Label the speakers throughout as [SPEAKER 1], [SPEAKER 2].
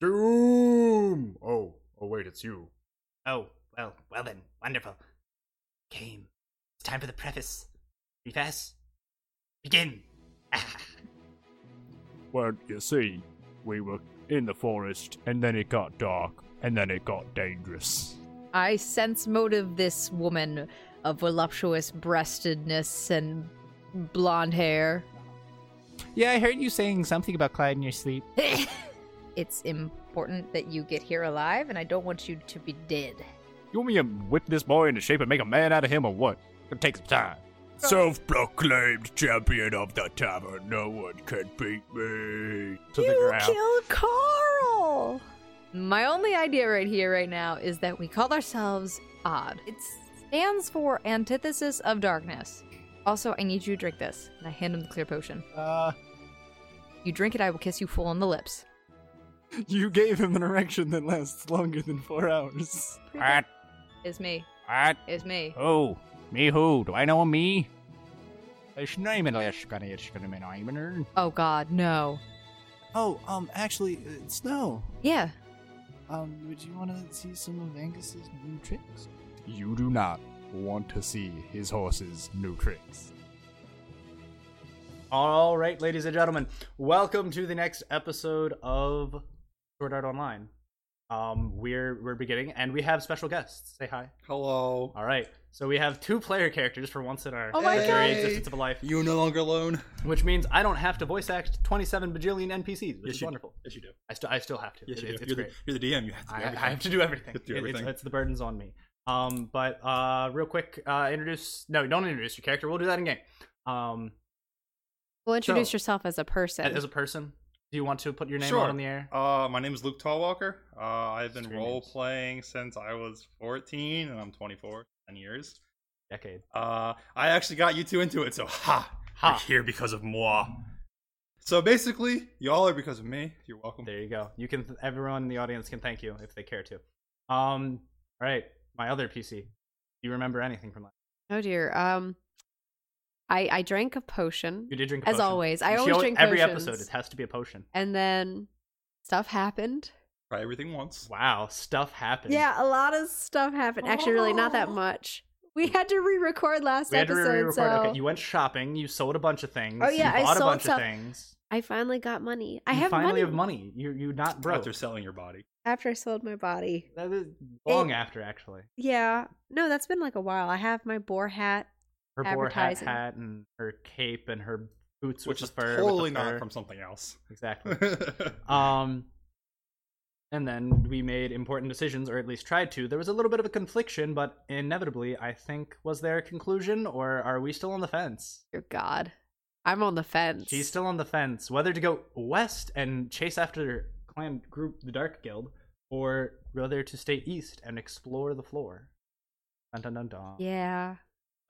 [SPEAKER 1] Doom! Oh, oh wait, it's you.
[SPEAKER 2] Oh, well, well then, wonderful. Game. It's time for the preface. Preface. Begin.
[SPEAKER 3] Well, you see, we were in the forest, and then it got dark, and then it got dangerous.
[SPEAKER 4] I sense motive this woman of voluptuous breastedness and blonde hair.
[SPEAKER 5] Yeah, I heard you saying something about Clyde in your sleep.
[SPEAKER 4] it's important that you get here alive, and I don't want you to be dead.
[SPEAKER 3] You want me to whip this boy into shape and make a man out of him, or what? It'll take some time.
[SPEAKER 6] Self-proclaimed champion of the tavern, no one can beat me.
[SPEAKER 3] To the ground.
[SPEAKER 4] killed Carl! My only idea right here, right now, is that we call ourselves Odd. It stands for Antithesis of Darkness. Also, I need you to drink this. And I hand him the clear potion.
[SPEAKER 5] Uh,
[SPEAKER 4] You drink it, I will kiss you full on the lips.
[SPEAKER 5] you gave him an erection that lasts longer than four hours.
[SPEAKER 3] What?
[SPEAKER 4] It's me.
[SPEAKER 3] What?
[SPEAKER 4] It's me.
[SPEAKER 3] Who? Me who? Do I know a me?
[SPEAKER 4] Oh god, no.
[SPEAKER 5] Oh, um, actually, uh, Snow,
[SPEAKER 4] Yeah.
[SPEAKER 5] um, would you want to see some of Angus's new tricks?
[SPEAKER 3] You do not want to see his horse's new tricks.
[SPEAKER 2] All right, ladies and gentlemen, welcome to the next episode of Sword Art Online. Um, we're we're beginning, and we have special guests. Say hi.
[SPEAKER 7] Hello.
[SPEAKER 2] All right, so we have two player characters for once in our
[SPEAKER 7] Oh my God.
[SPEAKER 2] very existence of life,
[SPEAKER 7] You're no longer alone.
[SPEAKER 2] which means I don't have to voice act twenty-seven bajillion NPCs, which is
[SPEAKER 7] you
[SPEAKER 2] wonderful.
[SPEAKER 7] Do. Yes, you do.
[SPEAKER 2] I still I still have to.
[SPEAKER 7] Yes,
[SPEAKER 2] It-
[SPEAKER 7] you
[SPEAKER 2] it's
[SPEAKER 7] do.
[SPEAKER 2] it's
[SPEAKER 7] You're the,
[SPEAKER 2] great.
[SPEAKER 7] you're the DM. You have to. do
[SPEAKER 2] I,
[SPEAKER 7] everything.
[SPEAKER 2] I have to do everything.
[SPEAKER 7] Get through
[SPEAKER 2] It- it's-
[SPEAKER 7] everything.
[SPEAKER 2] it's the burden's on me. Um, but uh, real quick, uh, introduce. No, don't introduce your character. We'll do that in game. Um,
[SPEAKER 4] Well, introduce
[SPEAKER 2] So-
[SPEAKER 4] yourself as a person.
[SPEAKER 2] as a person, do you want to put your name
[SPEAKER 7] Sure.
[SPEAKER 2] out on the air?
[SPEAKER 6] Uh, my name is Luke Tallwalker. Uh, I've been
[SPEAKER 2] Three
[SPEAKER 6] role
[SPEAKER 2] names.
[SPEAKER 6] playing since I was 14, and I'm 24, 10 years.
[SPEAKER 2] Decade.
[SPEAKER 6] Uh, I actually got you two into it, so ha,
[SPEAKER 2] Ha.
[SPEAKER 6] you're here because of moi. So basically, y'all are because of me. You're welcome.
[SPEAKER 2] There you go. You can. Everyone in the audience can thank you if they care to. Um. All right. My other PC. Do you remember anything from last?
[SPEAKER 8] Oh dear. Um, I I drank a potion,
[SPEAKER 2] You did drink. A
[SPEAKER 8] As
[SPEAKER 2] potion.
[SPEAKER 8] always, I
[SPEAKER 2] You
[SPEAKER 8] always
[SPEAKER 2] show-
[SPEAKER 8] drink
[SPEAKER 2] every
[SPEAKER 8] potions.
[SPEAKER 2] episode. It has to be a potion.
[SPEAKER 8] and then stuff happened.
[SPEAKER 6] Try everything once.
[SPEAKER 2] Wow. Stuff happens.
[SPEAKER 8] Yeah, a lot of stuff happened. Actually, really not that much. We had to re-record last
[SPEAKER 2] Oh. We had to
[SPEAKER 8] episode,
[SPEAKER 2] re-record.
[SPEAKER 8] so
[SPEAKER 2] Okay. You went shopping. You sold a bunch of things.
[SPEAKER 8] Oh, yeah,
[SPEAKER 2] You
[SPEAKER 8] I
[SPEAKER 2] bought
[SPEAKER 8] sold
[SPEAKER 2] a bunch
[SPEAKER 8] stuff.
[SPEAKER 2] of things.
[SPEAKER 8] I finally got money. I
[SPEAKER 2] you
[SPEAKER 8] have
[SPEAKER 2] finally
[SPEAKER 8] money,
[SPEAKER 2] have money. You you not broke.
[SPEAKER 6] After selling your body.
[SPEAKER 8] after I sold my body.
[SPEAKER 2] That is long
[SPEAKER 8] It-
[SPEAKER 2] after actually.
[SPEAKER 8] Yeah, no, that's been like a while. I have my boar hat.
[SPEAKER 2] Her boar hat,
[SPEAKER 8] Advertising.
[SPEAKER 2] hat, and her cape, and her boots,
[SPEAKER 6] Which
[SPEAKER 2] with
[SPEAKER 6] is
[SPEAKER 2] the fur, with the
[SPEAKER 6] totally not
[SPEAKER 2] fur.
[SPEAKER 6] from something else.
[SPEAKER 2] exactly. Um, and then we made important decisions, or at least tried to. There was a little bit of a confliction, but inevitably, I think, was there a conclusion, or are we still on the fence?
[SPEAKER 8] Dear God, I'm on the fence.
[SPEAKER 2] She's still on the fence whether to go west and chase after clan group, the Dark Guild, or whether to stay east and explore the floor. Dun dun dun dun.
[SPEAKER 8] yeah.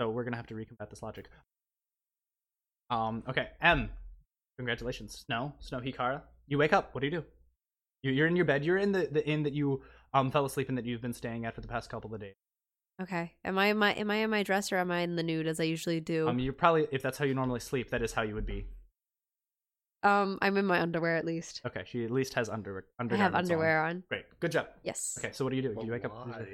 [SPEAKER 2] So we're gonna have to recombat this logic. Um. Okay. M. Congratulations, Snow. Snow Hikara. You wake up. What do you do? You, you're in your bed. You're in the, the inn that you um fell asleep in that you've been staying at for the past couple of days.
[SPEAKER 8] Okay. Am I in my am I in my dress or am I in the nude as I usually do?
[SPEAKER 2] Um. You're probably if that's how you normally sleep, that is how you would be.
[SPEAKER 8] um I'm in my underwear at least.
[SPEAKER 2] Okay. She at least has under
[SPEAKER 8] I
[SPEAKER 2] undergarments
[SPEAKER 8] have
[SPEAKER 2] on.
[SPEAKER 8] underwear on.
[SPEAKER 2] Great. Good job.
[SPEAKER 8] Yes.
[SPEAKER 2] Okay. So what do you do? Do you wake up?
[SPEAKER 6] Oh, Why?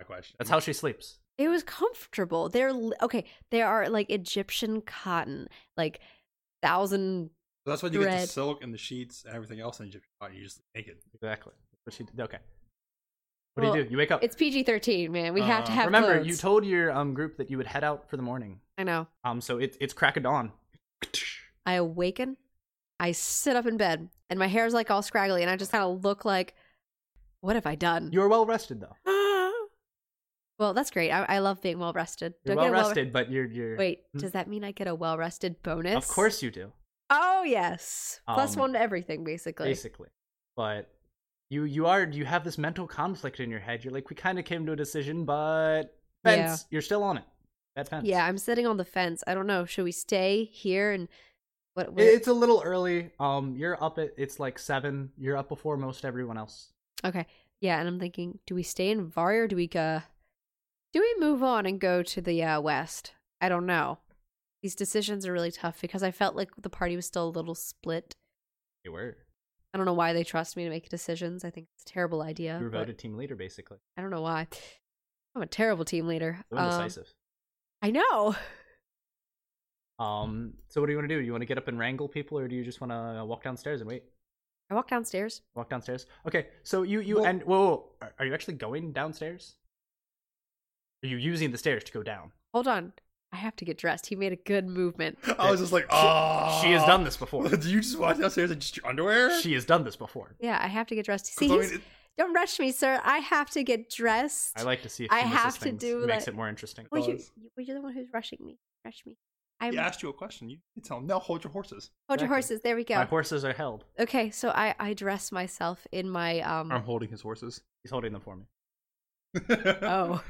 [SPEAKER 6] My question.
[SPEAKER 2] That's how she sleeps.
[SPEAKER 8] It was comfortable. They're li- okay. They are like Egyptian cotton, like thousand.
[SPEAKER 6] That's why you get the
[SPEAKER 8] Thread.
[SPEAKER 6] silk and the sheets and everything else in Egyptian body. You just naked.
[SPEAKER 2] Exactly. But she. Okay. What do you
[SPEAKER 8] Well,
[SPEAKER 2] do? You wake up.
[SPEAKER 8] It's PG thirteen, man. We have to
[SPEAKER 6] Uh,
[SPEAKER 8] have.
[SPEAKER 2] Remember,
[SPEAKER 8] clothes.
[SPEAKER 2] you told your um group that you would head out for the morning.
[SPEAKER 8] I know.
[SPEAKER 2] Um. So it, it's crack of dawn.
[SPEAKER 8] I awaken. I sit up in bed, and my hair's like all scraggly, and I just kind of look like, "What have I done?"
[SPEAKER 2] You're well rested though.
[SPEAKER 8] well, that's great. I, I love being well rested.
[SPEAKER 2] You're
[SPEAKER 8] Do I
[SPEAKER 2] well
[SPEAKER 8] get a
[SPEAKER 2] rested, but you're you're.
[SPEAKER 8] Wait,
[SPEAKER 2] Hmm.
[SPEAKER 8] does that mean I get a well rested bonus?
[SPEAKER 2] of course you do,
[SPEAKER 8] Oh yes, Plus
[SPEAKER 2] Um,
[SPEAKER 8] one to everything, basically.
[SPEAKER 2] basically. But you you are you have this mental conflict in your head. You're like, we kind of came to a decision, but
[SPEAKER 8] Yeah.
[SPEAKER 2] fence. You're still on it. That fence.
[SPEAKER 8] Yeah, I'm sitting on the fence. I don't know. Should we stay here and what? what
[SPEAKER 2] It- It's a little early. Um, you're up at it's like seven. You're up before most everyone else.
[SPEAKER 8] Okay. Yeah, and I'm thinking, do we stay in Vari or do we go? Do we move on and go to the uh, west? I don't know. These decisions are really tough because I felt like the party was still a little split.
[SPEAKER 2] You were.
[SPEAKER 8] I don't know why they trust me to make decisions. I think it's a terrible idea.
[SPEAKER 2] you were
[SPEAKER 8] but
[SPEAKER 2] voted team leader, basically.
[SPEAKER 8] I don't know why. I'm a terrible team leader.
[SPEAKER 2] So
[SPEAKER 8] Um,
[SPEAKER 2] indecisive.
[SPEAKER 8] I know.
[SPEAKER 2] Um, so what do you want to do? You want to get up and wrangle people, or do you just want to walk downstairs and wait?
[SPEAKER 8] I walk downstairs.
[SPEAKER 2] Walk downstairs. Okay, so you you
[SPEAKER 9] Well-
[SPEAKER 2] and whoa, whoa, are- are you actually going downstairs? Are you using the stairs to go down?
[SPEAKER 8] Hold on. I have to get dressed. He made a good movement.
[SPEAKER 6] I was just like, ah.
[SPEAKER 2] she has done this before.
[SPEAKER 6] Do you just walk downstairs in just your underwear?
[SPEAKER 2] she has done this before.
[SPEAKER 8] Yeah, I have to get dressed.
[SPEAKER 6] 'Cause,
[SPEAKER 8] See,
[SPEAKER 6] I
[SPEAKER 8] he's,
[SPEAKER 6] mean, it-
[SPEAKER 8] don't rush me, sir. I have to get dressed.
[SPEAKER 2] I like to see if she
[SPEAKER 8] I
[SPEAKER 2] misses
[SPEAKER 8] have to
[SPEAKER 2] things.
[SPEAKER 8] do,
[SPEAKER 2] it makes
[SPEAKER 8] like-
[SPEAKER 2] it more interesting.
[SPEAKER 8] well, you,
[SPEAKER 6] Pause.
[SPEAKER 8] you, well, you're the one who's rushing me. Rush me. I'm
[SPEAKER 6] he asked you a question. You you tell him, no, hold your horses.
[SPEAKER 8] hold your
[SPEAKER 2] Exactly.
[SPEAKER 8] horses. There we go.
[SPEAKER 2] My horses are held.
[SPEAKER 8] okay, so I I dress myself in my um.
[SPEAKER 6] I'm holding his horses.
[SPEAKER 2] He's holding them for me.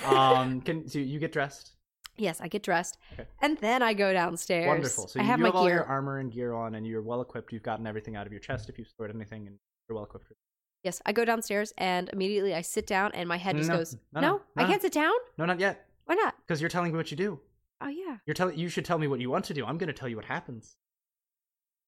[SPEAKER 8] Oh.
[SPEAKER 2] Um, can so you get dressed?
[SPEAKER 8] yes, I get dressed,
[SPEAKER 2] Okay.
[SPEAKER 8] and then I go downstairs.
[SPEAKER 2] Wonderful. So
[SPEAKER 8] I
[SPEAKER 2] you,
[SPEAKER 8] have
[SPEAKER 2] you
[SPEAKER 8] my
[SPEAKER 2] have all
[SPEAKER 8] gear.
[SPEAKER 2] your armor and gear on, and you're well equipped. You've gotten everything out of your chest if you've stored anything, and you're well equipped.
[SPEAKER 8] yes, I go downstairs, and immediately I sit down, and my head just
[SPEAKER 2] No,
[SPEAKER 8] goes,
[SPEAKER 2] no,
[SPEAKER 8] "No,
[SPEAKER 2] no,
[SPEAKER 8] I
[SPEAKER 2] no.
[SPEAKER 8] can't sit down.
[SPEAKER 2] No, not yet,
[SPEAKER 8] Why not?
[SPEAKER 2] because you're telling me what you do.
[SPEAKER 8] Oh yeah,
[SPEAKER 2] You're telling you should tell me what you want to do. I'm going to tell you what happens.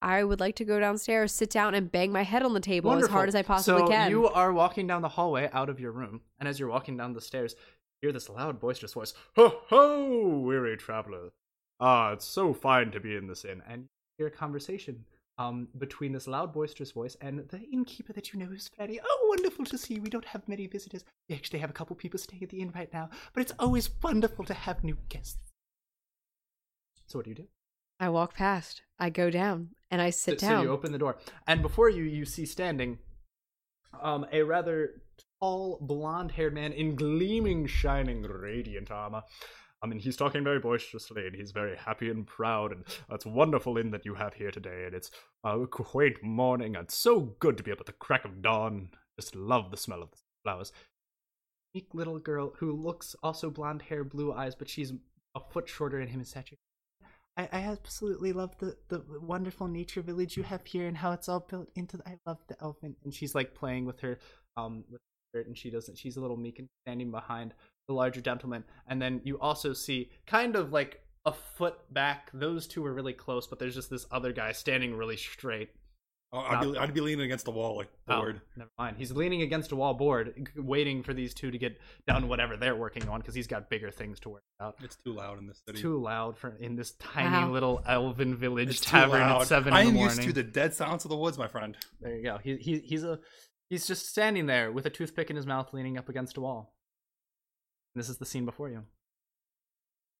[SPEAKER 8] I would like to go downstairs, sit down, and bang my head on the table as hard as I possibly
[SPEAKER 2] so
[SPEAKER 8] can."
[SPEAKER 2] you are walking down the hallway out of your room, and as you're walking down the stairs, you hear this loud boisterous voice.
[SPEAKER 10] Ho ho, weary traveler. Ah, it's so fine to be in this inn.
[SPEAKER 2] and you hear a conversation um, between this loud, boisterous voice and the innkeeper that you know is very, oh, wonderful to see. We don't have many visitors. We actually have a couple people staying at the inn right now, but it's always wonderful to have new guests. So, what do you do?
[SPEAKER 8] I walk past. I go down, and I sit
[SPEAKER 2] so, so
[SPEAKER 8] down.
[SPEAKER 2] you open the door, and before you, you see standing um, a rather tall, blonde-haired man in gleaming, shining, radiant armor.
[SPEAKER 10] I mean, he's talking very boisterously, and he's very happy and proud, and it's wonderful inn that you have here today, and it's a quaint morning, and it's so good to be up at the crack of dawn. Just love the smell of the flowers.
[SPEAKER 2] Meek little girl who looks also blonde hair, blue eyes, but she's a foot shorter than him in stature. I, I absolutely love the, the wonderful nature village you have here and how it's all built into. The, I love the elephant, and she's like playing with her um with her shirt, and she doesn't. She's a little meek and standing behind the larger gentleman, and then you also see kind of like a foot back. Those two are really close, but there's just this other guy standing really straight.
[SPEAKER 6] Oh, I'd, be, I'd be leaning against the wall, like
[SPEAKER 2] Oh,
[SPEAKER 6] bored.
[SPEAKER 2] never mind. He's leaning against a wall board, g- waiting for these two to get done whatever they're working on because he's got bigger things to worry about.
[SPEAKER 6] It's too loud in this
[SPEAKER 2] It's
[SPEAKER 6] city.
[SPEAKER 2] too loud for in this tiny
[SPEAKER 8] Wow.
[SPEAKER 2] little elven village
[SPEAKER 6] It's too
[SPEAKER 2] tavern
[SPEAKER 6] loud.
[SPEAKER 2] at seven
[SPEAKER 6] I
[SPEAKER 2] in
[SPEAKER 6] am
[SPEAKER 2] the morning.
[SPEAKER 6] used to the dead silence of the woods, my friend.
[SPEAKER 2] There you go. He, he he's a he's just standing there with a toothpick in his mouth, leaning up against a wall. And this is the scene before you.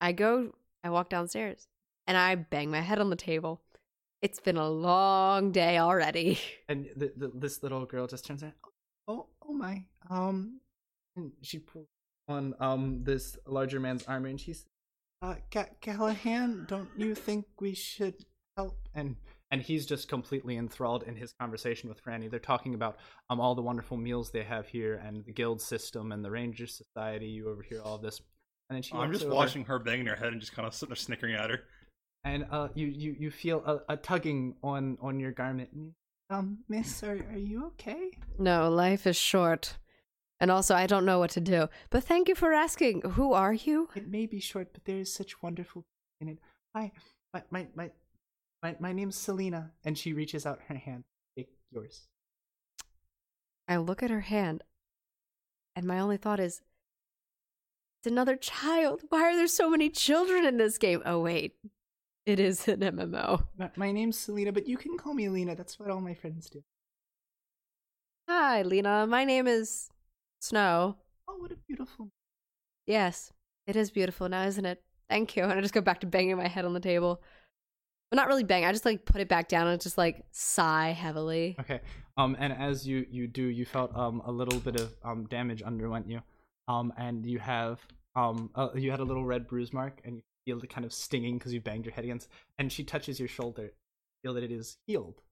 [SPEAKER 8] I go, I walk downstairs, and I bang my head on the table. It's been a long day already.
[SPEAKER 2] and the, the, this little girl just turns around. Oh, oh my! Um, and she pulls on um this larger man's arm, and she's, uh, Ga- Callahan, don't you think we should help? And and he's just completely enthralled in his conversation with Franny. They're talking about um all the wonderful meals they have here, and the guild system, and the ranger society. You overhear all this, and then she.
[SPEAKER 6] Oh, I'm
[SPEAKER 2] walks
[SPEAKER 6] just
[SPEAKER 2] over
[SPEAKER 6] watching her banging her head and just kind of sitting there snickering at her.
[SPEAKER 2] and uh, you, you, you feel a, a tugging on, on your garment. Um, miss, are, are you okay?
[SPEAKER 8] No, life is short. And also, I don't know what to do. But thank you for asking. Who are you?
[SPEAKER 2] It may be short, but there is such wonderful in it. Hi, my my my my, my name's Selena, and she reaches out her hand. Take yours.
[SPEAKER 8] I look at her hand, and my only thought is, it's another child. Why are there so many children in this game? Oh, wait. It is an MMO.
[SPEAKER 2] My, my name's Selena, but you can call me Lena. That's what all my friends do.
[SPEAKER 8] Hi, Lena. My name is Snow.
[SPEAKER 2] Oh, what a beautiful.
[SPEAKER 8] Yes, it is beautiful now, isn't it? Thank you. And I just go back to banging my head on the table. But not really bang. I just like put it back down and just like sigh heavily.
[SPEAKER 2] Okay. Um, and as you you do, you felt um a little bit of um damage underwent you, um, and you have um uh, you had a little red bruise mark, and you feel the kind of stinging because you banged your head against. And she touches your shoulder, feel that it is healed.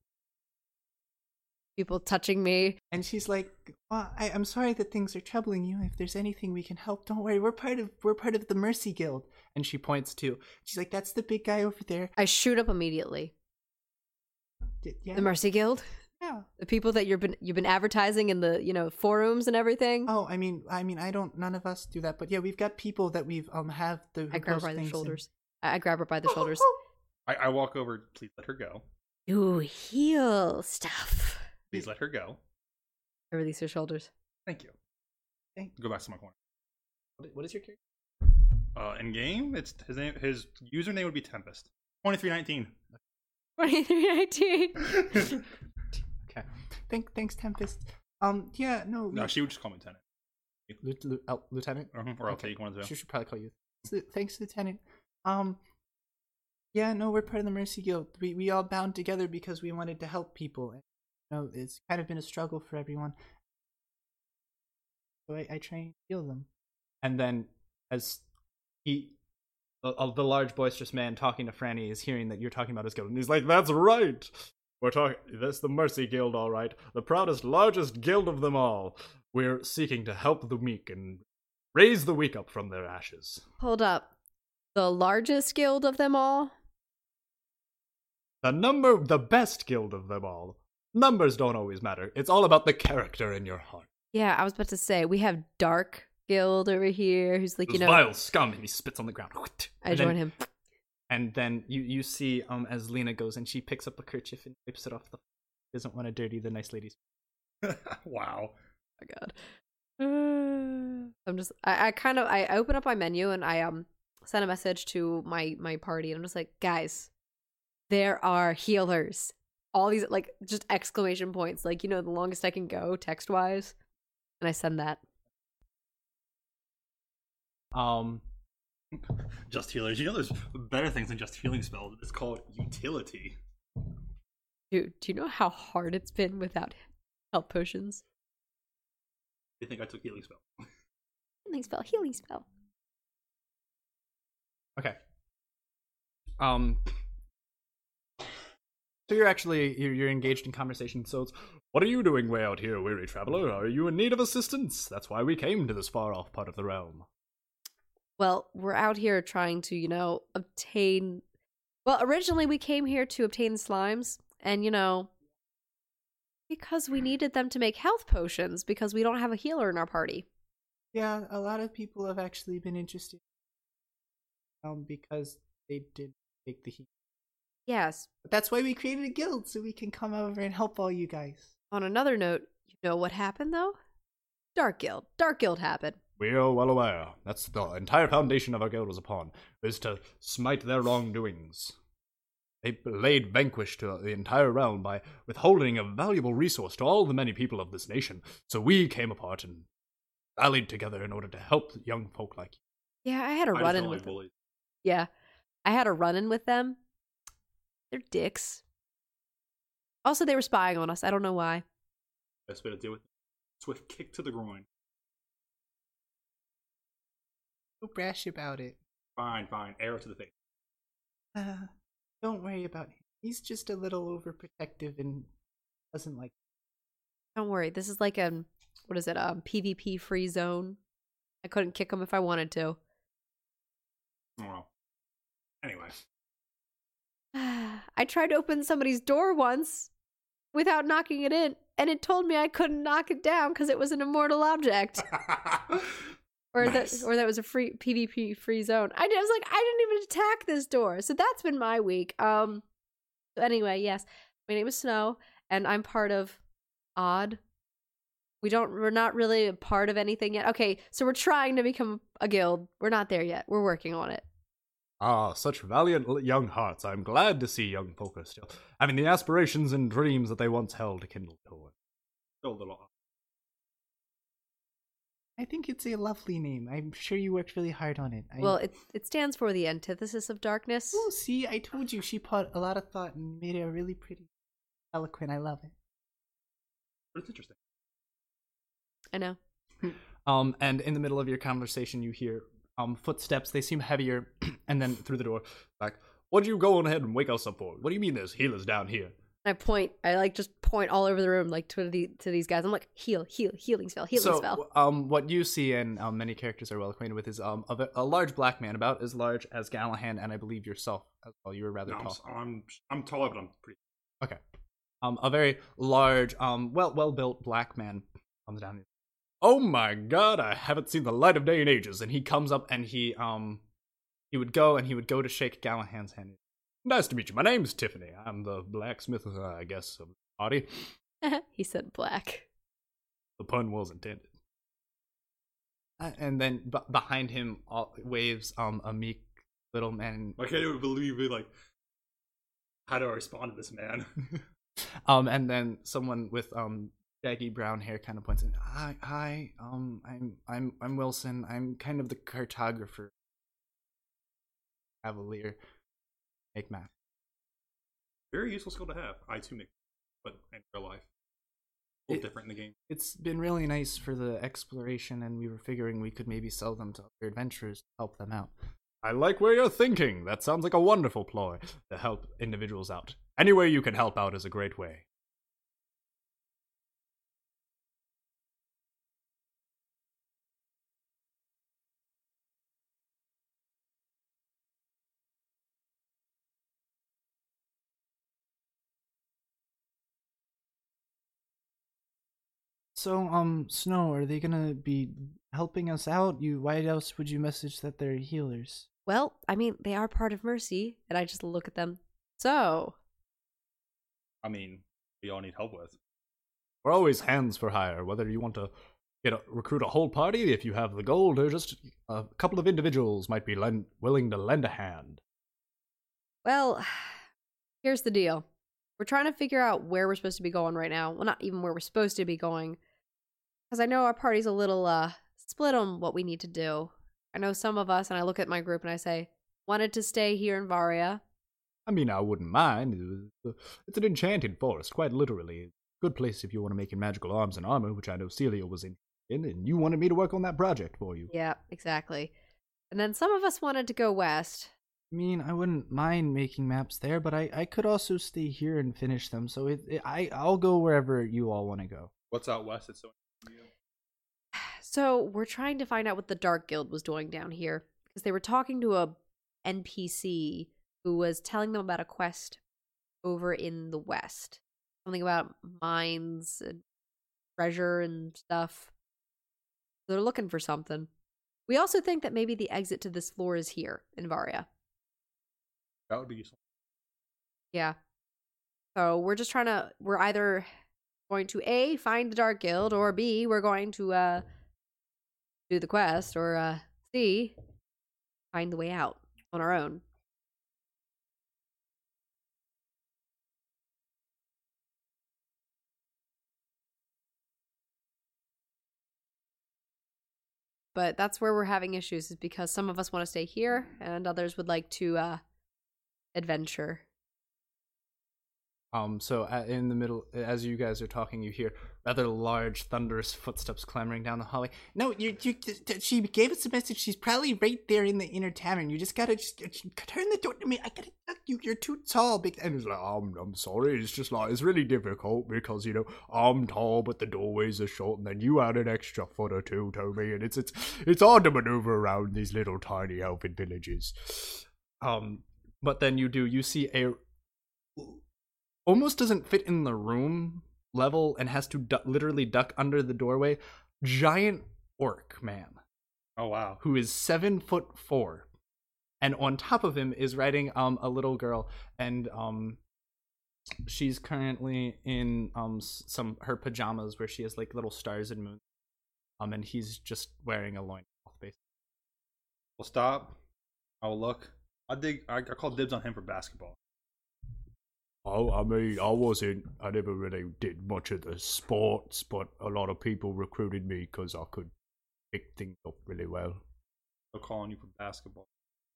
[SPEAKER 8] People touching me.
[SPEAKER 2] And she's like, well, I, "I'm sorry that things are troubling you. If there's anything we can help, don't worry. We're part of we're part of the Mercy Guild." And she points to. She's like, "That's the big guy over there."
[SPEAKER 8] I shoot up immediately.
[SPEAKER 2] D- yeah.
[SPEAKER 8] The Mercy Guild,
[SPEAKER 2] Yeah.
[SPEAKER 8] the people that you've been you've been advertising in the you know forums and everything.
[SPEAKER 2] Oh, I mean, I mean, I don't. None of us do that, but yeah, we've got people that we've um have the. who
[SPEAKER 8] I grab
[SPEAKER 2] post
[SPEAKER 8] her by the
[SPEAKER 2] things and-
[SPEAKER 8] shoulders. I I grab her by the shoulders.
[SPEAKER 6] I, I walk over, please let her go.
[SPEAKER 8] do heal stuff.
[SPEAKER 6] Please let her go.
[SPEAKER 8] I release her shoulders.
[SPEAKER 6] Thank you. Thank you. Go back to my corner.
[SPEAKER 11] What- What is your character?
[SPEAKER 6] Uh, in game, it's his name. His username would be Tempest. Twenty three nineteen.
[SPEAKER 8] 2319.
[SPEAKER 11] Okay.
[SPEAKER 2] Thank, thanks, Tempest. Um, yeah, no.
[SPEAKER 6] No,
[SPEAKER 2] we-
[SPEAKER 6] she would just call me Lieutenant,
[SPEAKER 11] Lieu- lieu- oh, Lieutenant?
[SPEAKER 6] Mhm, or I'll
[SPEAKER 2] Okay.
[SPEAKER 6] take one of
[SPEAKER 2] She
[SPEAKER 6] them.
[SPEAKER 2] should probably call you. S- Thanks, Lieutenant. Um, yeah, no, we're part of the Mercy Guild. We we all bound together because we wanted to help people. And, you know, it's kind of been a struggle for everyone. So I, I try and heal them.
[SPEAKER 11] And then, as he, uh, uh, the large boisterous man talking to Franny is hearing that you're talking about his guild, and he's like,
[SPEAKER 12] Like, that's right. We're talking. That's the Mercy Guild, all right. The proudest, largest guild of them all. We're seeking to help the weak and raise the weak up from their ashes.
[SPEAKER 8] Hold up. The largest guild of them all?
[SPEAKER 12] The number, the best guild of them all. Numbers don't always matter. It's all about the character in your heart.
[SPEAKER 8] Yeah, I was about to say, we have Dark Guild over here, who's like, you
[SPEAKER 12] This
[SPEAKER 8] know,
[SPEAKER 12] vile scum, and he spits on the ground.
[SPEAKER 8] I
[SPEAKER 11] and
[SPEAKER 8] join
[SPEAKER 11] then-
[SPEAKER 8] him.
[SPEAKER 11] and then you you see um as Lena goes and she picks up a kerchief and wipes it off the doesn't want to dirty the nice lady's.
[SPEAKER 6] wow.
[SPEAKER 8] Oh my god. Uh, I'm just I, I kind of I I open up my menu and I um send a message to my my party and I'm just like, guys, there are healers. All these like just exclamation points, like you know, the longest I can go text wise. And I send that.
[SPEAKER 11] Um,
[SPEAKER 6] Just healers. You know, there's better things than just healing spells. It's called utility.
[SPEAKER 8] Dude, do you know how hard it's been without health potions?
[SPEAKER 6] They think I took healing spell.
[SPEAKER 8] Healing spell, healing spell.
[SPEAKER 11] okay. Um. So you're actually you're, you're engaged in conversation. So it's
[SPEAKER 12] What are you doing way out here, weary traveler? Are you in need of assistance? That's why we came to this far off part of the realm.
[SPEAKER 8] Well, we're out here trying to, you know, obtain. Well, originally we came here to obtain slimes, and, you know, because we needed them to make health potions because we don't have a healer in our party.
[SPEAKER 2] Yeah, a lot of people have actually been interested. Um, because they did take the heat.
[SPEAKER 8] Yes.
[SPEAKER 2] But that's why we created a guild so we can come over and help all you guys.
[SPEAKER 8] On another note, you know what happened, though? Dark Guild. Dark Guild happened.
[SPEAKER 12] We are well aware. That's the entire foundation of our guild was upon, is to smite their wrongdoings. They laid vanquish to the entire realm by withholding a valuable resource to all the many people of this nation. So we came apart and rallied together in order to help young folk like you.
[SPEAKER 8] Yeah, I had a
[SPEAKER 6] I just
[SPEAKER 8] run
[SPEAKER 6] don't
[SPEAKER 8] in
[SPEAKER 6] like
[SPEAKER 8] with them.
[SPEAKER 6] bullies.
[SPEAKER 8] Yeah. I had a run in with them. They're dicks. Also, they were spying on us. I don't know why.
[SPEAKER 6] Best way to deal with it. Swift kick to the groin.
[SPEAKER 2] So brash about it.
[SPEAKER 6] Fine, fine. Arrow to the face.
[SPEAKER 2] Uh, don't worry about him. He's just a little overprotective and doesn't like.
[SPEAKER 8] Don't worry. This is like a what is it? um, A PvP free zone. I couldn't kick him if I wanted to.
[SPEAKER 6] Oh, well. Anyway,
[SPEAKER 8] I tried to open somebody's door once without knocking it in, and it told me I couldn't knock it down because it was an immortal object, or
[SPEAKER 6] Nice.
[SPEAKER 8] that or that was a free PvP free zone. I, did, I was like, I didn't even attack this door, so that's been my week. Um. So anyway, yes, my name is Snow, and I'm part of Odd. We don't. We're not really a part of anything yet. Okay, so we're trying to become a guild. We're not there yet. We're working on it.
[SPEAKER 12] Ah, such valiant l- young hearts. I'm glad to see young folk are still having the aspirations and dreams that they once held kindled toward.
[SPEAKER 6] still a little off.
[SPEAKER 2] I think it's a lovely name. I'm sure you worked really hard on it. I...
[SPEAKER 8] Well, it it stands for the antithesis of darkness.
[SPEAKER 2] Ooh, see, I told you she put a lot of thought and made it a really pretty, eloquent. I love it.
[SPEAKER 6] But it's interesting.
[SPEAKER 8] I know.
[SPEAKER 11] um and in the middle of your conversation you hear um footsteps. They seem heavier, and then through the door,
[SPEAKER 12] Like, what do you go on ahead and wake us up for? What do you mean there's healers down here?
[SPEAKER 8] I point. I like just point all over the room, like to the, to these guys. I'm like heal, heal, healing spell, healing
[SPEAKER 11] so,
[SPEAKER 8] spell.
[SPEAKER 11] Um, what you see, and um, many characters are well acquainted with, is um, a, a large black man, about as large as Galahan, and I believe yourself as well. You were rather
[SPEAKER 6] No, I'm,
[SPEAKER 11] tall.
[SPEAKER 6] s- I'm I'm taller, but I'm pretty.
[SPEAKER 11] Um, a very large, um, well, well built black man comes down.
[SPEAKER 12] oh my god i haven't seen the light of day in ages and he comes up
[SPEAKER 11] and he um, he would go and he would go to shake Galahan's hand.
[SPEAKER 12] Nice to meet you. My name's Tiffany. I'm the blacksmith, uh, I guess, of the party.
[SPEAKER 8] he said black.
[SPEAKER 12] The pun was intended.
[SPEAKER 2] Uh, and then b- behind him
[SPEAKER 11] uh,
[SPEAKER 2] all- waves um a meek little man.
[SPEAKER 6] Why can't you believe me? Like, how do I respond to this man?
[SPEAKER 2] Um, and then someone with um shaggy brown hair kind of points in. Hi, hi. Um, I'm I'm I'm Wilson. I'm kind of the cartographer, cavalier, make map.
[SPEAKER 6] Very useful skill to have. I too make, but in real life, a little
[SPEAKER 2] It-
[SPEAKER 6] different in the game.
[SPEAKER 2] It's been really nice for the exploration, and we were figuring we could maybe sell them to other adventurers to help them out.
[SPEAKER 12] I like where you're thinking. That sounds like a wonderful ploy to help individuals out. Any way you can help out is a great way.
[SPEAKER 2] So, um, Snow, are they gonna be helping us out? You, why else would you message that they're healers?
[SPEAKER 8] Well, I mean, they are part of Mercy, and I just look at them. So,
[SPEAKER 6] I mean, we all need help with.
[SPEAKER 12] We're always hands for hire, whether you want to get a, recruit a whole party if you have the gold, or just a couple of individuals might be lend, willing to lend a hand.
[SPEAKER 8] well, here's the deal. We're trying to figure out where we're supposed to be going right now. Well, not even where we're supposed to be going. Because I know our party's a little uh, split on what we need to do. I know some of us, and I look at my group and I say, wanted to stay here in Varia.
[SPEAKER 12] I mean, I wouldn't mind. It's an enchanted forest, quite literally. Good place if you want to make magical arms and armor, which I know Celia was in, in, and you wanted me to work on that project for you.
[SPEAKER 8] Yeah, exactly. And then some of us wanted to go west.
[SPEAKER 2] I mean, I wouldn't mind making maps there, but I, I could also stay here and finish them. So it, it I I'll go wherever you all want to go.
[SPEAKER 6] What's out west? It's so.
[SPEAKER 8] So we're trying to find out what the Dark Guild was doing down here because they were talking to a NPC who was telling them about a quest over in the West, something about mines and treasure and stuff. They're looking for something. We also think that maybe the exit to this floor is here in Varia.
[SPEAKER 6] That would be useful.
[SPEAKER 8] Yeah. So we're just trying to we're either going to A find the Dark Guild or B we're going to uh do the quest or uh C find the way out on our own. But that's where we're having issues is because some of us want to stay here and others would like to uh adventure.
[SPEAKER 2] Um, so uh, in the middle, as you guys are talking, you hear rather large, thunderous footsteps clamoring down the hallway.
[SPEAKER 13] No, you, you. She gave us a message. She's probably right there in the inner tavern. You just gotta just, just turn the door. I mean, I gotta duck you. You're too tall. Big.
[SPEAKER 12] And he's like, I'm, I'm sorry, it's just like, it's really difficult because, you know, I'm tall, but the doorways are short, and then you add an extra foot or two to me, and it's, it's, it's hard to maneuver around these little tiny elfin villages.
[SPEAKER 2] Um, but then you do you see a almost doesn't fit in the room level and has to du- literally duck under the doorway. Giant orc man.
[SPEAKER 6] Oh wow.
[SPEAKER 2] who is seven foot four, and on top of him is riding um a little girl, and um she's currently in um s- some her pajamas where she has like little stars and moons, um and he's just wearing a loincloth basically.
[SPEAKER 6] We'll stop. I'll look. I dig. I, I call dibs on him for basketball.
[SPEAKER 12] Oh, I mean, I wasn't, I never really did much of the sports, but a lot of people recruited me because I could pick things up really well.
[SPEAKER 6] They're calling you for basketball.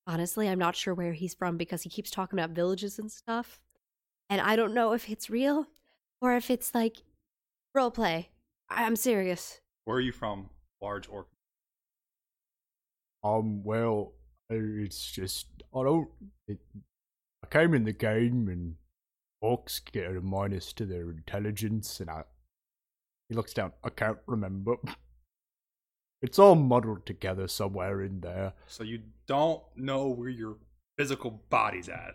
[SPEAKER 8] Honestly, I'm not sure where he's from because he keeps talking about villages and stuff. And I don't know if it's real or if it's like role play. I- I'm serious.
[SPEAKER 6] Where are you from? Large orc.
[SPEAKER 12] Um, well, it's just I don't. It, I came in the game and orcs get a minus to their intelligence, and I. He looks down. I can't remember. It's all muddled together somewhere in there.
[SPEAKER 6] So you don't know where your physical body's at.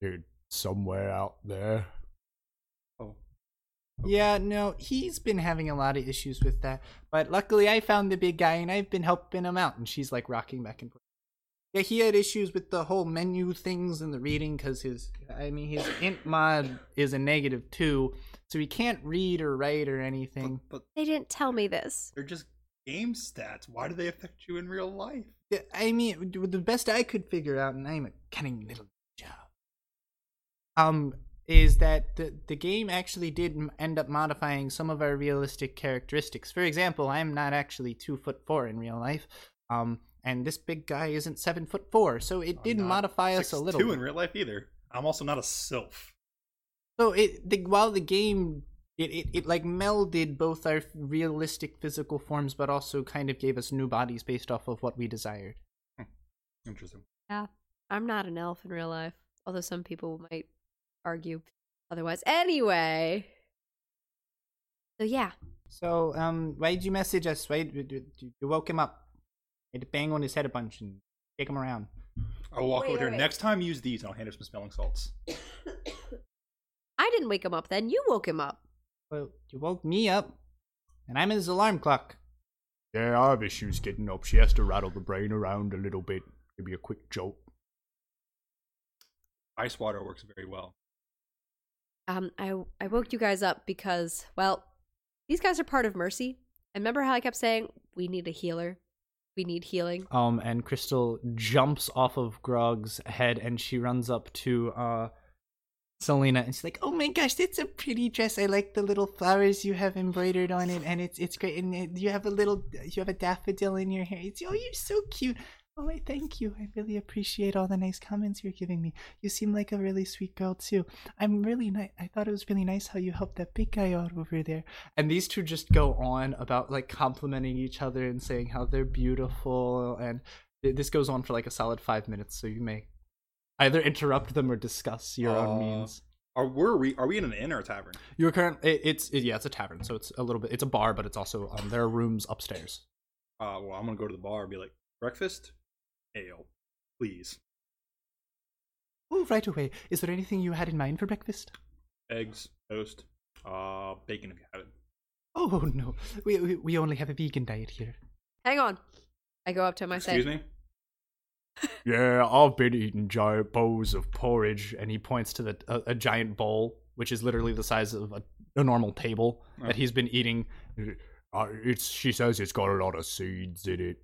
[SPEAKER 12] It's somewhere out there.
[SPEAKER 6] Oh.
[SPEAKER 13] Yeah, no, he's been having a lot of issues with that. But luckily, I found the big guy, and I've been helping him out.
[SPEAKER 2] And she's like rocking back and forth. Yeah, he had issues with the whole menu things and the reading because his, I mean, his int mod is a negative two, so he can't read or write or
[SPEAKER 6] But,
[SPEAKER 2] anything.
[SPEAKER 6] but
[SPEAKER 8] They didn't tell me this.
[SPEAKER 6] they're just game stats. Why do they affect you in real life?
[SPEAKER 2] Yeah, I mean, d- the best I could figure out, and I'm a cunning little job, um, is that the the game actually did m- end up modifying some of our realistic characteristics. For example, I'm not actually two foot four in real life, um, and this big guy isn't seven foot four, so it
[SPEAKER 6] I'm
[SPEAKER 2] did
[SPEAKER 6] not
[SPEAKER 2] modify us a
[SPEAKER 6] 6'2"
[SPEAKER 2] little.
[SPEAKER 6] in real life either. I'm also not a sylph.
[SPEAKER 2] So it the, while the game it, it, it like melded both our realistic physical forms, but also kind of gave us new bodies based off of what we desired.
[SPEAKER 6] Interesting.
[SPEAKER 8] I'm not an elf in real life, although some people might argue otherwise. Anyway. So yeah,
[SPEAKER 2] So um, why'd you message us? Why you, you- you woke him up? You had to bang on his head a bunch and take him around.
[SPEAKER 6] I'll walk
[SPEAKER 8] Wait,
[SPEAKER 6] over
[SPEAKER 8] wait,
[SPEAKER 6] there.
[SPEAKER 8] wait.
[SPEAKER 6] Next time, use these and I'll hand her some smelling salts.
[SPEAKER 8] I didn't wake him up then. You woke him up.
[SPEAKER 2] Well, you woke me up, and I'm his alarm clock.
[SPEAKER 12] Yeah, I have issues getting up. She has to rattle the brain around a little bit. Give me a quick jolt.
[SPEAKER 6] Ice water works very well.
[SPEAKER 8] Um, I I woke you guys up because well, these guys are part of Mercy. And remember how I kept saying we need a healer, we need healing.
[SPEAKER 14] Um, and Crystal jumps off of Grog's head and she runs up to uh,
[SPEAKER 2] Selena, and she's like, "Oh my gosh, it's a pretty dress. I like the little flowers you have embroidered on it, and it's it's great. And it, you have a little, you have a daffodil in your hair. It's oh, you're so cute. Oh, I thank you. I really appreciate all the nice comments you're giving me. You seem like a really sweet girl too. I'm really nice. I thought it was really nice how you helped that big guy out over there. And these two just go on about like complimenting each other and saying how they're beautiful. And th- this goes on for like a solid five minutes. So you may either interrupt them or discuss your own
[SPEAKER 6] Uh,
[SPEAKER 2] means.
[SPEAKER 6] Are were we? Are we in an inn or a tavern?
[SPEAKER 14] your current. It, it's it, yeah, it's a tavern, so it's a little bit. It's a bar, but it's also um, there are rooms upstairs.
[SPEAKER 6] Uh, well, I'm gonna go to the bar and be like, breakfast, ale, please,
[SPEAKER 2] Oh, right away. Is there anything you had in mind for breakfast?
[SPEAKER 6] eggs, toast, uh, bacon if you have it.
[SPEAKER 2] Oh no, we we, we only have a vegan diet here.
[SPEAKER 8] Hang on. I go up to him. I say,
[SPEAKER 6] Excuse me.
[SPEAKER 12] Yeah, I've been eating giant bowls of porridge, and he points to the a, a giant bowl, which is literally the size of a, a normal table that he's been eating.
[SPEAKER 15] Uh, it's she says it's got a lot of seeds in it.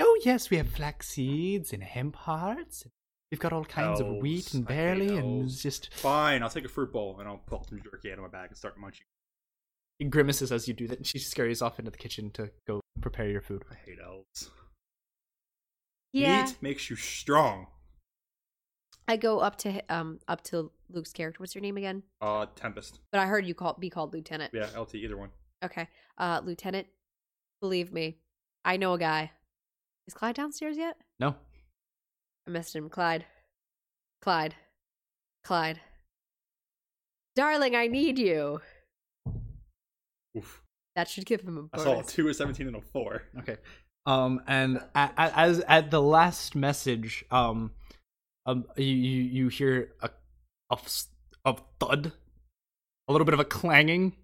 [SPEAKER 2] Oh yes, we have flax seeds and hemp hearts. We've got all kinds of wheat
[SPEAKER 6] Elves.
[SPEAKER 2] and
[SPEAKER 6] I hate
[SPEAKER 2] barley and
[SPEAKER 6] elves.
[SPEAKER 2] it's just
[SPEAKER 6] Fine, I'll take a fruit bowl and I'll pull some jerky out of my bag and start munching.
[SPEAKER 14] It grimaces as you do that, and she scurries off into the kitchen to go prepare your food.
[SPEAKER 6] I hate elves.
[SPEAKER 8] yeah.
[SPEAKER 6] Meat makes you strong.
[SPEAKER 8] I go up to um up to Luke's character. What's your name again?
[SPEAKER 6] Uh, Tempest.
[SPEAKER 8] But I heard you call be called Lieutenant.
[SPEAKER 6] Yeah, LT, either one.
[SPEAKER 8] Okay. Uh, Lieutenant, believe me, I know a guy. Is Clyde downstairs yet?
[SPEAKER 14] No,
[SPEAKER 8] I missed him. Clyde. Clyde. Clyde. Darling, I need you.
[SPEAKER 6] Oof.
[SPEAKER 8] That should give him a bonus.
[SPEAKER 6] I saw a two, a seventeen, and a four.
[SPEAKER 14] Okay. Um, and a- a- as at the last message, um, um, you you, you hear a, a s- a thud, a little bit of a clanging,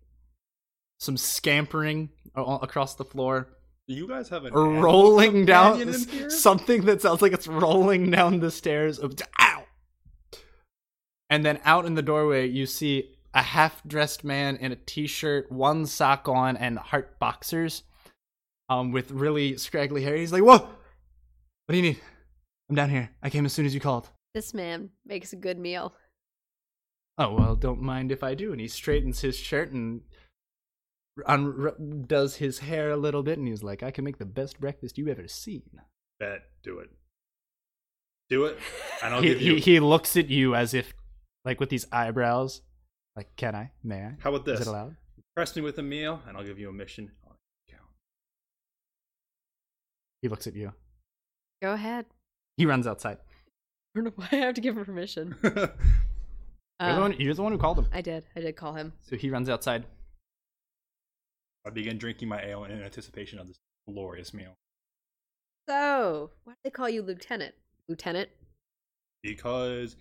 [SPEAKER 14] some scampering a- a- across the floor,
[SPEAKER 6] Do you guys have a
[SPEAKER 14] a rolling down
[SPEAKER 6] companion
[SPEAKER 14] s-
[SPEAKER 6] in here?
[SPEAKER 14] something that sounds like it's rolling down the stairs of ow. And then out in the doorway, you see a half-dressed man in a t-shirt, one sock on, and heart boxers um, with really scraggly hair. He's like, "Whoa, what do you need? I'm down here. I came as soon as you called."
[SPEAKER 8] This man makes a good meal.
[SPEAKER 14] Oh well, don't mind if I do. And he straightens his shirt and un- r- does his hair a little bit, and he's like, "I can make the best breakfast you've ever seen."
[SPEAKER 6] Bet. Do it. Do it, and I'll
[SPEAKER 14] He,
[SPEAKER 6] give you.
[SPEAKER 14] he he looks at you as if, like, with these eyebrows, like, "Can I? May I?
[SPEAKER 6] How about
[SPEAKER 14] Is
[SPEAKER 6] this?
[SPEAKER 14] it allowed?"
[SPEAKER 6] Press me with a meal, and I'll give you a mission on account.
[SPEAKER 14] He looks at you.
[SPEAKER 8] Go ahead.
[SPEAKER 14] He runs outside.
[SPEAKER 8] I don't know why I have to give him permission.
[SPEAKER 14] you're, the
[SPEAKER 8] Uh,
[SPEAKER 14] one, you're the one who called him.
[SPEAKER 8] I did. I did call him.
[SPEAKER 14] So he runs outside.
[SPEAKER 6] I began drinking my ale in anticipation of this glorious meal
[SPEAKER 8] So, why do they call you Lieutenant? Lieutenant?
[SPEAKER 6] because,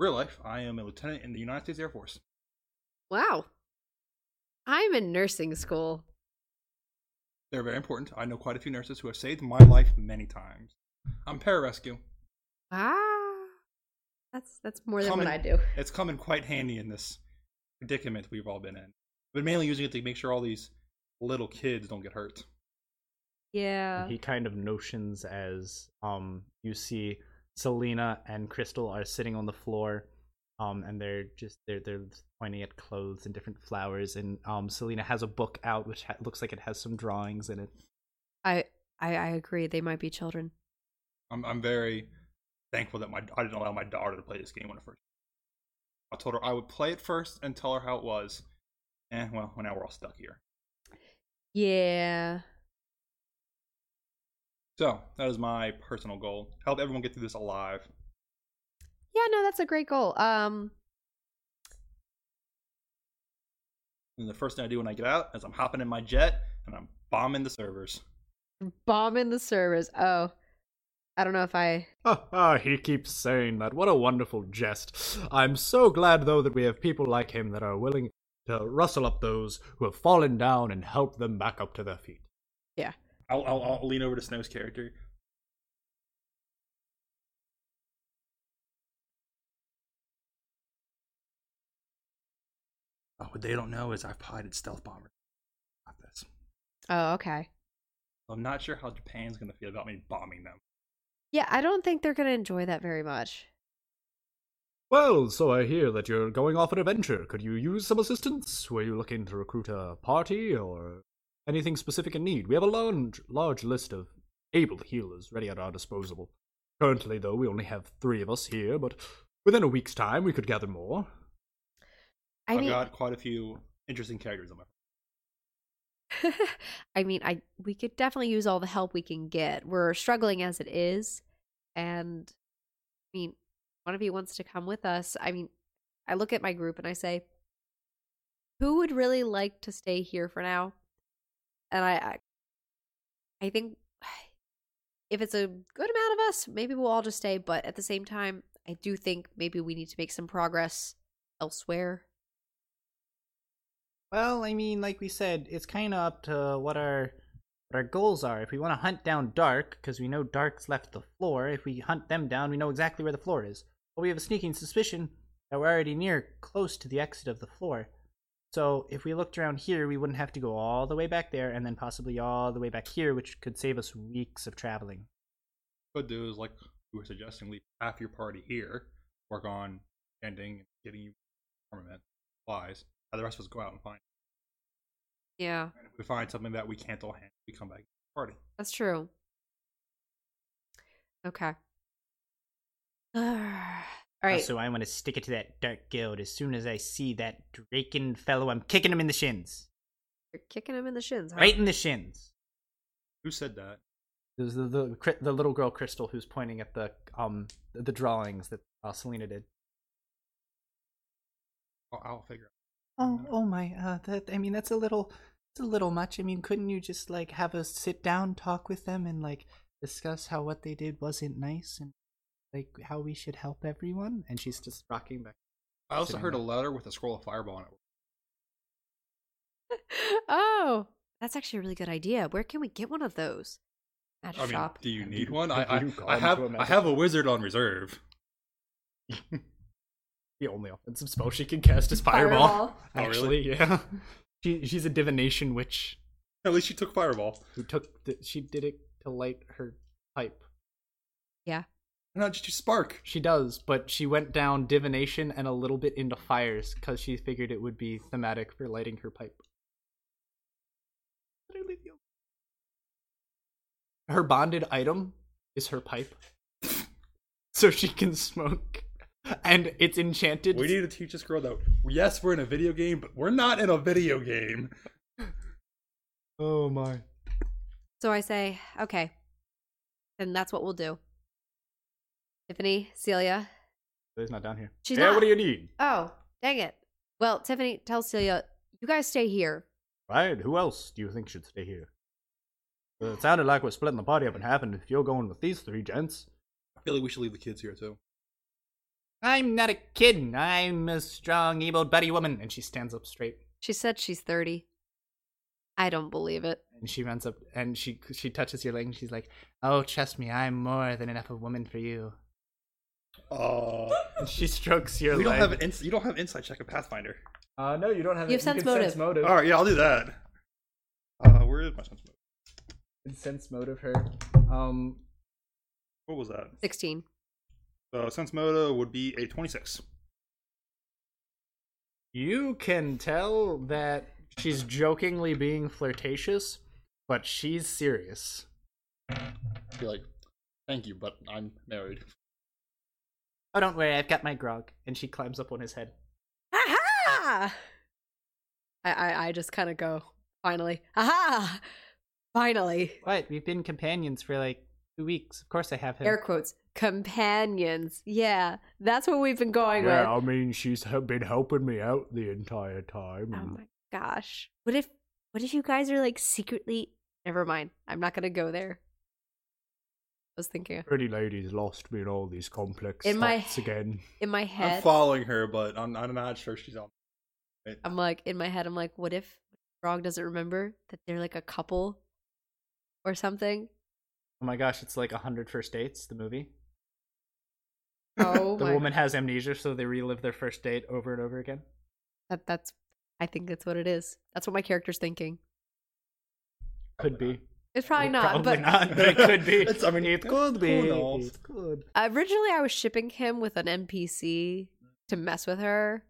[SPEAKER 6] real life, I am a lieutenant in the United States Air Force.
[SPEAKER 8] Wow. I'm in nursing school.
[SPEAKER 6] They're very important. I know quite a few nurses who have saved my life many times. I'm pararescue.
[SPEAKER 8] Ah, that's that's more than
[SPEAKER 6] Common-
[SPEAKER 8] what I do.
[SPEAKER 6] It's come in quite handy in this predicament we've all been in. But mainly using it to make sure all these little kids don't get hurt.
[SPEAKER 8] Yeah.
[SPEAKER 2] he kind of notions as um you see Selena and Crystal are sitting on the floor um and they're just they're they're pointing at clothes and different flowers and um Selena has a book out which ha- looks like it has some drawings in it.
[SPEAKER 8] I, I I agree. They might be children.
[SPEAKER 6] I'm I'm very thankful that my I didn't allow my daughter to play this game when it first. I told her I would play it first and tell her how it was. And well, well, now we're all stuck here.
[SPEAKER 8] Yeah.
[SPEAKER 6] So that is my personal goal: help everyone get through this alive.
[SPEAKER 8] Yeah. No, that's a great goal. Um.
[SPEAKER 6] And the first thing I do when I get out is I'm hopping in my jet and I'm bombing the servers.
[SPEAKER 8] bombing the servers. Oh, I don't know if I.
[SPEAKER 12] Ah, ah, he keeps saying that. What a wonderful jest. I'm so glad, though, that we have people like him that are willing to rustle up those who have fallen down and help them back up to their feet.
[SPEAKER 6] I'll, I'll, I'll lean over to Snow's character. Oh, what they don't know is I've piloted stealth bombers. Got this.
[SPEAKER 8] Oh, okay.
[SPEAKER 6] I'm not sure how Japan's gonna feel about me bombing them.
[SPEAKER 8] Yeah, I don't think they're gonna enjoy that very much.
[SPEAKER 12] Well, so I hear that you're going off an adventure. Could you use some assistance? Were you looking to recruit a party or anything specific in need? We have a large, large list of able healers ready at our disposal. Currently, though, we only have three of us here, but within a week's time we could gather more.
[SPEAKER 8] I
[SPEAKER 6] I've
[SPEAKER 8] mean,
[SPEAKER 6] got quite a few interesting characters on my.
[SPEAKER 8] I mean, I we could definitely use all the help we can get. We're struggling as it is, and I mean, one of you wants to come with us. I mean, I look at my group and I say, "Who would really like to stay here for now?" And I, I, I think if it's a good amount of us, maybe we'll all just stay. But at the same time, I do think maybe we need to make some progress elsewhere.
[SPEAKER 2] Well, I mean, like we said, it's kind of up to what our what our goals are. If we want to hunt down Dark, because we know Dark's left the floor, if we hunt them down, we know exactly where the floor is. But we have a sneaking suspicion that we're already near close to the exit of the floor. So if we looked around here, we wouldn't have to go all the way back there, and then possibly all the way back here, which could save us weeks of traveling.
[SPEAKER 6] Could do is like we were suggesting, leave half your party here, work on ending and getting you armament, supplies. and the rest of us go out and find.
[SPEAKER 8] Yeah,
[SPEAKER 6] And if we find something that we can't all handle, we come back to the party.
[SPEAKER 8] That's true. Okay. All right.
[SPEAKER 2] Also, Uh, I want to stick it to that Dark Guild as soon as I see that Draken fellow. I'm kicking him in the shins,
[SPEAKER 8] You're kicking him in the shins, huh?
[SPEAKER 2] right in the shins.
[SPEAKER 6] Who said that?
[SPEAKER 2] There's the, the cri- the little girl Crystal who's pointing at the um the, the drawings that uh, Selena did.
[SPEAKER 6] I'll, I'll figure.
[SPEAKER 16] Oh, oh my. Uh, that I mean, that's a little, it's a little much. I mean, couldn't you just like have a sit down talk with them and like discuss how what they did wasn't nice and like how we should help everyone?
[SPEAKER 2] And she's just rocking back.
[SPEAKER 6] I also
[SPEAKER 2] Sitting
[SPEAKER 6] heard a
[SPEAKER 2] there.
[SPEAKER 6] letter with a scroll of fireball on it.
[SPEAKER 8] oh, that's actually a really good idea. Where can we get one of those? At a
[SPEAKER 6] I mean,
[SPEAKER 8] shop.
[SPEAKER 6] do you
[SPEAKER 12] Have
[SPEAKER 6] need
[SPEAKER 12] you-
[SPEAKER 6] one? I,
[SPEAKER 12] have
[SPEAKER 6] I,
[SPEAKER 12] you gone
[SPEAKER 6] I have
[SPEAKER 12] to a
[SPEAKER 6] I
[SPEAKER 12] magic
[SPEAKER 6] have a
[SPEAKER 12] shop?
[SPEAKER 6] wizard on reserve.
[SPEAKER 12] The only offensive spell she can cast is Fireball.
[SPEAKER 6] Oh, really?
[SPEAKER 12] Actually, yeah. She, she's a divination witch
[SPEAKER 6] At least you took fireball.
[SPEAKER 12] who took. The, she did it to light her pipe.
[SPEAKER 8] Yeah.
[SPEAKER 6] No, just your spark.
[SPEAKER 12] She does, but she went down divination and a little bit into fires because she figured it would be thematic for lighting her pipe. Did I leave you? Her bonded item is her pipe, so she can smoke, and it's enchanted.
[SPEAKER 6] We need to teach this girl that yes, we're in a video game, but we're not in a video game.
[SPEAKER 12] oh my!
[SPEAKER 8] So I say, okay. Then that's what we'll do. Tiffany, Celia.
[SPEAKER 2] She's not down here.
[SPEAKER 8] She's
[SPEAKER 12] yeah,
[SPEAKER 8] not.
[SPEAKER 12] what do you need?
[SPEAKER 8] Oh, dang it. Well, Tiffany, tell Celia, you guys stay here.
[SPEAKER 2] Right? Who else do you think should stay here? Uh, It sounded like we're splitting the party up in half, and if you're going with these three gents,
[SPEAKER 6] I feel like we should leave the kids here too.
[SPEAKER 2] I'm not a kid. I'm a strong, able, buddy woman. And she stands up straight.
[SPEAKER 8] She said she's 30. I don't believe it.
[SPEAKER 17] And she runs up and she she touches your leg and she's like, "Oh, trust me, I'm more than enough of a woman for you."
[SPEAKER 6] Oh,
[SPEAKER 17] And she strokes your
[SPEAKER 6] you don't
[SPEAKER 17] leg.
[SPEAKER 6] have an ins- you don't have insight check at Pathfinder.
[SPEAKER 12] Uh, no, you don't have.
[SPEAKER 8] You have
[SPEAKER 12] it.
[SPEAKER 8] sense
[SPEAKER 12] can
[SPEAKER 8] motive.
[SPEAKER 12] motive.
[SPEAKER 6] All right, yeah, I'll do that. Uh, where is my sense? motive?
[SPEAKER 12] Can sense motive her.
[SPEAKER 2] Um,
[SPEAKER 6] What was that?
[SPEAKER 8] 16.
[SPEAKER 6] So sense motive would be a twenty-six.
[SPEAKER 2] you can tell that she's jokingly being flirtatious, but she's serious.
[SPEAKER 18] Be like, thank you, but I'm married.
[SPEAKER 2] Oh, don't worry, I've got my grog. And she climbs up on his head.
[SPEAKER 8] Aha! I, I, I just kind of go, finally. Aha! Finally.
[SPEAKER 2] What? We've been companions for like two weeks. Of course I have him.
[SPEAKER 8] Air quotes. Companions. Yeah, that's what we've been going
[SPEAKER 19] Yeah,
[SPEAKER 8] with.
[SPEAKER 19] I mean, she's he- been helping me out the entire time.
[SPEAKER 8] Oh
[SPEAKER 19] and-
[SPEAKER 8] my gosh. What if what if you guys are like secretly never mind. I'm not gonna go there. I was thinking
[SPEAKER 19] Pretty lady's lost me in all these complex
[SPEAKER 8] In my-
[SPEAKER 19] thoughts again.
[SPEAKER 8] in my
[SPEAKER 6] I'm
[SPEAKER 8] head
[SPEAKER 6] following her, but I'm, I'm not sure she's on.
[SPEAKER 8] I'm like in my head I'm like, what if Frog doesn't remember that they're like a couple or something?
[SPEAKER 2] Oh my gosh, it's like 100 First Dates, the movie.
[SPEAKER 8] Oh
[SPEAKER 2] The
[SPEAKER 8] my
[SPEAKER 2] woman has amnesia, so they relive their first date over and over again.
[SPEAKER 8] that that's I think that's what it is. That's what my character's thinking.
[SPEAKER 2] Could be.
[SPEAKER 8] It's probably not,
[SPEAKER 2] Probably
[SPEAKER 8] but
[SPEAKER 2] not, but it could be.
[SPEAKER 6] It's- I mean,
[SPEAKER 2] it could
[SPEAKER 6] who
[SPEAKER 2] be.
[SPEAKER 6] knows?
[SPEAKER 2] It could.
[SPEAKER 8] originally I was shipping him with an NPC to mess with her.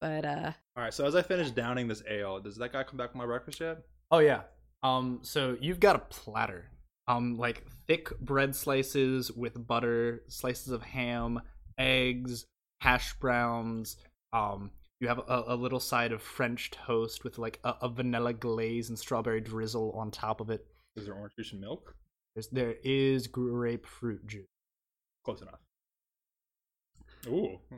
[SPEAKER 8] But uh
[SPEAKER 6] All right, so as I finish downing this ale, does that guy come back with my breakfast yet?
[SPEAKER 2] Oh yeah. Um so you've got a platter. Um like thick bread slices with butter, slices of ham, eggs, hash browns. Um you have a, a little side of French toast with like a, a vanilla glaze and strawberry drizzle on top of it.
[SPEAKER 6] Is there orange juice and milk?
[SPEAKER 2] There's, there is grapefruit juice.
[SPEAKER 6] Close enough. Ooh, hmm.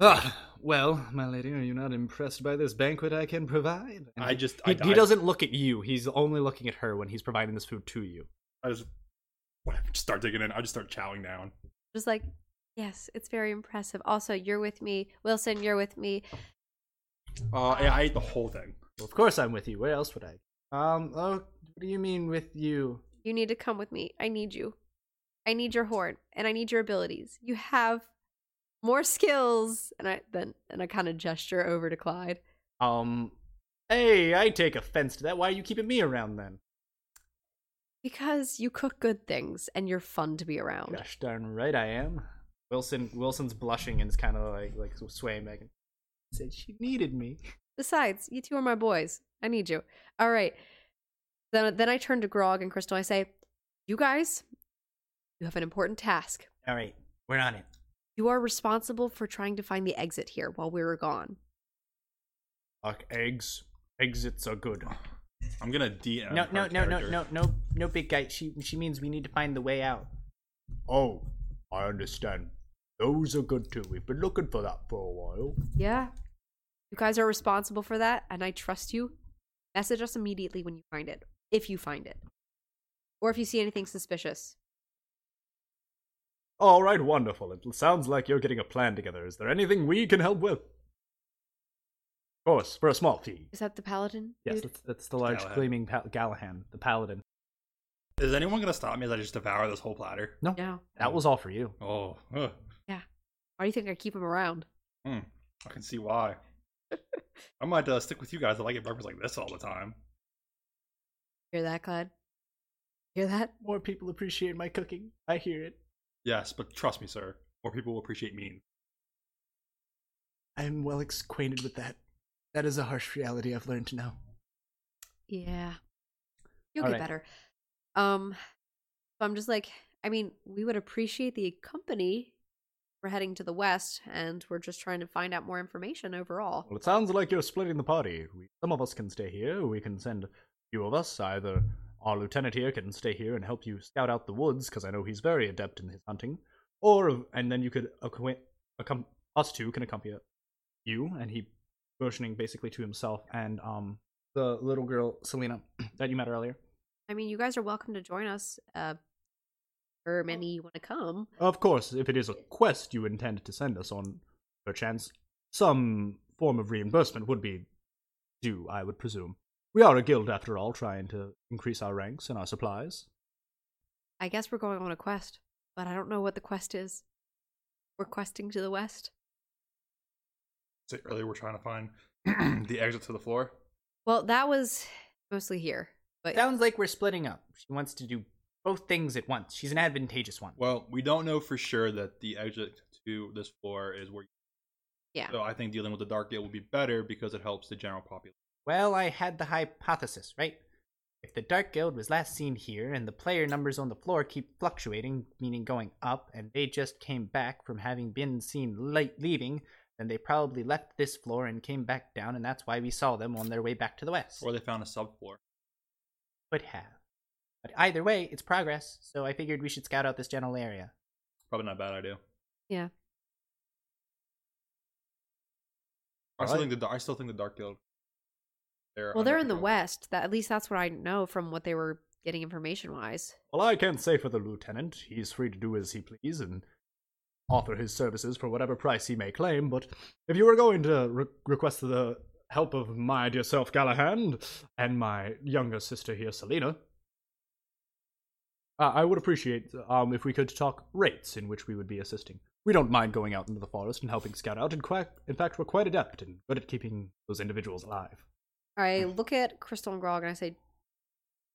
[SPEAKER 2] Ah, well, my lady, are you not impressed by this banquet I can provide? And
[SPEAKER 6] I just
[SPEAKER 2] he,
[SPEAKER 6] I,
[SPEAKER 2] he
[SPEAKER 6] I-
[SPEAKER 2] doesn't look at you. He's only looking at her when he's providing this food to you.
[SPEAKER 6] I just, whatever, just start digging in. I just start chowing down.
[SPEAKER 8] just like, yes, it's very impressive. Also, you're with me. Wilson, you're with me.
[SPEAKER 6] Uh, yeah, I ate the whole thing.
[SPEAKER 2] Well, of course I'm with you. Where else would I? Um. Oh, what do you mean with you?
[SPEAKER 8] You need to come with me. I need you. I need your horn and I need your abilities. You have more skills. And I then and I kind of gesture over to Clyde.
[SPEAKER 2] Um. Hey, I take offense to that. Why are you keeping me around then?
[SPEAKER 8] Because you cook good things and you're fun to be around.
[SPEAKER 2] Gosh darn right I am. Wilson. Wilson's blushing and is kind of like like swaying back. and- Said she needed me.
[SPEAKER 8] Besides, you two are my boys. I need you. All right. Then then I turn to Grog and Crystal. I say, You guys, you have an important task.
[SPEAKER 2] All right, we're on it.
[SPEAKER 8] You are responsible for trying to find the exit here while we were gone.
[SPEAKER 12] Like eggs. Exits are good.
[SPEAKER 6] I'm gonna DM.
[SPEAKER 2] No,
[SPEAKER 6] her
[SPEAKER 2] no, no, no,
[SPEAKER 6] character.
[SPEAKER 2] no, no, no, big guy. She she means we need to find the way out.
[SPEAKER 12] Oh, I understand. Those are good too. We've been looking for that for a while.
[SPEAKER 8] Yeah. You guys are responsible for that, and I trust you. Message us immediately when you find it, if you find it, or if you see anything suspicious.
[SPEAKER 12] All right, wonderful. It sounds like you're getting a plan together. Is there anything we can help with? Of course, for a small fee.
[SPEAKER 8] Is that the paladin?
[SPEAKER 2] Yes,
[SPEAKER 8] dude?
[SPEAKER 2] that's, that's the large
[SPEAKER 6] Galahad.
[SPEAKER 2] gleaming pal- Galahan, the paladin.
[SPEAKER 6] Is anyone gonna stop me as I just devour this whole platter?
[SPEAKER 2] No,
[SPEAKER 8] No.
[SPEAKER 2] that was all for you.
[SPEAKER 6] Oh, ugh.
[SPEAKER 8] Why do you think I keep him around?
[SPEAKER 6] Hmm. I can see why. I might uh, stick with you guys. I like it breakfast like this all the time.
[SPEAKER 8] Hear that, Clyde? Hear that?
[SPEAKER 2] More people appreciate my cooking. I hear it.
[SPEAKER 6] Yes, but trust me, sir. More people will appreciate me.
[SPEAKER 17] I am well acquainted with that. That is a harsh reality I've learned to know.
[SPEAKER 8] Yeah. You'll
[SPEAKER 2] All
[SPEAKER 8] get
[SPEAKER 2] right.
[SPEAKER 8] better. Um, so I'm just like, I mean, we would appreciate the company. We're heading to the west, and we're just trying to find out more information overall.
[SPEAKER 12] Well, it sounds like you're splitting the party. We, some of us can stay here. We can send a few of us. Either our lieutenant here can stay here and help you scout out the woods, because I know he's very adept in his hunting. Or, and then you could acquaint, accom- us two can accompany you. And he motioning basically to himself and um
[SPEAKER 2] The little girl Selena that you met earlier.
[SPEAKER 8] I mean, you guys are welcome to join us. Uh, or many you want to come.
[SPEAKER 12] Of course, if it is a quest you intend to send us on, perchance, some form of reimbursement would be due, I would presume. We are a guild, after all, trying to increase our ranks and our supplies.
[SPEAKER 8] I guess we're going on a quest, but I don't know what the quest is. We're questing to the west.
[SPEAKER 6] Say earlier we're trying to find the exit to the floor.
[SPEAKER 8] Well, that was mostly here. But
[SPEAKER 12] Sounds like we're splitting up. She wants to do both things at once. She's an advantageous one.
[SPEAKER 6] Well, we don't know for sure that the exit to this floor is where.
[SPEAKER 8] Yeah.
[SPEAKER 6] So I think dealing with the dark guild will be better because it helps the general population.
[SPEAKER 12] Well, I had the hypothesis, right? If the Dark Guild was last seen here and the player numbers on the floor keep fluctuating, meaning going up, and they just came back from having been seen late leaving, then they probably left this floor and came back down, and that's why we saw them on their way back to the west.
[SPEAKER 6] Or they found a subfloor.
[SPEAKER 12] Could have. But either way, it's progress, so I figured we should scout out this general area.
[SPEAKER 6] Probably not a bad idea.
[SPEAKER 8] Yeah.
[SPEAKER 6] I still
[SPEAKER 12] Alright.
[SPEAKER 6] think the I still think the dark guild. They're
[SPEAKER 8] well, they're in the
[SPEAKER 6] underground.
[SPEAKER 8] west. That at least that's what I know from what they were getting information wise.
[SPEAKER 1] Well, I can't say for the lieutenant. He's free to do as he please and offer his services for whatever price he may claim, but if you were going to re- request the help of my dear self, Galahand, and my younger sister here, Selina, uh, I would appreciate um, if we could talk rates in which we would be assisting. We don't mind going out into the forest and helping scout out, and quite, in fact, we're quite adept and good at keeping those individuals alive.
[SPEAKER 8] I
[SPEAKER 6] Mm.
[SPEAKER 8] look at Crystal and Grog and I say,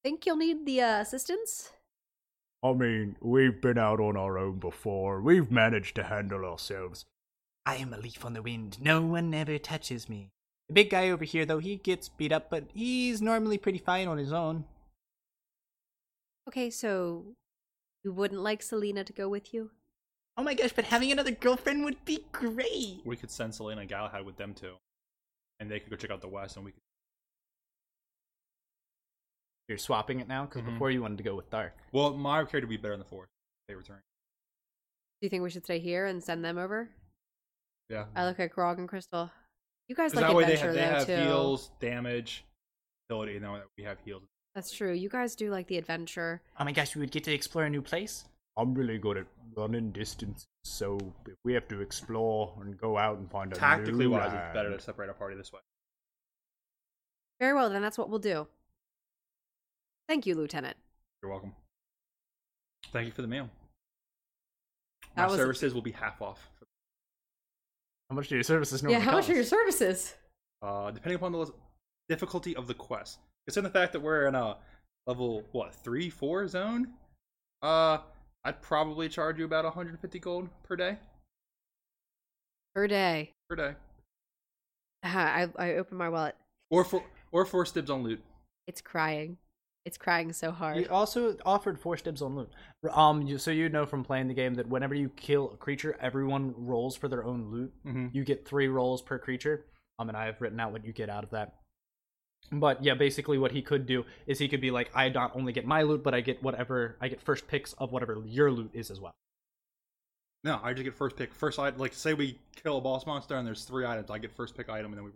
[SPEAKER 8] "Think you'll need the uh, assistance?"
[SPEAKER 20] I mean, we've been out on our own before. We've managed to handle ourselves.
[SPEAKER 2] I am a leaf on the wind. No one ever touches me. The big guy over here, though, he gets beat up, but he's normally pretty fine on his own.
[SPEAKER 8] Okay, so you wouldn't like Selena to go with you?
[SPEAKER 2] Oh my gosh, but having another girlfriend would be great!
[SPEAKER 6] We could send Selena and Galahad with them too, and they could go check out the west, and we could.
[SPEAKER 12] You're swapping it now? Because
[SPEAKER 6] Mhm.
[SPEAKER 12] before you wanted to go with Dark.
[SPEAKER 6] Well, my character would be better in the forest. if They return.
[SPEAKER 8] Do you think we should stay here and send them over?
[SPEAKER 6] Yeah.
[SPEAKER 8] I look at Grog and Crystal. You guys
[SPEAKER 6] Because
[SPEAKER 8] like
[SPEAKER 6] that way they
[SPEAKER 8] adventure
[SPEAKER 6] have, they have
[SPEAKER 8] though too.
[SPEAKER 6] heals, damage, ability, and then we have heals.
[SPEAKER 8] That's true. You guys do like the adventure.
[SPEAKER 12] Oh my gosh, we would get to explore a new place?
[SPEAKER 20] I'm really good at running distance, so if we have to explore and go out and find a
[SPEAKER 6] Tactically
[SPEAKER 20] new
[SPEAKER 6] wise,
[SPEAKER 20] land,
[SPEAKER 6] it's better to separate our party this way.
[SPEAKER 8] Very well, then that's what we'll do. Thank you, Lieutenant.
[SPEAKER 6] You're welcome. Thank you for the meal.
[SPEAKER 8] That
[SPEAKER 6] My
[SPEAKER 8] was-
[SPEAKER 6] services will be half off.
[SPEAKER 1] How much do your services
[SPEAKER 8] yeah, how much are your services?
[SPEAKER 6] Uh, depending upon the le- difficulty of the quest. Considering the fact that we're in a level what three, four zone, uh, I'd probably charge you about 150 gold per day.
[SPEAKER 8] Per day.
[SPEAKER 6] Per day,
[SPEAKER 8] Ah, I, I open my wallet.
[SPEAKER 6] or for or four stibs on loot.
[SPEAKER 8] It's crying. It's crying so hard.
[SPEAKER 12] You also offered four stibs on loot. Um, you, so you know from playing the game that whenever you kill a creature, everyone rolls for their own loot.
[SPEAKER 6] Mhm.
[SPEAKER 12] You get three rolls per creature. Um, and I have written out what you get out of that. But yeah, basically what he could do is he could be like, I not only get my loot, but I get whatever I get first picks of whatever your loot is as well.
[SPEAKER 6] No, I just get first pick. First, I like say we kill a boss monster and there's three items. I get first pick item and then we.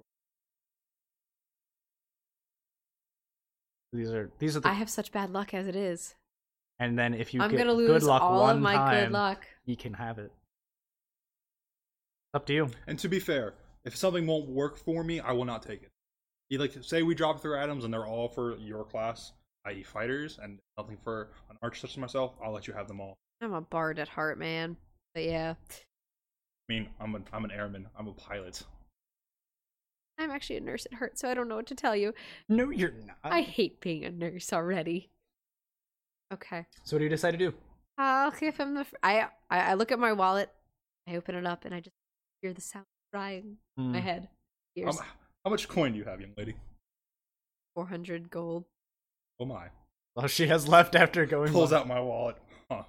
[SPEAKER 12] These are these are the
[SPEAKER 8] I have such bad luck as it is.
[SPEAKER 12] and then if you
[SPEAKER 8] I'm
[SPEAKER 12] get
[SPEAKER 8] gonna lose
[SPEAKER 12] good luck
[SPEAKER 8] all
[SPEAKER 12] one
[SPEAKER 8] of my
[SPEAKER 12] time,
[SPEAKER 8] good luck.
[SPEAKER 12] you can have it. Up to you.
[SPEAKER 6] And to be fair, if something won't work for me, I will not take it. You like say we drop three items and they're all for your class, i.e., fighters, and nothing for an archer such as myself. I'll let you have them all.
[SPEAKER 8] I'm a bard at heart, man. But yeah,
[SPEAKER 6] I mean, I'm an I'm an airman. I'm a pilot.
[SPEAKER 8] I'm actually a nurse at heart, so I don't know what to tell you.
[SPEAKER 12] No, you're not.
[SPEAKER 8] I hate being a nurse already. Okay. Ah,
[SPEAKER 12] So what do you decide to do?
[SPEAKER 8] I'll give him the. Fr- I, I I look at my wallet. I open it up and I just hear the sound of crying in
[SPEAKER 12] Mm.
[SPEAKER 8] my
[SPEAKER 6] Hmm.
[SPEAKER 8] head.
[SPEAKER 6] Um,
[SPEAKER 8] Here's
[SPEAKER 6] how much coin do you have, young lady?
[SPEAKER 8] 400 gold.
[SPEAKER 6] Oh my!
[SPEAKER 12] Well, she has left after going.
[SPEAKER 6] Pulls
[SPEAKER 12] by.
[SPEAKER 6] out my wallet. Huh?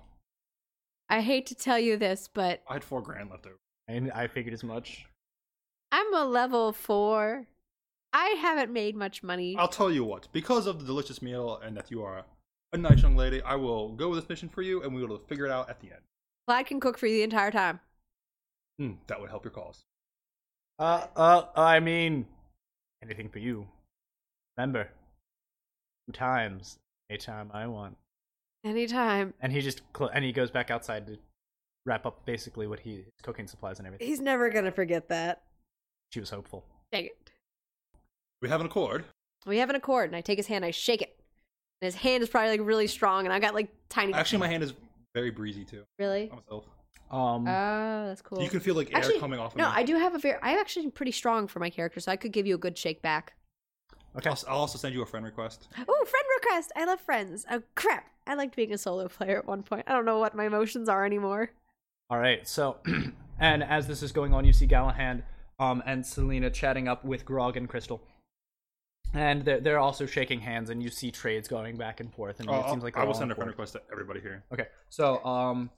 [SPEAKER 8] I hate to tell you this, but
[SPEAKER 6] I had four grand left over.
[SPEAKER 12] And I figured as much.
[SPEAKER 8] I'm a level four. I haven't made much money.
[SPEAKER 6] I'll tell you what. Because of the delicious meal and that you are a, a nice young lady, I will go with this mission for you, and we will figure it out at the end.
[SPEAKER 8] Vlad can cook for you the entire time.
[SPEAKER 6] Hmm, that would help your cause.
[SPEAKER 12] Uh, uh, I mean, anything for you. Remember, two times, anytime I want.
[SPEAKER 8] Anytime.
[SPEAKER 12] And he just cl- and he goes back outside to wrap up basically what he his cooking supplies and everything.
[SPEAKER 8] He's never gonna forget that.
[SPEAKER 12] She was hopeful.
[SPEAKER 8] Dang it.
[SPEAKER 6] We have an accord.
[SPEAKER 8] We have an accord, and I take his hand, I shake it, and his hand is probably like really strong, and I got like tiny.
[SPEAKER 6] Actually, my hand is very breezy too.
[SPEAKER 8] Really?
[SPEAKER 6] I'm myself.
[SPEAKER 12] Um.
[SPEAKER 8] Oh, that's cool.
[SPEAKER 6] You can feel like air
[SPEAKER 8] Actually,
[SPEAKER 6] coming off of
[SPEAKER 8] No,
[SPEAKER 6] me.
[SPEAKER 8] I do have a very. I'm actually pretty strong for my character, so I could give you a good shake back.
[SPEAKER 6] Okay. I'll, I'll also send you a friend request.
[SPEAKER 8] Oh, friend request! I love friends. Oh crap! I liked being a solo player at one point. I don't know what my emotions are anymore.
[SPEAKER 12] All right. So, and as this is going on, you see Galahad um, and Selena chatting up with Grog and Crystal. And they're, they're also shaking hands, and you see trades going back and forth. And
[SPEAKER 6] Oh,
[SPEAKER 12] it
[SPEAKER 6] I'll-
[SPEAKER 12] seems like
[SPEAKER 6] I
[SPEAKER 12] they're
[SPEAKER 6] will
[SPEAKER 12] all
[SPEAKER 6] send
[SPEAKER 12] on
[SPEAKER 6] a friend
[SPEAKER 12] board.
[SPEAKER 6] request to everybody here.
[SPEAKER 12] Okay, so um,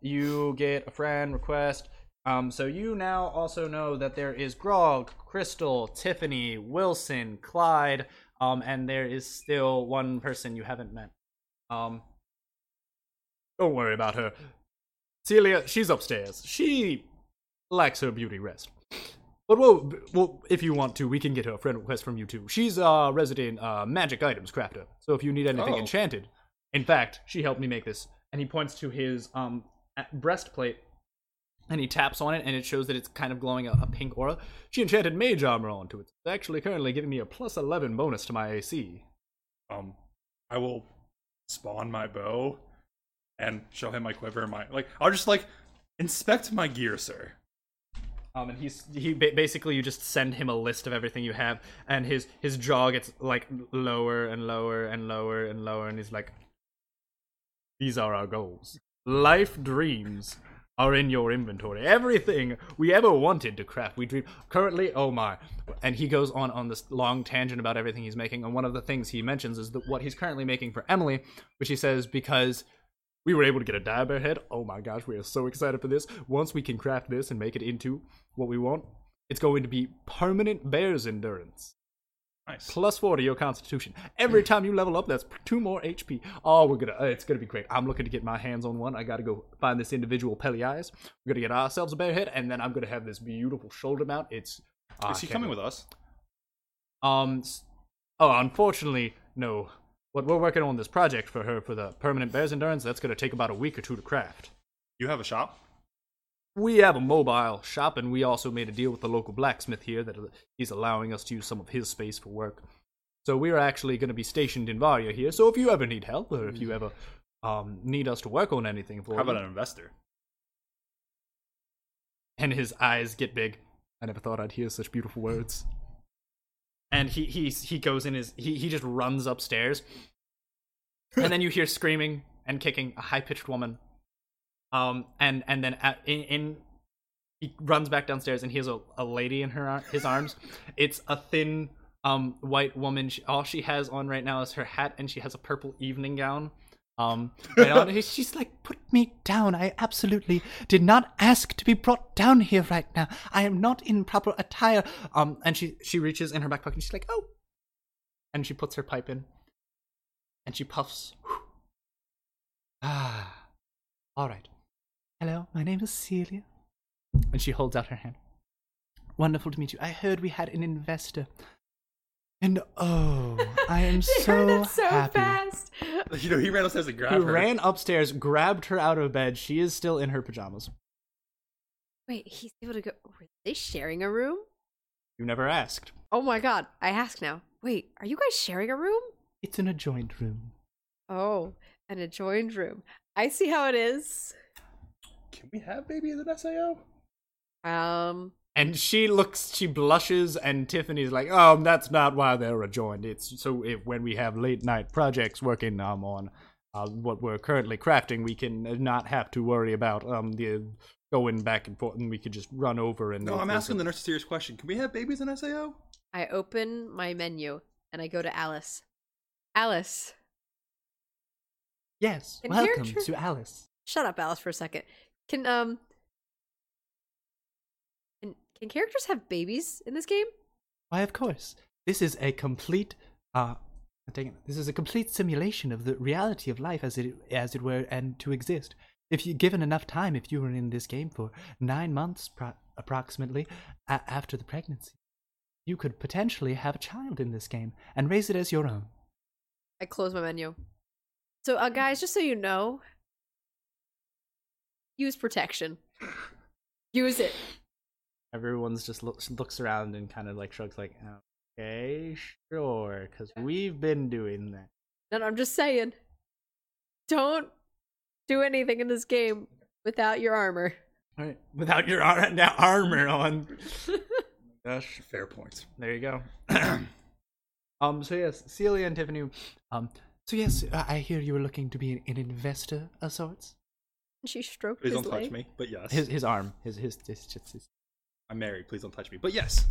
[SPEAKER 12] you get a friend request. Um, so you now also know that there is Grog, Crystal, Tiffany, Wilson, Clyde, um, and there is still one person you haven't met. Um,
[SPEAKER 1] Don't worry about her. Celia, she's upstairs. She lacks her beauty rest. But well, well, if you want to, we can get her a friend request from you too. She's a resident uh, magic items crafter, so if you need anything
[SPEAKER 12] Oh.
[SPEAKER 1] enchanted, in fact,
[SPEAKER 12] she helped me make this, and he points to his um a- breastplate, and he taps on it, and it shows that it's kind of glowing a, a pink aura.
[SPEAKER 1] she enchanted mage armor onto it. It's actually currently giving me a plus eleven bonus to my AC.
[SPEAKER 6] Um, I will spawn my bow and show him my quiver. and My like, I'll just like inspect my gear, sir.
[SPEAKER 12] Um, and he's he ba- basically you just send him a list of everything you have, and his his jaw gets like lower and lower and lower and lower, and he's like,
[SPEAKER 1] These are our goals. Life dreams are in your inventory. Everything we ever wanted to craft, we dream. Currently, oh my. And he goes on on this long tangent about everything he's making. And one of the things he mentions is that what he's currently making for Emily, which he says because we were able to get a dire bear head. Oh my gosh, we are so excited for this. Once we can craft this and make it into what we want, it's going to be permanent bear's endurance.
[SPEAKER 6] Nice.
[SPEAKER 1] Plus four to your constitution.
[SPEAKER 6] Hmm.
[SPEAKER 1] Every time you level up, that's two more HP. Oh, we're gonna. Uh, it's gonna be great. I'm looking to get my hands on one. I gotta go find this individual Pelias. We're gonna get ourselves a bear head, and then I'm gonna have this beautiful shoulder mount. It's. ah,
[SPEAKER 6] Is he
[SPEAKER 1] can't
[SPEAKER 6] coming
[SPEAKER 1] wait.
[SPEAKER 6] with us?
[SPEAKER 1] Um. s- Oh, unfortunately, no. But we're working on this project for her for the permanent bears endurance. That's gonna take about a week or two to craft.
[SPEAKER 6] You have a shop.
[SPEAKER 1] We have a mobile shop, and we also made a deal with the local blacksmith here that uh, he's allowing us to use some of his space for work. So we're actually going to be stationed in Varia here. So if you ever need help, or if you ever um, need us to work on anything for
[SPEAKER 6] Mm. How about
[SPEAKER 1] you-
[SPEAKER 6] an investor?
[SPEAKER 1] and his eyes get big. I never thought I'd hear such beautiful words.
[SPEAKER 12] and he he he goes in his he he just runs upstairs, and then you hear screaming and kicking a high pitched woman, um and and then at, in, in he runs back downstairs and he has a, a lady in her ar- his arms. It's a thin um white woman. She, all she has on right now is her hat and she has a purple evening gown. Um, right on.
[SPEAKER 2] She's like, put me down. I absolutely did not ask to be brought down here right now. I am not in proper attire.
[SPEAKER 12] Um, and she she reaches in her back pocket and she's like, "Oh," and she puts her pipe in, and she puffs. Ah, all right.
[SPEAKER 2] Hello, my name is Celia.
[SPEAKER 12] And she holds out her hand.
[SPEAKER 2] Wonderful to meet you. I heard we had an investor. And oh, I am so, happy.
[SPEAKER 8] fast.
[SPEAKER 6] You know, he ran upstairs and grabbed
[SPEAKER 12] He
[SPEAKER 6] her.
[SPEAKER 12] ran upstairs, grabbed her out of bed. She is still in her pajamas.
[SPEAKER 8] Wait, he's able to go. Were they sharing a room?
[SPEAKER 12] You never asked.
[SPEAKER 8] Oh my god, I ask now. Wait, are you guys sharing a room?
[SPEAKER 2] It's an adjoined room.
[SPEAKER 8] Oh, an adjoined room. I see how it is.
[SPEAKER 6] Can we have baby as an SAO?
[SPEAKER 8] Um,
[SPEAKER 1] And she looks, she blushes, and Tiffany's like, "Oh, that's not why they're adjoined. It's so if, when we have late night projects working um, on uh, what we're currently crafting, we can not have to worry about um the going back and forth, and we could just run over and."
[SPEAKER 6] No,
[SPEAKER 1] if
[SPEAKER 6] I'm
[SPEAKER 1] there's
[SPEAKER 6] asking
[SPEAKER 1] a-
[SPEAKER 6] the nurse a serious question. Can we have babies in SAO?
[SPEAKER 8] I open my menu and I go to Alice. Alice,
[SPEAKER 2] Yes,
[SPEAKER 8] Can
[SPEAKER 2] welcome
[SPEAKER 8] character-
[SPEAKER 2] to Alice.
[SPEAKER 8] shut up, Alice, for a second. Can um, can, can characters have babies in this game?
[SPEAKER 2] Why, of course. This is a complete, uh, I'm taking- this is a complete simulation of the reality of life as it as it were, and to exist. If you given enough time, if you were in this game for nine months pro- approximately a- after the pregnancy, you could potentially have a child in this game and raise it as your own.
[SPEAKER 8] I close my menu. So, uh, guys, just so you know, use protection. Use it.
[SPEAKER 12] Everyone's just looks looks around and kind of like shrugs, like, oh, Okay, sure, because we've been doing that.
[SPEAKER 8] No, no, I'm just saying. Don't do anything in this game without your armor.
[SPEAKER 12] All right, without your ar- that armor on.
[SPEAKER 6] Gosh, fair points.
[SPEAKER 12] There you go. um. So yes, Celia and Tiffany. Um.
[SPEAKER 2] So yes, uh, I hear you were looking to be an, an investor of sorts.
[SPEAKER 8] She stroked
[SPEAKER 6] Please
[SPEAKER 8] his
[SPEAKER 6] don't touch
[SPEAKER 8] leg.
[SPEAKER 6] me. But yes,
[SPEAKER 12] His his arm. His his. his, his, his.
[SPEAKER 6] I'm married. Please don't touch me. But yes.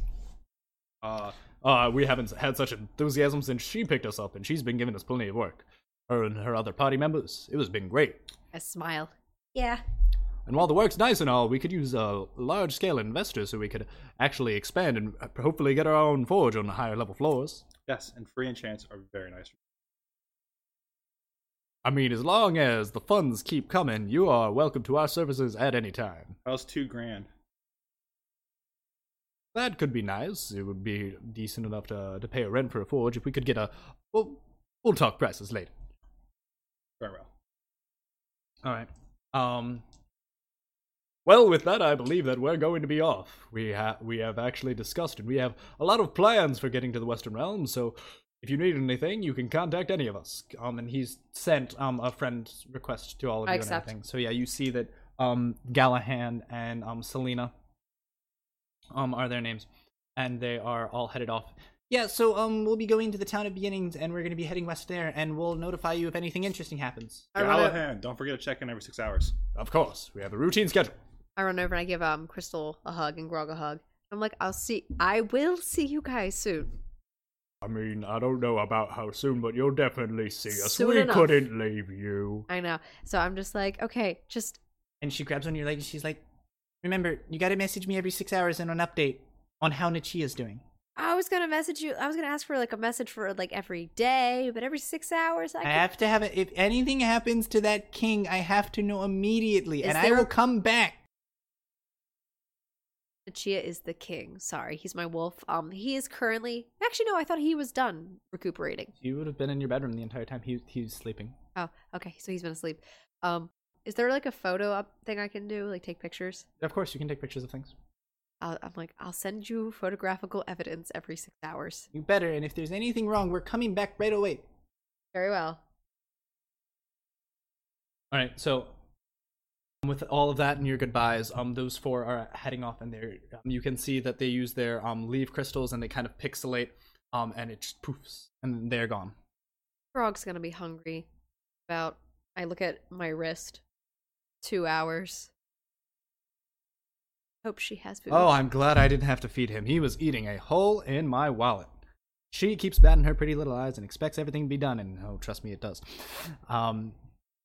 [SPEAKER 6] Uh,
[SPEAKER 1] Uh, we haven't had such enthusiasm since she picked us up, and she's been giving us plenty of work. Her and her other party members. It has been great.
[SPEAKER 8] I smile. Yeah.
[SPEAKER 1] And while the work's nice and all, we could use uh, a large scale investor so we could actually expand and uh, hopefully get our own forge on the higher level floors.
[SPEAKER 6] yes, and free and chance are very nice.
[SPEAKER 1] I mean, as long as the funds keep coming, you are welcome to our services at any time.
[SPEAKER 6] That was two grand.
[SPEAKER 1] That could be nice. It would be decent enough to, to pay a rent for a forge if we could get a. Well, we'll talk prices later.
[SPEAKER 6] Very well.
[SPEAKER 12] All right. Um.
[SPEAKER 1] Well, with that, I believe that we're going to be off. We ha- we have actually discussed and we have a lot of plans for getting to the Western Realm. So, if you need anything, you can contact any of us.
[SPEAKER 12] Um. And he's sent um a friend request to all of
[SPEAKER 8] I
[SPEAKER 12] you
[SPEAKER 8] accept.
[SPEAKER 12] and everything. So yeah, you see that um Gallahan and um Selena um are their names, and they are all headed off. Yeah. So um, we'll be going to the town of beginnings, and we're gonna be heading west there, and we'll notify you if anything interesting happens.
[SPEAKER 8] I run, o-
[SPEAKER 6] Callahan, don't forget to check in every six hours.
[SPEAKER 1] Of course, we have a routine schedule.
[SPEAKER 8] I run over and I give um Crystal a hug and Grog a hug. I'm like, I'll see. I will see you guys soon.
[SPEAKER 1] I mean, I don't know about how soon, but you'll definitely see us.
[SPEAKER 8] Soon
[SPEAKER 1] we
[SPEAKER 8] enough.
[SPEAKER 1] couldn't leave you.
[SPEAKER 8] I know. So I'm just like, okay, just
[SPEAKER 12] And she grabs on your leg, and she's like, "Remember, you gotta message me every six hours and an update on how Nichi is doing."
[SPEAKER 8] I was gonna message you. I was gonna ask for like a message for like every day, but every six hours, I
[SPEAKER 2] I,
[SPEAKER 8] can.
[SPEAKER 2] have to have it. If anything happens to that king, I have to know immediately,
[SPEAKER 8] Is
[SPEAKER 2] and I
[SPEAKER 8] there-
[SPEAKER 2] will come back.
[SPEAKER 8] Chia is the king. Sorry, he's my wolf. Um, he is currently. Actually, no. I thought he was done recuperating.
[SPEAKER 12] You would have been in your bedroom the entire time he he's sleeping.
[SPEAKER 8] Oh, okay. So he's been asleep. Um, is there like a photo up thing I can do? Like take pictures?
[SPEAKER 12] Of course, you can take pictures of things.
[SPEAKER 8] I'll, I'm like, I'll send you photographical evidence every six hours.
[SPEAKER 2] You better. And if there's anything wrong, we're coming back right away.
[SPEAKER 8] Very well.
[SPEAKER 12] All right, so with all of that and your goodbyes, um, those four are heading off, and they're um, you can see that they use their um leaf crystals and they kind of pixelate, um, and it just poofs, and they're gone.
[SPEAKER 8] Frog's gonna be hungry. About I look at my wrist. Two hours. Hope she has food.
[SPEAKER 1] Oh, I'm glad I didn't have to feed him. He was eating a hole in my wallet.
[SPEAKER 12] She keeps batting her pretty little eyes and expects everything to be done, and oh, trust me, it does. Um,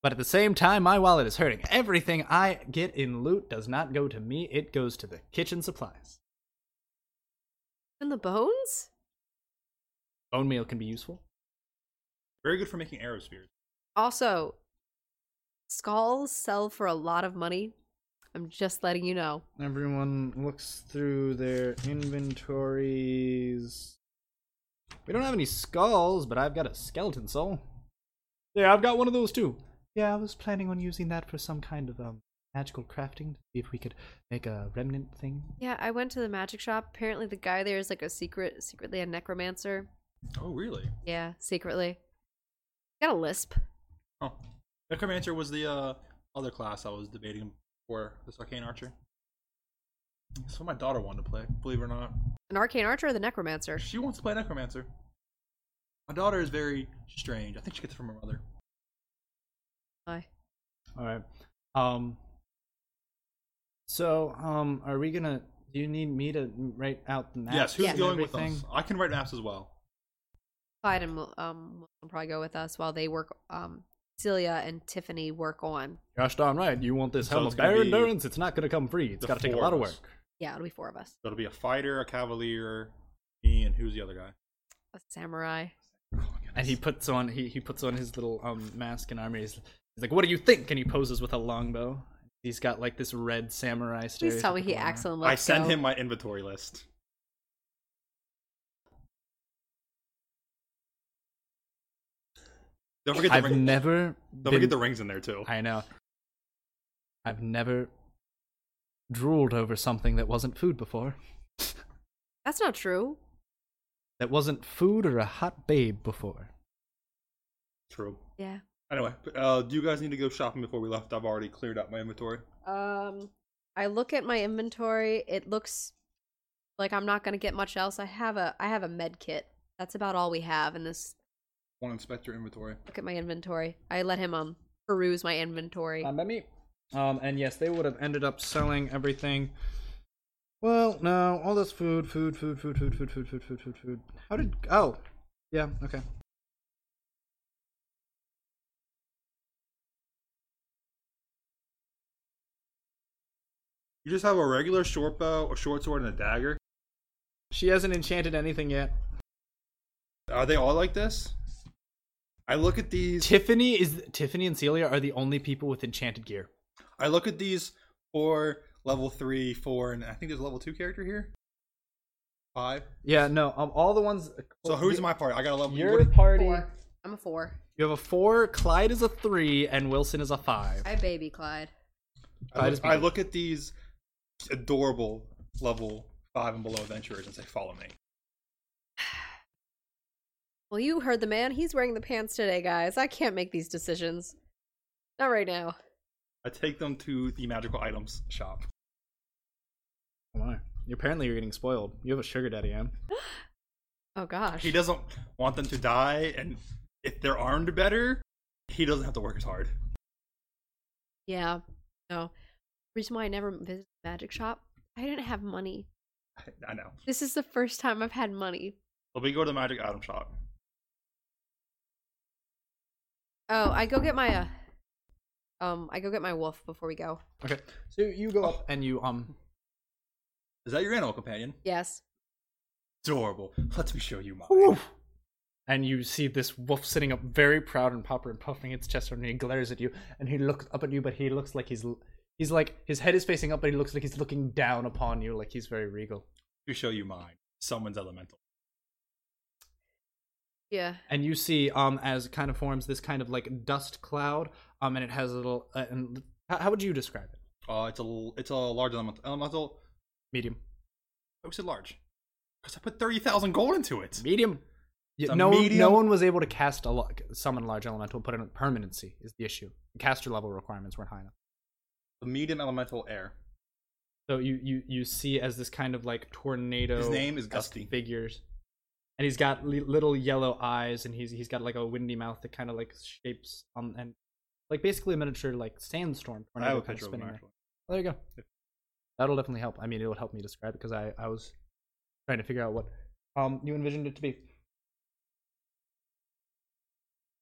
[SPEAKER 12] but at the same time, my wallet is hurting. Everything I get in loot does not go to me; it goes to the kitchen supplies.
[SPEAKER 8] and the bones?
[SPEAKER 12] Bone meal can be useful.
[SPEAKER 6] Very good for making arrow spears.
[SPEAKER 8] Also, skulls sell for a lot of money. I'm just letting you know.
[SPEAKER 12] Everyone looks through their inventories. We don't have any skulls, but I've got a skeleton soul. Yeah, I've got one of those too.
[SPEAKER 2] Yeah, I was planning on using that for some kind of um magical crafting to see if we could make a remnant thing.
[SPEAKER 8] Yeah, I went to the magic shop. Apparently the guy there is like a secret secretly a necromancer.
[SPEAKER 6] Oh, really?
[SPEAKER 8] Yeah, secretly. Got a lisp.
[SPEAKER 6] Oh. Necromancer was the uh, other class I was debating for this arcane archer. That's what my daughter wanted to play, believe it or not.
[SPEAKER 8] An arcane archer or the necromancer?
[SPEAKER 6] She wants to play necromancer. My daughter is very strange. I think she gets it from her mother.
[SPEAKER 8] Hi.
[SPEAKER 12] All right. Um. So, um, are we gonna? Do you need me to write out the maps?
[SPEAKER 6] yes, who's
[SPEAKER 8] yeah.
[SPEAKER 12] and
[SPEAKER 6] going with
[SPEAKER 12] everything?
[SPEAKER 6] us? I can write maps as well.
[SPEAKER 8] Clyde and um will probably go with us while they work. Um, Celia and Tiffany work on.
[SPEAKER 1] Gosh darn right, you want this
[SPEAKER 6] So
[SPEAKER 1] hell
[SPEAKER 6] it's
[SPEAKER 1] of
[SPEAKER 6] gonna
[SPEAKER 1] bare
[SPEAKER 6] be
[SPEAKER 1] endurance, it's not gonna come free. It's
[SPEAKER 6] the
[SPEAKER 1] gotta take a
[SPEAKER 6] four
[SPEAKER 1] lot of
[SPEAKER 6] of
[SPEAKER 1] work.
[SPEAKER 6] us.
[SPEAKER 8] Yeah, it'll be four of us.
[SPEAKER 6] That'll be a fighter, a cavalier, me, and who's the other guy?
[SPEAKER 8] A samurai.
[SPEAKER 12] And he puts on he, he puts on his little um mask and armor. He's, he's like, "What do you think?" And he poses with a longbow. He's got like this red samurai.
[SPEAKER 8] Please tell me he
[SPEAKER 12] stereotypical
[SPEAKER 8] acts
[SPEAKER 12] armor.
[SPEAKER 8] on.
[SPEAKER 6] I
[SPEAKER 8] Let's
[SPEAKER 6] send
[SPEAKER 8] Go.
[SPEAKER 6] him my inventory list. Don't forget the
[SPEAKER 12] I've
[SPEAKER 6] ring.
[SPEAKER 12] never.
[SPEAKER 6] Don't
[SPEAKER 12] been-
[SPEAKER 6] forget the rings in there too.
[SPEAKER 12] I know. I've never drooled over something that wasn't food before.
[SPEAKER 8] That's not true.
[SPEAKER 12] that wasn't food or a hot babe before.
[SPEAKER 6] True.
[SPEAKER 8] Yeah.
[SPEAKER 6] Anyway, uh, do you guys need to go shopping before we left? I've already cleared out my inventory.
[SPEAKER 8] Um, I look at my inventory. It looks like I'm not gonna get much else. I have a I have a med kit. That's about all we have in this.
[SPEAKER 6] Want to inspect your inventory?
[SPEAKER 8] Look at my inventory. I let him um peruse my inventory.
[SPEAKER 12] Um, let me. Um, and yes, they would have ended up selling everything. Well, no, all this food, food, food, food, food, food, food, food, food, food, food. How did? Oh, yeah, okay.
[SPEAKER 6] You just have a regular short bow, a short sword, and a dagger.
[SPEAKER 12] She hasn't enchanted anything yet.
[SPEAKER 6] Are they all like this? I look at these.
[SPEAKER 12] Tiffany is Tiffany and Celia are the only people with enchanted gear.
[SPEAKER 6] I look at these four level three, four, and I think there's a level two character here. Five.
[SPEAKER 12] Yeah, no, um, all the ones.
[SPEAKER 6] So who's my party? I got a level.
[SPEAKER 12] Your
[SPEAKER 6] what-
[SPEAKER 12] party.
[SPEAKER 8] I'm a four.
[SPEAKER 12] You have a four. Clyde is a three, and Wilson is a five.
[SPEAKER 8] I baby Clyde.
[SPEAKER 6] I look,
[SPEAKER 12] just-
[SPEAKER 6] I look at these adorable level five and below adventurers and say, "Follow me."
[SPEAKER 8] Well, you heard the man. He's wearing the pants today, guys. I can't make these decisions. Not right now.
[SPEAKER 6] I take them to the magical items shop.
[SPEAKER 12] Oh my! Apparently, you're getting spoiled. You have a sugar daddy, Em.
[SPEAKER 8] Oh gosh.
[SPEAKER 6] He doesn't want them to die, and if they're armed better, he doesn't have to work as hard.
[SPEAKER 8] Yeah. No. Reason why I never visited the magic shop. I didn't have money.
[SPEAKER 6] I know.
[SPEAKER 8] This is the first time I've had money.
[SPEAKER 6] But we go to the magic item shop.
[SPEAKER 8] Oh, I go get my uh, um, I go get my wolf before we go.
[SPEAKER 12] Okay, so you go up and you um.
[SPEAKER 6] Is that your animal companion?
[SPEAKER 8] Yes.
[SPEAKER 6] Adorable. Let me show you mine.
[SPEAKER 12] And you see this wolf sitting up very proud and proper and puffing its chest out, and he glares at you, and he looks up at you, but he looks like he's he's like his head is facing up, but he looks like he's looking down upon you, like he's very regal.
[SPEAKER 6] Let me show you mine. Someone's elemental.
[SPEAKER 8] Yeah.
[SPEAKER 12] and you see um as it kind of forms this kind of like dust cloud um and it has a little uh, and how, how would you describe it
[SPEAKER 6] Uh, it's a l- it's a large elemental. elemental.
[SPEAKER 12] medium
[SPEAKER 6] I said large because I put thirty thousand gold into it.
[SPEAKER 12] medium
[SPEAKER 6] It's a
[SPEAKER 12] no,
[SPEAKER 6] medium.
[SPEAKER 12] no one was able to cast a lo- summon large elemental put in permanency is the issue the caster level requirements weren't high enough
[SPEAKER 6] A medium elemental air.
[SPEAKER 12] so you you you see as this kind of like tornado
[SPEAKER 6] His name is Gusty.
[SPEAKER 12] figures and he's got li- little yellow eyes and he's he's got like a windy mouth that kind of like shapes um and like basically a miniature like sandstorm
[SPEAKER 6] I have
[SPEAKER 12] tornado
[SPEAKER 6] a
[SPEAKER 12] kind of
[SPEAKER 6] picture of him
[SPEAKER 12] spinning there.
[SPEAKER 6] actually.
[SPEAKER 12] There you go. That'll definitely help. I mean, it'll help me describe it because I, I was trying to figure out what um you envisioned it to be.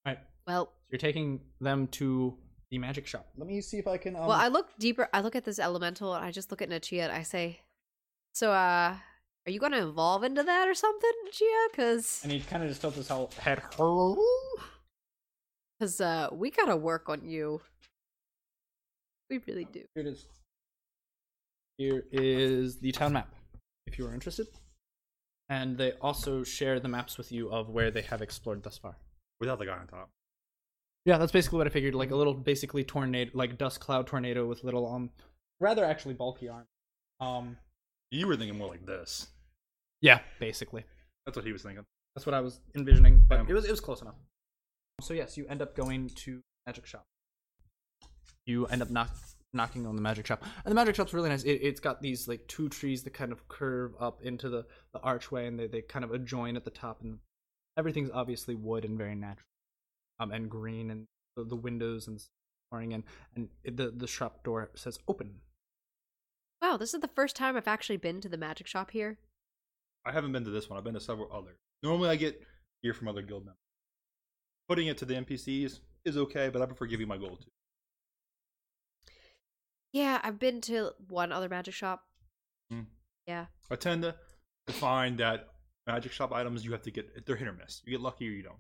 [SPEAKER 12] All right,
[SPEAKER 8] Well,
[SPEAKER 12] so you're taking them to the magic shop. Let me see if I can. Um,
[SPEAKER 8] well, I look deeper. I look at this elemental, and I just look at Nachia, and I say, "So, uh, are you gonna evolve into that or something, Nachia? Cause,
[SPEAKER 12] And he kind of just tilts his whole head. "Hello?"
[SPEAKER 8] cause, uh, we gotta work on you. We really do.
[SPEAKER 12] Here it is. Here is the town map, if you are interested. And they also share the maps with you of where they have explored thus far.
[SPEAKER 6] Without the guy on top.
[SPEAKER 12] Yeah, that's basically what I figured. Like a little, basically tornado, like dust cloud tornado with little um, rather actually bulky arm. Um,
[SPEAKER 6] You were thinking more like this.
[SPEAKER 12] yeah, basically.
[SPEAKER 6] That's what he was thinking.
[SPEAKER 12] That's what I was envisioning, but
[SPEAKER 6] Um,
[SPEAKER 12] it was it was close enough. So yes, you end up going to magic shop. You end up knock, knocking on the magic shop, and the magic shop's really nice. It, it's got these like two trees that kind of curve up into the, the archway, and they, they kind of adjoin at the top, and everything's obviously wood and very natural, um, and green, and the, the windows and flooring, and and it- the the shop door says open.
[SPEAKER 8] Wow, this is the first time I've actually been to the magic shop here.
[SPEAKER 6] I haven't been to this one. I've been to several others. Normally, I get gear from other guild members. Putting it to the NPCs is okay, but I prefer giving my gold to.
[SPEAKER 8] Yeah, I've been to one other magic shop.
[SPEAKER 6] Hmm.
[SPEAKER 8] Yeah.
[SPEAKER 6] I tend to, to find that magic shop items you have to get they're hit or miss. You get lucky or you don't.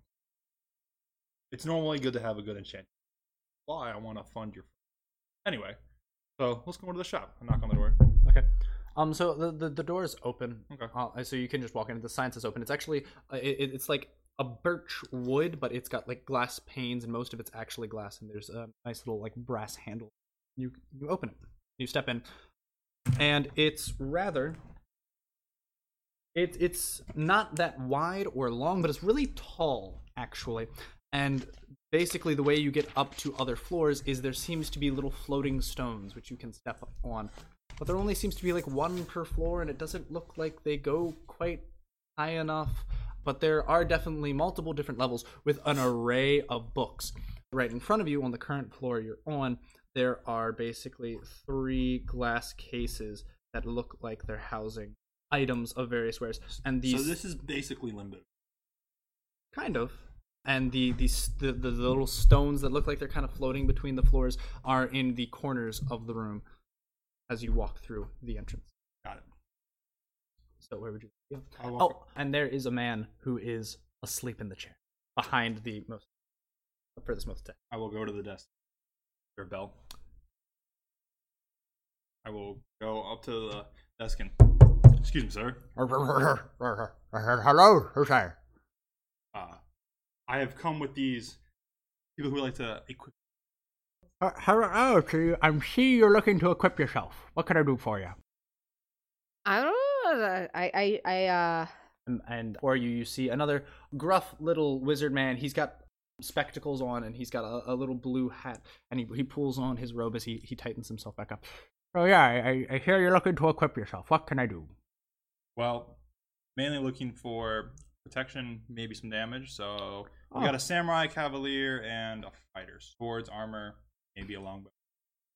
[SPEAKER 6] It's normally good to have a good enchant. Why I want to fund your. Anyway, so let's go into the shop. I knock on the door.
[SPEAKER 12] Okay. Um. So the the, the door is open.
[SPEAKER 6] Okay.
[SPEAKER 12] Uh, so you can just walk in. The sign says open. It's actually uh, it, it- it's like a birch wood, but it's got like glass panes, and most of it's actually glass. And there's a nice little like brass handle. You you open it. You step in, and it's rather It, it's not that wide or long, but it's really tall, actually. And basically, the way you get up to other floors is there seems to be little floating stones which you can step on. But there only seems to be like one per floor, and it doesn't look like they go quite high enough. But there are definitely multiple different levels with an array of books. Right in front of you on the current floor you're on, there are basically three glass cases that look like they're housing items of various wares. And these
[SPEAKER 6] So this is basically limbo.
[SPEAKER 12] kind of and the the, s- the the little stones that look like they're kind of floating between the floors are in the corners of the room as you walk through the entrance
[SPEAKER 6] got it
[SPEAKER 12] so where would you go
[SPEAKER 6] I'll
[SPEAKER 12] oh
[SPEAKER 6] walk
[SPEAKER 12] and there is a man who is asleep in the chair behind the most the furthest most deck
[SPEAKER 6] I will go to the desk. Or bell. I will go up to the desk and. Excuse me, sir.
[SPEAKER 2] Hello, who's there?
[SPEAKER 6] Uh, I have come with these people who like to equip.
[SPEAKER 2] Uh, hello to you. I'm see you're looking to equip yourself. What can I do for you?
[SPEAKER 21] I don't know. I I I uh.
[SPEAKER 12] and, and or you you see another gruff little wizard man he's got spectacles on and he's got a, a little blue hat and he, he pulls on his robe as he, he tightens himself back up
[SPEAKER 2] So Oh, yeah, I, I I hear you're looking to equip yourself. What can I do?
[SPEAKER 6] Well, mainly looking for protection, maybe some damage. So we
[SPEAKER 2] Oh.
[SPEAKER 6] got a samurai cavalier and a fighter. Swords, armor, maybe a longbow.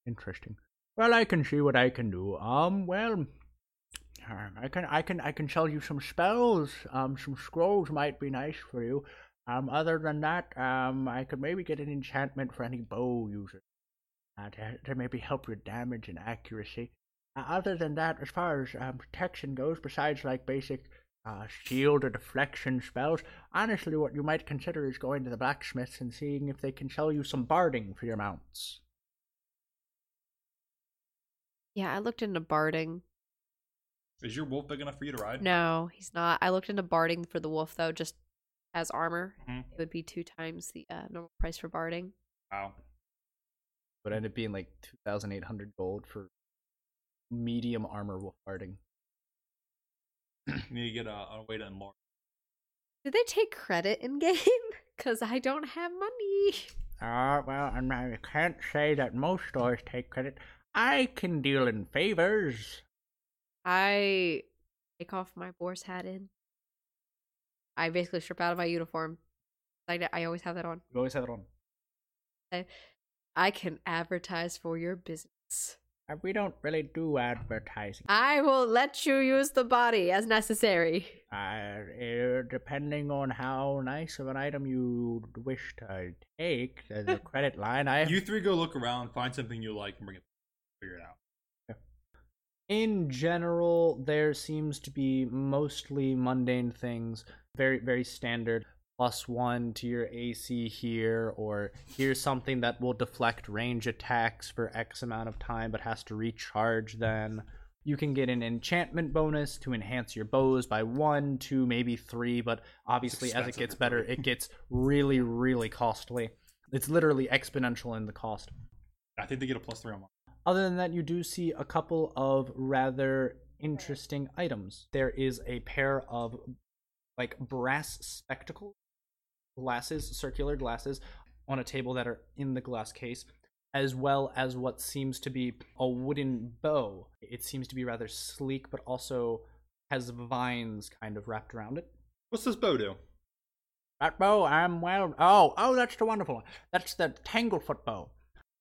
[SPEAKER 2] Interesting. Well, I can see what I can do. Um, well, um, I can I can I can sell you some spells. Um, some scrolls might be nice for you. Um, other than that, um, I could maybe get an enchantment for any bow user uh, to, to maybe help your damage and accuracy. Uh, other than that, as far as um, protection goes, besides like basic uh, shield or deflection spells, honestly, what you might consider is going to the blacksmiths and seeing if they can sell you some barding for your mounts.
[SPEAKER 8] Yeah, I looked into barding.
[SPEAKER 6] Is your wolf big enough for you to ride?
[SPEAKER 8] No, he's not. I looked into barding for the wolf though, just as armor.
[SPEAKER 6] Mhm.
[SPEAKER 8] It would be two times the uh, normal price for barding.
[SPEAKER 6] Wow.
[SPEAKER 12] would end up being like 2,800 gold for medium armor wolf barding.
[SPEAKER 6] You need to get a, a way to enlarge.
[SPEAKER 8] Did they take credit in game? Because I don't have money.
[SPEAKER 2] Ah, well, I'm not- I can't say that most stores take credit. I can deal in favors.
[SPEAKER 8] I take off my boar's hat in. I basically strip out of my uniform. I, I always have that on.
[SPEAKER 12] You always have it on.
[SPEAKER 8] I, I can advertise for your business.
[SPEAKER 2] Uh, We don't really do advertising.
[SPEAKER 8] I will let you use the body as necessary.
[SPEAKER 2] Uh, eh, depending on how nice of an item you wish to take, there's a credit line. I
[SPEAKER 6] You three go look around, find something you like, and bring it. Figure it out.
[SPEAKER 12] In general, there seems to be mostly mundane things, very, very standard. Plus one to your AC here, or here's something that will deflect range attacks for X amount of time but has to recharge then. You can get an enchantment bonus to enhance your bows by one, two, maybe three, but obviously as it
[SPEAKER 2] expensive
[SPEAKER 12] gets
[SPEAKER 2] for
[SPEAKER 12] better,
[SPEAKER 2] three.
[SPEAKER 12] it gets really, really costly. It's literally exponential in the cost.
[SPEAKER 6] I think they get a plus three on one.
[SPEAKER 12] Other than that, you do see a couple of rather interesting items. There is a pair of like brass spectacles, glasses, circular glasses on a table that are in the glass case, as well as what seems to be a wooden bow. It seems to be rather sleek, but also has vines kind of wrapped around it.
[SPEAKER 6] What's this bow do?
[SPEAKER 2] That bow, I'm well. Oh, oh, that's the wonderful one. That's the Tanglefoot bow.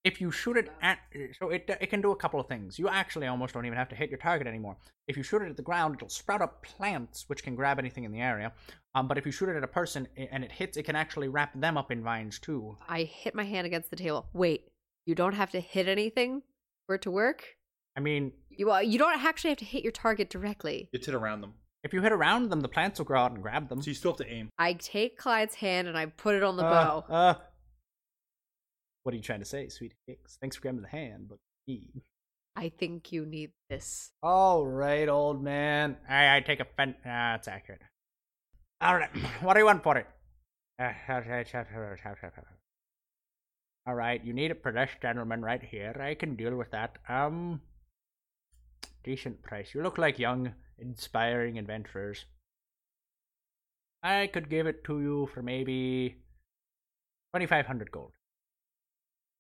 [SPEAKER 12] if you shoot it at so it it can do a couple of things you actually almost don't even have to hit your target anymore if you shoot it at the ground it'll sprout up plants which can grab anything in the area um, but if you shoot it at a person a- and it hits it can actually wrap them up in vines too
[SPEAKER 8] I hit my hand against the table. Wait, you don't have to hit anything for it to work?
[SPEAKER 12] i mean
[SPEAKER 8] You, uh, you don't actually have to hit your target directly.
[SPEAKER 6] It's hit around them.
[SPEAKER 12] if you hit around them the plants will grow out and grab them
[SPEAKER 6] so you still have to aim
[SPEAKER 8] I take Clyde's hand and I put it on the
[SPEAKER 12] Uh,
[SPEAKER 8] bow.
[SPEAKER 12] uh, what are you trying to say sweet hicks thanks for grabbing the hand but
[SPEAKER 8] I think you need this.
[SPEAKER 12] all right old man
[SPEAKER 2] I, I take offense. Ah, it's accurate. All right, what do you want for it? Uh, All right, you need it for this gentleman right here. I can deal with that. Um, decent price. You look like young. inspiring adventurers. I could give it to you for maybe 2,500 gold.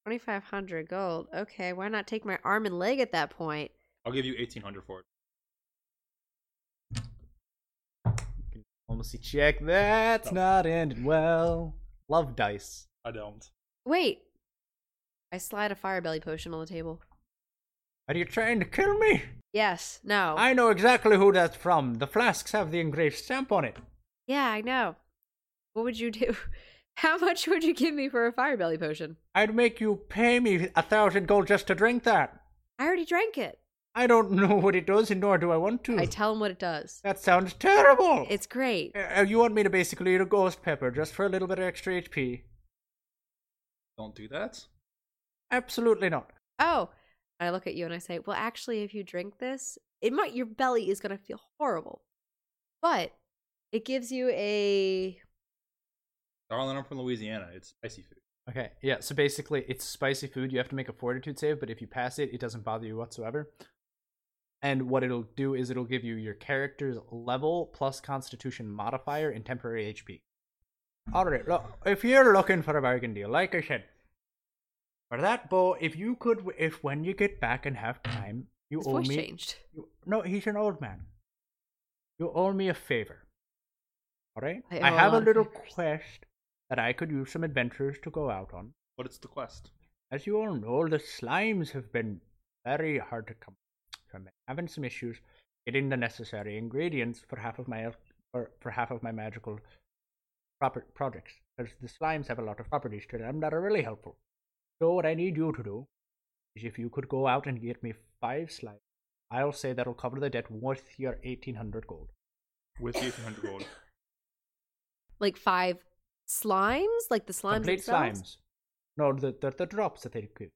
[SPEAKER 8] 2500 gold. Okay, why not take my arm and leg at that point?
[SPEAKER 6] I'll give you eighteen hundred for it.
[SPEAKER 2] Almost see check. That's not ended well. Love dice.
[SPEAKER 6] I don't.
[SPEAKER 8] Wait. I slide a fire belly potion on the table.
[SPEAKER 2] Are you trying to kill me?
[SPEAKER 8] Yes. No.
[SPEAKER 2] I know exactly who that's from. The flasks have the engraved stamp on it.
[SPEAKER 8] Yeah, I know. What would you do? How much would you give me for a fire belly potion?
[SPEAKER 2] I'd make you pay me a thousand gold just to drink that.
[SPEAKER 8] I already drank it.
[SPEAKER 2] I don't know what it does, and nor do I want to.
[SPEAKER 8] I tell him what it does.
[SPEAKER 2] that sounds terrible.
[SPEAKER 8] It's great.
[SPEAKER 2] Uh, you want me to basically eat a ghost pepper just for a little bit of extra HP?
[SPEAKER 6] Don't do that.
[SPEAKER 2] Absolutely not.
[SPEAKER 8] Oh, and I look at you and I say, "Well, actually, if you drink this, it might your belly is going to feel horrible, but it gives you a
[SPEAKER 6] Darling, I'm from Louisiana. It's spicy food.
[SPEAKER 2] Okay, yeah, so basically it's spicy food. You have to make a fortitude save, but if you pass it, it doesn't bother you whatsoever. And what it'll do is it'll give you your character's level plus constitution modifier and temporary HP. All right, look, if you're looking for a bargain deal, like I said, for that bow, if you could, if when you get back and have time, you
[SPEAKER 8] His
[SPEAKER 2] owe
[SPEAKER 8] voice
[SPEAKER 2] me.
[SPEAKER 8] changed.
[SPEAKER 2] you- no, he's an old man. You owe me a favor. All right,
[SPEAKER 8] I
[SPEAKER 2] I
[SPEAKER 8] owe a
[SPEAKER 2] have a
[SPEAKER 8] lot of
[SPEAKER 2] little quest that I could use some adventurers to go out on.
[SPEAKER 6] But it's the quest.
[SPEAKER 2] As you all know, the slimes have been very hard to come from. I've been having some issues getting the necessary ingredients for half of my or for half of my magical proper projects. Because the slimes have a lot of properties to them that are really helpful. So what I need you to do is if you could go out and get me five slimes, I'll say that'll cover the debt worth your eighteen hundred gold.
[SPEAKER 6] With the eighteen hundred gold.
[SPEAKER 8] like five slimes, like the slimes
[SPEAKER 2] Complete
[SPEAKER 8] themselves.
[SPEAKER 2] slimes. No, the, the the drops that they give.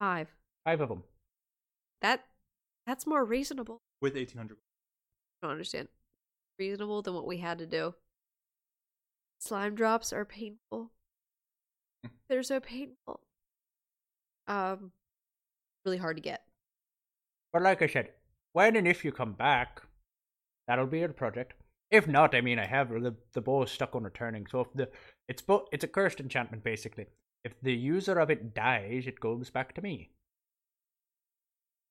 [SPEAKER 8] Five.
[SPEAKER 2] Five of them.
[SPEAKER 8] That that's more reasonable.
[SPEAKER 6] With eighteen hundred
[SPEAKER 8] I don't understand. Reasonable than what we had to do. Slime drops are painful. They're so painful. Um, really hard to get.
[SPEAKER 2] But like I said, when and if you come back, that'll be your project. If not, I mean, I have the the bow is stuck on returning. So if the it's bo- it's a cursed enchantment basically. If the user of it dies, it goes back to me.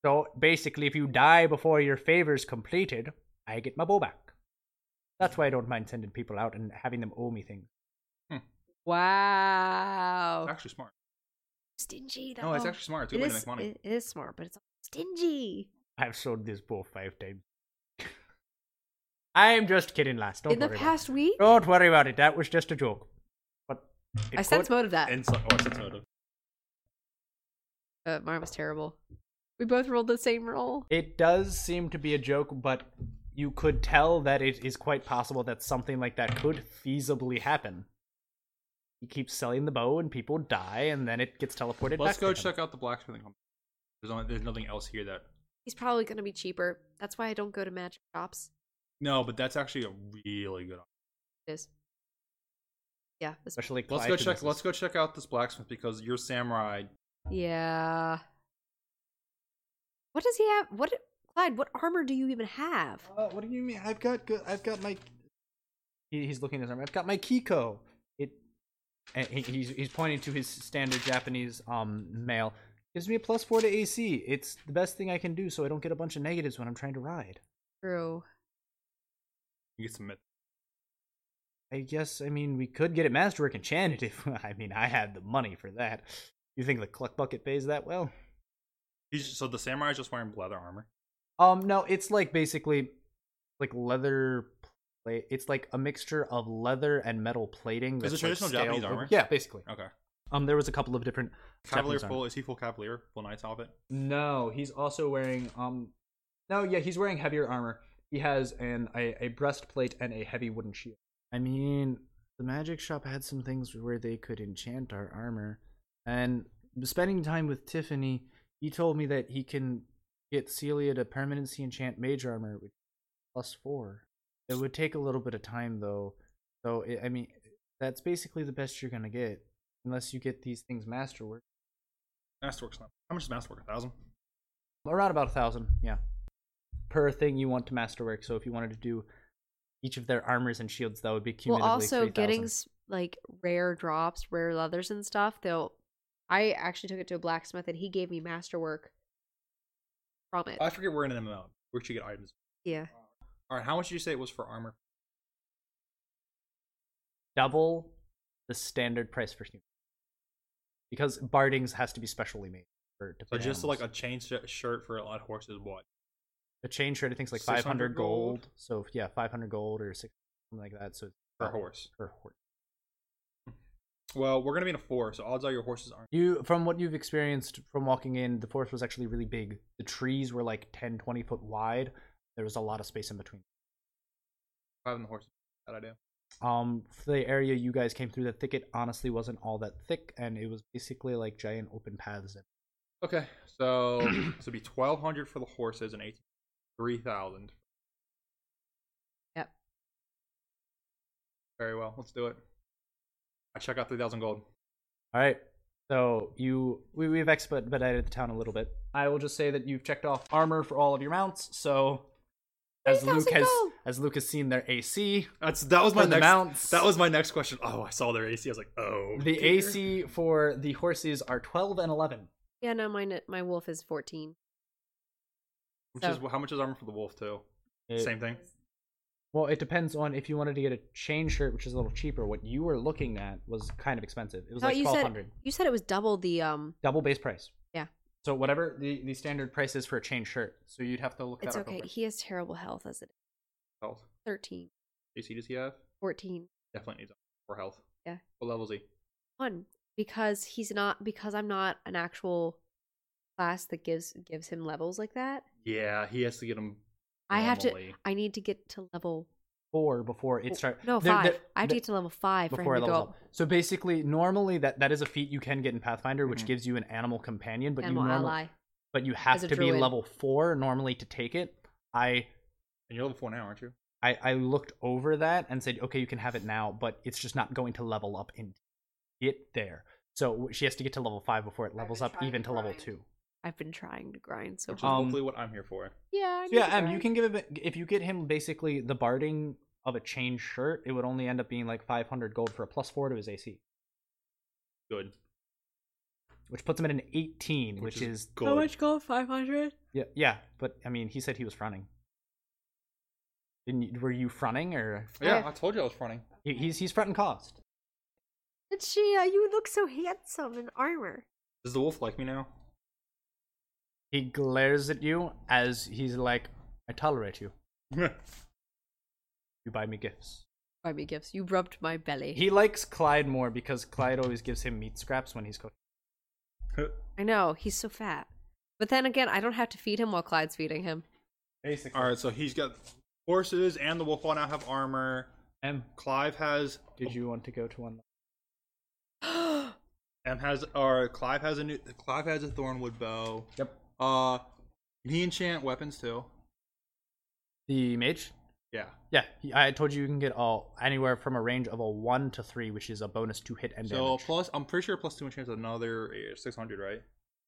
[SPEAKER 2] So basically, if you die before your favor's completed, I get my bow back. That's why I don't mind sending people out and having them owe me things.
[SPEAKER 8] Wow.
[SPEAKER 6] It's actually smart.
[SPEAKER 8] Stingy.
[SPEAKER 6] No, it's
[SPEAKER 12] Um,
[SPEAKER 8] though.
[SPEAKER 6] actually smart. It's a good
[SPEAKER 8] It
[SPEAKER 6] way to
[SPEAKER 8] is-
[SPEAKER 6] make money.
[SPEAKER 8] It is smart, but it's stingy.
[SPEAKER 2] I've sold this bow five times. I am just kidding, lass. Don't
[SPEAKER 8] In the
[SPEAKER 2] worry about it.
[SPEAKER 8] past week,
[SPEAKER 2] Don't worry about it. That was just a joke. But it
[SPEAKER 8] I sense
[SPEAKER 2] could-
[SPEAKER 8] motive that.
[SPEAKER 6] Insight. Oh, I sense motive.
[SPEAKER 8] Uh, mine was terrible. We both rolled the same roll.
[SPEAKER 2] It does seem to be a joke, but you could tell that it is quite possible that something like that could feasibly happen. He keeps selling the bow, and people die, and then it gets teleported
[SPEAKER 6] Let's
[SPEAKER 2] back.
[SPEAKER 6] go
[SPEAKER 2] to him.
[SPEAKER 6] check out the blacksmithing company. There's only, there's nothing else here that.
[SPEAKER 8] He's probably going to be cheaper. That's why I don't go to magic shops.
[SPEAKER 6] No, but that's actually a really good.
[SPEAKER 8] It is. Yeah. that's-
[SPEAKER 2] Especially
[SPEAKER 6] Let's
[SPEAKER 2] Clyde,
[SPEAKER 6] go
[SPEAKER 2] who
[SPEAKER 6] check.
[SPEAKER 2] misses.
[SPEAKER 6] Let's go check out this blacksmith because your samurai.
[SPEAKER 8] Yeah. What does he have? What, Clyde? What armor do you even have?
[SPEAKER 22] Uh, what do you mean? I've got good. I've got my.
[SPEAKER 2] He, he's looking at his arm. I've got my Kiko. It. And he, he's he's pointing to his standard Japanese um mail. Gives me a plus four to AC. It's the best thing I can do, so I don't get a bunch of negatives when I'm trying to ride.
[SPEAKER 8] True.
[SPEAKER 6] You get some myth.
[SPEAKER 2] I guess I mean we could get it masterwork enchanted if I mean I had the money for that. You think the cluck bucket pays that well?
[SPEAKER 6] He's so the samurai is just wearing leather armor.
[SPEAKER 2] Um no, it's like basically like leather plate. It's like a mixture of leather and metal plating.
[SPEAKER 6] Is it
[SPEAKER 2] that's, like,
[SPEAKER 6] traditional
[SPEAKER 2] scaled
[SPEAKER 6] Japanese
[SPEAKER 2] with-
[SPEAKER 6] armor?
[SPEAKER 2] Yeah, basically.
[SPEAKER 6] Okay.
[SPEAKER 2] Um, there was a couple of different
[SPEAKER 6] Cavalier
[SPEAKER 2] Japanese armor.
[SPEAKER 6] full. Is he full cavalier? Full knight's outfit.
[SPEAKER 2] No, he's also wearing um No, yeah, he's wearing heavier armor. He has an a, a breastplate and a heavy wooden shield. I mean, the magic shop had some things where they could enchant our armor. And spending time with Tiffany, he told me that he can get Celia to permanency enchant mage armor which is plus 4. It would take a little bit of time though. So i I mean, that's basically the best you're going to get unless you get these things masterwork.
[SPEAKER 6] Masterwork's not. How much is masterwork? A thousand.
[SPEAKER 2] Around about a thousand, yeah.
[SPEAKER 12] per thing you want to masterwork. So if you wanted to do each of their armors and shields, that would be
[SPEAKER 8] Well,
[SPEAKER 12] cumulatively
[SPEAKER 8] also
[SPEAKER 12] 3,000.
[SPEAKER 8] getting s- like rare drops, rare leathers and stuff. They'll. I actually took it to a blacksmith and he gave me masterwork from it.
[SPEAKER 6] Oh, I forget we're in an MMO. Where should you get items?
[SPEAKER 8] yeah.
[SPEAKER 6] All right, how much did you say it was for armor?
[SPEAKER 12] double the standard price for new because bardings has to be specially made for to
[SPEAKER 6] So
[SPEAKER 12] put
[SPEAKER 6] just
[SPEAKER 12] animals.
[SPEAKER 6] like a chain sh- shirt for a lot of horses, what?
[SPEAKER 12] a chain shirt, I think is like
[SPEAKER 6] 600
[SPEAKER 12] five hundred gold.
[SPEAKER 6] gold?
[SPEAKER 12] So if- yeah, five hundred gold or six something like that. So
[SPEAKER 6] Per horse.
[SPEAKER 12] Per horse.
[SPEAKER 6] Well, we're gonna be in a four, so odds are your horses aren't.
[SPEAKER 12] You from what you've experienced from walking in, the forest was actually really big. The trees were like 10, 20 foot wide. There was a lot of space in between.
[SPEAKER 6] Having the horses, that idea.
[SPEAKER 12] Um, for the area you guys came through, the thicket honestly wasn't all that thick, and it was basically like giant open paths. And
[SPEAKER 6] Okay, so so it'd be twelve hundred for the horses and eighteen, three thousand.
[SPEAKER 4] Yep.
[SPEAKER 6] Very well, let's do it. I check out three thousand gold.
[SPEAKER 12] All right. So you we we've expedited the town a little bit. I will just say that you've checked off armor for all of your mounts. So as Luke
[SPEAKER 7] 3,000
[SPEAKER 12] has
[SPEAKER 7] gold.
[SPEAKER 12] as Luke has seen their AC.
[SPEAKER 6] That's that was my
[SPEAKER 12] for the
[SPEAKER 6] next.
[SPEAKER 12] mounts.
[SPEAKER 6] That was my next question. Oh, I saw their AC. I was like, oh.
[SPEAKER 12] the
[SPEAKER 6] dear.
[SPEAKER 12] AC for the horses are twelve and eleven.
[SPEAKER 8] Yeah, no, my n- my wolf is fourteen.
[SPEAKER 6] Which is how much is armor for the wolf too?
[SPEAKER 12] It-
[SPEAKER 6] Same thing.
[SPEAKER 12] Well, it depends on if you wanted to get a chain shirt, which is a little cheaper. What you were looking at was kind of expensive. It was
[SPEAKER 8] No,
[SPEAKER 12] like
[SPEAKER 8] you
[SPEAKER 12] twelve
[SPEAKER 8] said
[SPEAKER 12] hundred,
[SPEAKER 8] you said it was double the um.
[SPEAKER 12] double base price.
[SPEAKER 8] Yeah,
[SPEAKER 12] So whatever the, the standard price is for a chain shirt, so you'd have to look
[SPEAKER 8] it's
[SPEAKER 12] that up.
[SPEAKER 8] okay.
[SPEAKER 12] over.
[SPEAKER 8] He has terrible health as it is.
[SPEAKER 6] Health.
[SPEAKER 8] 13,
[SPEAKER 6] AC does he have?
[SPEAKER 8] 14,
[SPEAKER 6] Definitely needs for health.
[SPEAKER 8] yeah,
[SPEAKER 6] What level is he?
[SPEAKER 8] one because he's not because I'm not an actual class that gives gives him levels like that.
[SPEAKER 6] Yeah, he has to get him.
[SPEAKER 8] I have to.
[SPEAKER 6] Normally.
[SPEAKER 8] I need to get to level
[SPEAKER 12] Four before it starts.
[SPEAKER 8] Oh, no 5 I have to get to level five for him
[SPEAKER 12] before
[SPEAKER 8] to go
[SPEAKER 12] it levels
[SPEAKER 8] up.
[SPEAKER 12] up. So basically, normally that that is a feat you can get in Pathfinder, which
[SPEAKER 8] Mhm.
[SPEAKER 12] gives you an animal companion, but
[SPEAKER 8] Animal
[SPEAKER 12] you normal,
[SPEAKER 8] ally.
[SPEAKER 12] but you
[SPEAKER 8] As
[SPEAKER 12] have
[SPEAKER 8] a
[SPEAKER 12] to be
[SPEAKER 8] druid.
[SPEAKER 12] level four normally to take it. I
[SPEAKER 6] and you're level four now, aren't you?
[SPEAKER 12] I, I looked over that and said, okay, you can have it now, but it's just not going to level up in get there. So she has to get to level five before it levels up, even to level two.
[SPEAKER 8] I've been trying to grind so
[SPEAKER 6] Which is
[SPEAKER 12] Um,
[SPEAKER 6] hopefully what I'm here for.
[SPEAKER 8] Yeah, I
[SPEAKER 12] So
[SPEAKER 8] need
[SPEAKER 12] yeah,
[SPEAKER 8] to
[SPEAKER 12] Em, you
[SPEAKER 8] grind.
[SPEAKER 12] can give him if you get him basically the barding of a chain shirt, it would only end up being like 500 gold for a plus four to his AC,
[SPEAKER 6] Good.
[SPEAKER 12] which puts him at an 18, which, is,
[SPEAKER 8] How much gold? Five hundred.
[SPEAKER 12] Yeah, yeah, but I mean, he said he was fronting. Didn't you, were you fronting or?
[SPEAKER 6] Yeah, I told you I was fronting.
[SPEAKER 12] He- he's he's fronting cost.
[SPEAKER 8] And Shia, uh, you look so handsome in armor.
[SPEAKER 6] Does the wolf like me now?
[SPEAKER 12] He glares at you as he's like, "I tolerate you. you buy me gifts."
[SPEAKER 8] Buy me gifts. You rubbed my belly.
[SPEAKER 12] He likes Clyde more because Clyde always gives him meat scraps when he's cooking.
[SPEAKER 8] I know he's so fat, but then again, I don't have to feed him while Clyde's feeding him.
[SPEAKER 6] Basically. All right, so he's got horses and the wolf all now have armor.
[SPEAKER 12] M.
[SPEAKER 6] Clive has.
[SPEAKER 12] Did you want to go to one?
[SPEAKER 6] M has or Clive has a new Clive has a thornwood bow.
[SPEAKER 12] Yep.
[SPEAKER 6] Uh, can he enchant weapons too?
[SPEAKER 12] The mage.
[SPEAKER 6] Yeah.
[SPEAKER 12] Yeah, he- I told you you can get all anywhere from a range of a one to three, which is a bonus to hit and
[SPEAKER 6] so
[SPEAKER 12] damage.
[SPEAKER 6] plus, I'm pretty sure plus two enchants another eh, six hundred, right?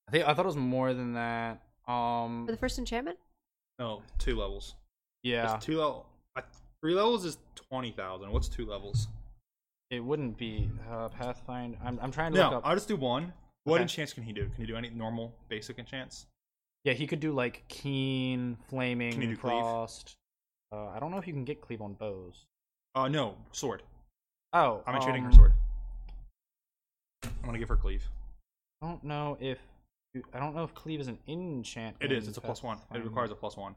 [SPEAKER 12] I think I thought it was more than that. Um,
[SPEAKER 8] For the first enchantment,
[SPEAKER 6] No, two levels.
[SPEAKER 12] Yeah.
[SPEAKER 6] It's two level. I- Three levels is twenty thousand. What's two levels?
[SPEAKER 12] it wouldn't be uh, Pathfind. I'm I'm trying to look
[SPEAKER 6] No,
[SPEAKER 12] up.
[SPEAKER 6] I'll just do one. What
[SPEAKER 12] Okay.
[SPEAKER 6] enchants can he do? Can he do any normal basic enchants?
[SPEAKER 12] Yeah, he could do like keen,
[SPEAKER 6] Can you
[SPEAKER 12] flaming,
[SPEAKER 6] do cleave?
[SPEAKER 12] frost. Uh, I don't know if you can get cleave on bows.
[SPEAKER 6] Uh, no, sword.
[SPEAKER 12] Oh,
[SPEAKER 6] I'm enchanting her
[SPEAKER 12] um,
[SPEAKER 6] sword. I'm gonna give her cleave.
[SPEAKER 12] I don't know if I don't know if cleave is an enchant.
[SPEAKER 6] It is.
[SPEAKER 12] in
[SPEAKER 6] It's a plus one. It
[SPEAKER 12] Pathfinder.
[SPEAKER 6] requires a plus one.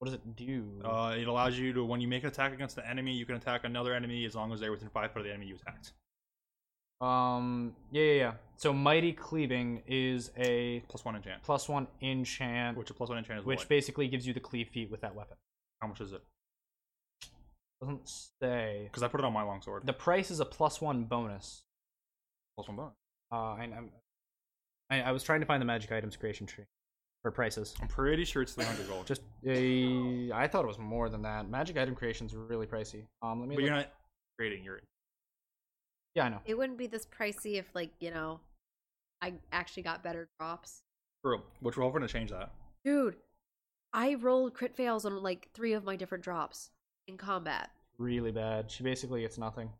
[SPEAKER 12] What does it do?
[SPEAKER 6] Uh, it allows you to, when you make an attack against the enemy, you can attack another enemy as long as they're within five foot of the enemy you attacked.
[SPEAKER 12] Um. Yeah, yeah, yeah. So mighty cleaving is a
[SPEAKER 6] plus one enchant.
[SPEAKER 12] Plus one enchant.
[SPEAKER 6] Which a plus one enchant is
[SPEAKER 12] which
[SPEAKER 6] what?
[SPEAKER 12] basically gives you the cleave feat with that weapon.
[SPEAKER 6] How much is it?
[SPEAKER 12] Doesn't say.
[SPEAKER 6] Because I put it on my longsword.
[SPEAKER 12] The price is a plus one bonus.
[SPEAKER 6] Plus one bonus.
[SPEAKER 12] Uh, and I'm, I, I was trying to find the magic items creation tree for prices.
[SPEAKER 6] I'm pretty sure it's 300 gold.
[SPEAKER 12] Just a, I thought it was more than that. Magic item creation's really pricey. Um, let me.
[SPEAKER 6] But you're
[SPEAKER 12] look-
[SPEAKER 6] not creating. You're
[SPEAKER 12] Yeah, I know.
[SPEAKER 8] it wouldn't be this pricey if, like, you know, I actually got better drops.
[SPEAKER 6] true. Which we're hoping to change that.
[SPEAKER 8] Dude, I rolled crit fails on like three of my different drops in combat.
[SPEAKER 12] Really bad. She basically gets nothing.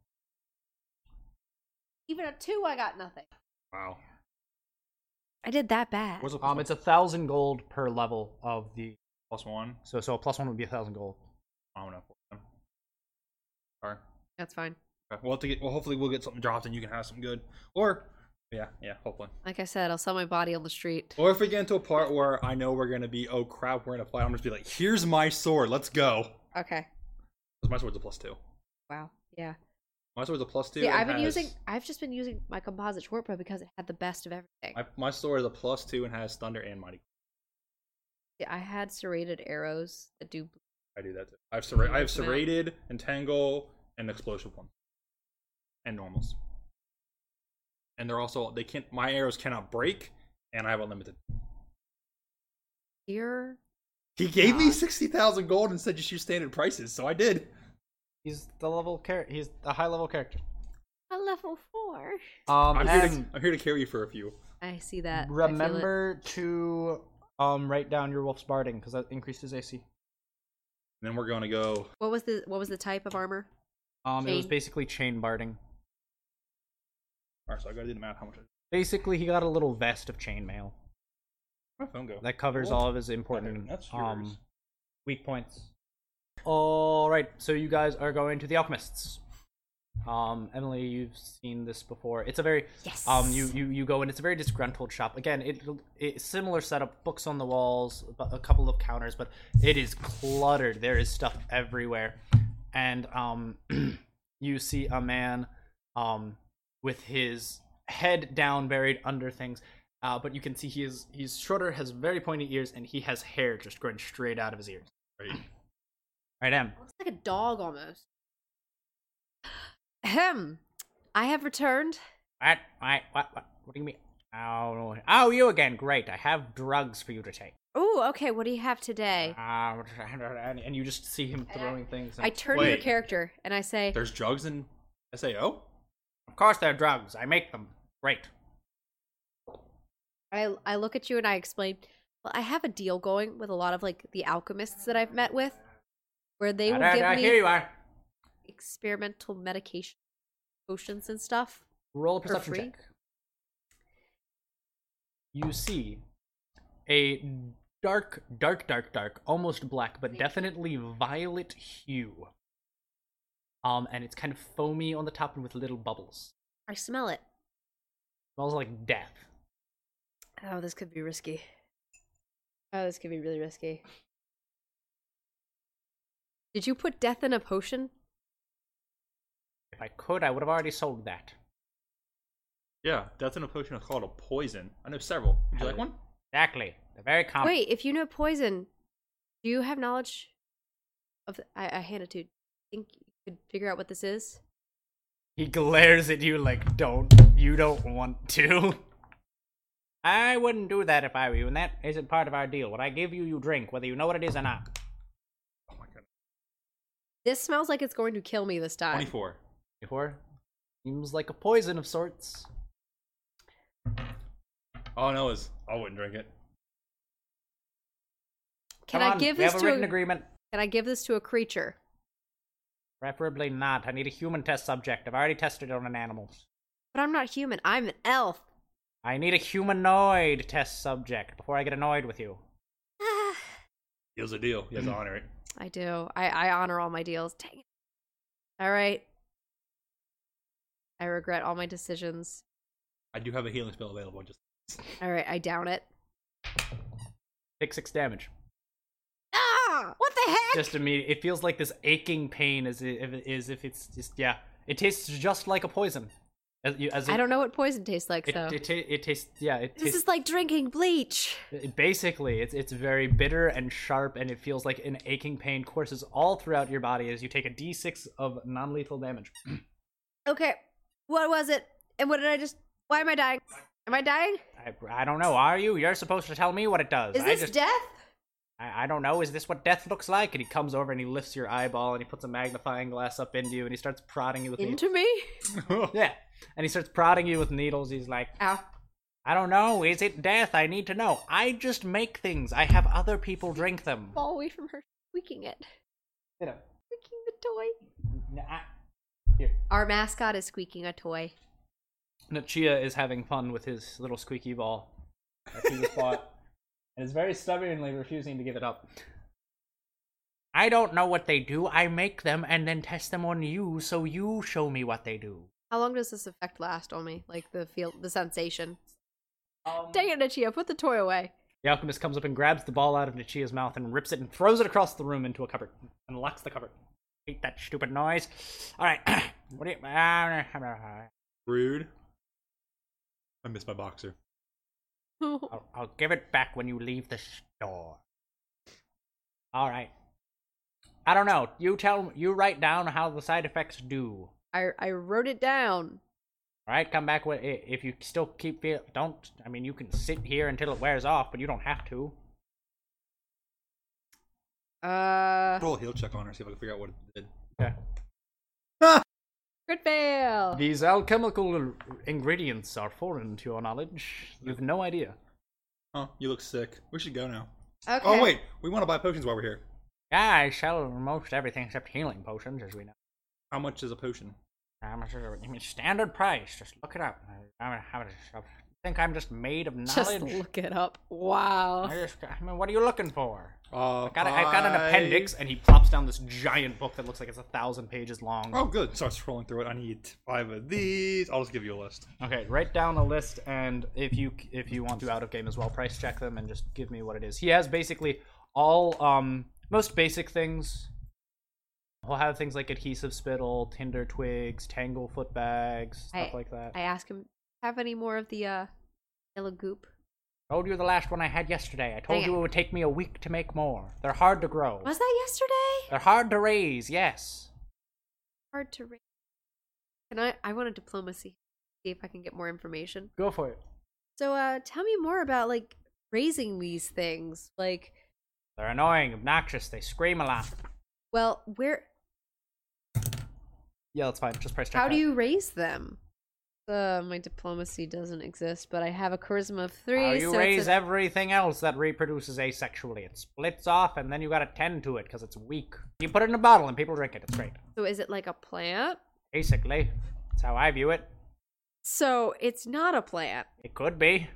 [SPEAKER 8] Even a two, I got nothing.
[SPEAKER 12] Wow.
[SPEAKER 8] I did that bad.
[SPEAKER 12] um, it's a thousand gold per level of the
[SPEAKER 6] plus one.
[SPEAKER 12] So, so a plus one would be a thousand gold.
[SPEAKER 6] I don't know. Sorry.
[SPEAKER 8] That's fine.
[SPEAKER 6] Okay, We'll have to get. Well, hopefully we'll get something dropped and you can have some good. Or, yeah, yeah, hopefully.
[SPEAKER 8] Like I said, I'll sell my body on the street.
[SPEAKER 6] Or if we get into a part where I know we're gonna be, oh crap, we're in a fight, I'm just be like, here's my sword, let's go.
[SPEAKER 8] Okay.
[SPEAKER 6] 'Cause my sword's a plus two.
[SPEAKER 8] Wow. Yeah.
[SPEAKER 6] My sword's a plus two.
[SPEAKER 8] See,
[SPEAKER 6] and
[SPEAKER 8] I've been
[SPEAKER 6] has-
[SPEAKER 8] using. I've just been using my composite short bow because it had the best of everything.
[SPEAKER 6] My, my sword is a plus two and has thunder and mighty.
[SPEAKER 8] See, I had serrated arrows that do.
[SPEAKER 6] I do that too. I've serra- I have
[SPEAKER 8] Come out.
[SPEAKER 6] serrated, entangle, and explosive one, and normals. And they're also they can't. My arrows cannot break, and I have unlimited.
[SPEAKER 8] Dear
[SPEAKER 6] He gave me sixty thousand gold and said just use standard prices, so I did.
[SPEAKER 12] He's the level character. He's a high level character.
[SPEAKER 8] A level four.
[SPEAKER 12] Um,
[SPEAKER 6] I'm, here to,
[SPEAKER 12] and-
[SPEAKER 6] I'm here to carry you for a few.
[SPEAKER 8] I see that. I feel it.
[SPEAKER 12] Remember to um write down your wolf's barding because that increases AC.
[SPEAKER 6] And then we're gonna go.
[SPEAKER 8] What was the What was the type of armor?
[SPEAKER 12] Um, it was
[SPEAKER 8] Chain.
[SPEAKER 12] basically chain barding.
[SPEAKER 6] All right, so I gotta do the math. How much? I-
[SPEAKER 12] Basically, he got a little vest of chainmail
[SPEAKER 6] My phone go.
[SPEAKER 12] that covers
[SPEAKER 6] Oh,
[SPEAKER 12] all of his important
[SPEAKER 6] that's yours.
[SPEAKER 12] um weak points. All right, so you guys are going to the alchemists. Um, Emily, you've seen this before. It's a very
[SPEAKER 23] Yes.
[SPEAKER 12] um you you you go and it's a very disgruntled shop. Again, it it's similar setup, books on the walls, bu- a couple of counters, but it is cluttered. There is stuff everywhere, and um, you see a man um with his head down, buried under things. Uh, but you can see he is he's shorter, has very pointy ears, and he has hair just growing straight out of his ears.
[SPEAKER 6] Right,
[SPEAKER 12] right, Em.
[SPEAKER 8] Looks like a dog almost. Ahem. I have returned.
[SPEAKER 12] What? What? What? What, what do you mean? Oh, oh, you again? Great. I have drugs for you to take.
[SPEAKER 8] Oh, okay. What do you have today?
[SPEAKER 12] Ah, and and you just see him throwing things. and-
[SPEAKER 8] I turn to your character and I say,
[SPEAKER 6] There's drugs in SAO.
[SPEAKER 12] Of course, they're drugs. I make them. Great.
[SPEAKER 8] I I look at you and I explain. Well, I have a deal going with a lot of like the alchemists that I've met with, where they will
[SPEAKER 12] Da, da,
[SPEAKER 8] give
[SPEAKER 12] da,
[SPEAKER 8] me
[SPEAKER 12] here you are.
[SPEAKER 8] experimental medication, potions and stuff.
[SPEAKER 12] Roll a
[SPEAKER 8] for
[SPEAKER 12] perception
[SPEAKER 8] free.
[SPEAKER 12] check. You see a dark, dark, dark, dark, almost black, but definitely violet hue. Um, and it's kind of foamy on the top and with little bubbles.
[SPEAKER 8] I smell it.
[SPEAKER 12] smells like death.
[SPEAKER 8] Oh, this could be risky. Oh, this could be really risky. Did you put death in a potion?
[SPEAKER 12] If I could, I would have already sold that.
[SPEAKER 6] Yeah, that's in a potion. It's called a poison. I know several. Would you
[SPEAKER 12] Uh,
[SPEAKER 6] like one?
[SPEAKER 12] Exactly. They're very common.
[SPEAKER 8] Wait, if you know poison, do you have knowledge of? The, I, I hand it to. you. Think you could figure out what this is?
[SPEAKER 12] He glares at you like, "Don't you don't want to?" I wouldn't do that if I were you, and that isn't part of our deal. What I give you, you drink, whether you know what it is or not.
[SPEAKER 8] This smells like it's going to kill me this
[SPEAKER 12] uh,
[SPEAKER 8] time.
[SPEAKER 6] Twenty-four.
[SPEAKER 12] Before, seems like a poison of sorts.
[SPEAKER 6] All I know is Oh, I wouldn't drink it.
[SPEAKER 8] Can
[SPEAKER 12] Come
[SPEAKER 8] I
[SPEAKER 12] on,
[SPEAKER 8] give
[SPEAKER 12] we
[SPEAKER 8] this
[SPEAKER 12] have a
[SPEAKER 8] to
[SPEAKER 12] written agreement?
[SPEAKER 8] Can I give this to a creature?
[SPEAKER 12] Preferably not. I need a human test subject. I've already tested it on an animal.
[SPEAKER 8] But I'm not human. I'm an elf.
[SPEAKER 12] I need a humanoid test subject before I get annoyed with you.
[SPEAKER 6] Deal's a deal. You have to
[SPEAKER 2] Mm-hmm.
[SPEAKER 6] honor it.
[SPEAKER 8] I do. I, I honor all my deals. Dang it. All right. I regret all my decisions.
[SPEAKER 6] I do have a healing spell available. Just
[SPEAKER 8] All right. I down it.
[SPEAKER 12] Take six damage.
[SPEAKER 8] Ah! What the heck?
[SPEAKER 12] Just immediate. It feels like this aching pain, as if, as if it's just yeah. It tastes just like a poison. As, you- as
[SPEAKER 8] I
[SPEAKER 12] it-
[SPEAKER 8] don't know what poison tastes like,
[SPEAKER 12] It,
[SPEAKER 8] though.
[SPEAKER 12] it, ta- it tastes yeah. It
[SPEAKER 8] this
[SPEAKER 12] tastes
[SPEAKER 8] is like drinking bleach.
[SPEAKER 12] it- basically it's it's very bitter and sharp, and it feels like an aching pain courses all throughout your body as you take a d6 of non-lethal damage.
[SPEAKER 8] Okay. What was it? And what did I just. Why am I dying? Am I dying?
[SPEAKER 12] I, I don't know. Are you? You're supposed to tell me what it does.
[SPEAKER 8] Is
[SPEAKER 12] I
[SPEAKER 8] this
[SPEAKER 12] just,
[SPEAKER 8] death?
[SPEAKER 12] I, I don't know. Is this what death looks like? And he comes over and he lifts your eyeball and he puts a magnifying glass up into you and he starts prodding you with
[SPEAKER 8] Into me?
[SPEAKER 12] needles. yeah, and he starts prodding you with needles. He's like,
[SPEAKER 8] Ow.
[SPEAKER 2] I don't know. Is it death? I need to know. I just make things. I have other people drink them.
[SPEAKER 8] Fall away from her, squeaking it.
[SPEAKER 2] Ditto.
[SPEAKER 8] Squeaking the toy.
[SPEAKER 2] Nah.
[SPEAKER 8] Our mascot is squeaking a toy.
[SPEAKER 2] Nachia is having fun with his little squeaky ball that he just bought and is very stubbornly refusing to give it up. I don't know what they do. I make them and then test them on you so you show me what they do.
[SPEAKER 8] How long does this effect last on me? Like the feel, the sensation.
[SPEAKER 12] Um,
[SPEAKER 8] Dang it, Nichia, put the toy away.
[SPEAKER 2] The alchemist comes up and grabs the ball out of Nachia's mouth and rips it and throws it across the room into a cupboard and locks the cupboard. Hate that stupid noise. All right, what do you?
[SPEAKER 6] Rude. I miss my boxer.
[SPEAKER 2] I'll, I'll give it back when you leave the store. All right. I don't know. You tell. You write down how the side effects do.
[SPEAKER 8] I I wrote it down.
[SPEAKER 2] All right. Come back with i- if you still keep feel. Don't. I mean, you can sit here until it wears off, but you don't have to.
[SPEAKER 8] Uh,
[SPEAKER 6] Roll a heal check on her, see if I can figure out what it did.
[SPEAKER 2] Okay.
[SPEAKER 8] crit fail.
[SPEAKER 2] These alchemical ingredients are foreign to your knowledge. You've no idea.
[SPEAKER 6] Oh, you look sick. We should go now.
[SPEAKER 8] Okay.
[SPEAKER 6] Oh wait, we want to buy potions while we're here.
[SPEAKER 2] Yeah, I sell most everything except healing potions, as we know.
[SPEAKER 6] How much is a potion?
[SPEAKER 2] How much is it? I mean, standard price. Just look it up. I, I, mean, how does- I think I'm just made of knowledge.
[SPEAKER 8] Just look it up. Wow.
[SPEAKER 2] I, just, uh, I mean, what are you looking for?
[SPEAKER 6] Uh,
[SPEAKER 2] I got, a, I've got an
[SPEAKER 6] I-
[SPEAKER 2] appendix, and he plops down this giant book that looks like it's a thousand pages long.
[SPEAKER 6] Oh, good. Starts scrolling through it. I need five of these. I'll just give you a list.
[SPEAKER 2] Okay, write down a list, and if you if you want to out of game as well, price check them and just give me what it is. He has basically all um most basic things. He'll have things like adhesive spittle, tinder twigs, tangle foot bags, stuff
[SPEAKER 8] I-
[SPEAKER 2] like that.
[SPEAKER 8] I ask him, have any more of the uh, yellow goop?
[SPEAKER 2] told you the last one I had yesterday. I
[SPEAKER 8] Dang
[SPEAKER 2] told
[SPEAKER 8] it.
[SPEAKER 2] you it would take me a week to make more. They're hard to grow.
[SPEAKER 8] Was that yesterday?
[SPEAKER 2] They're hard to raise. Yes.
[SPEAKER 8] Hard to read. Can I? I want a diplomacy. See if I can get more information.
[SPEAKER 2] Go for it.
[SPEAKER 8] So, uh, tell me more about like raising these things. Like,
[SPEAKER 2] They're annoying, obnoxious. They scream a lot.
[SPEAKER 8] well, where?
[SPEAKER 2] Yeah, that's fine. Just price check.
[SPEAKER 8] How
[SPEAKER 2] that.
[SPEAKER 8] do you raise them? Uh, my diplomacy doesn't exist, but I have a charisma of three.
[SPEAKER 2] How you
[SPEAKER 8] so it's
[SPEAKER 2] raise
[SPEAKER 8] a-
[SPEAKER 2] everything else that reproduces asexually. It splits off, and then you gotta tend to it because it's weak. You put it in a bottle, and people drink it. It's great.
[SPEAKER 8] So is it like a plant?
[SPEAKER 2] Basically, that's how I view it.
[SPEAKER 8] So it's not a plant.
[SPEAKER 2] It could be.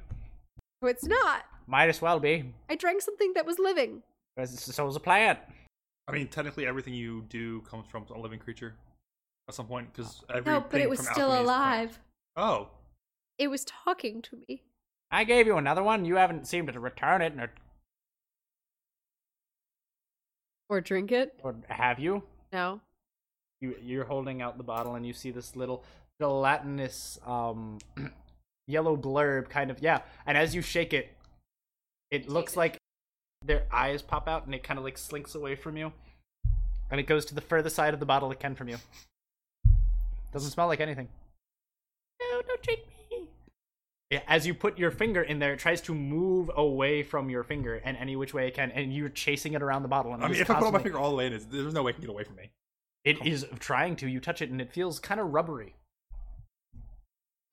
[SPEAKER 8] So it's not.
[SPEAKER 2] Might as well be.
[SPEAKER 8] I drank something that was living.
[SPEAKER 2] 'Cause it's- So is a plant.
[SPEAKER 6] I mean, technically, everything you do comes from a living creature at some point, because everything
[SPEAKER 8] No, but it was
[SPEAKER 6] from
[SPEAKER 8] still
[SPEAKER 6] alchemy is-
[SPEAKER 8] alive.
[SPEAKER 6] Oh,
[SPEAKER 8] It was talking to me.
[SPEAKER 2] I gave you another one. You haven't seemed to return it, or,
[SPEAKER 8] Or drink it?
[SPEAKER 2] or have you?
[SPEAKER 8] No.
[SPEAKER 2] you you're holding out the bottle and you see this little gelatinous um yellow blurb kind of yeah and as you shake it it looks like their eyes pop out and it kind of like slinks away from you and it goes to the furthest side of the bottle it can from you doesn't smell like anything
[SPEAKER 8] No, don't drink me.
[SPEAKER 2] Yeah, as you put your finger in there it tries to move away from your finger and any which way it can and you're chasing it around the bottle and
[SPEAKER 6] I
[SPEAKER 2] it
[SPEAKER 6] mean,
[SPEAKER 2] is
[SPEAKER 6] if I put all my
[SPEAKER 2] constantly-
[SPEAKER 6] finger all the way in, it's, there's no way it can get away from me.
[SPEAKER 2] it is trying to you touch it and it feels kind of rubbery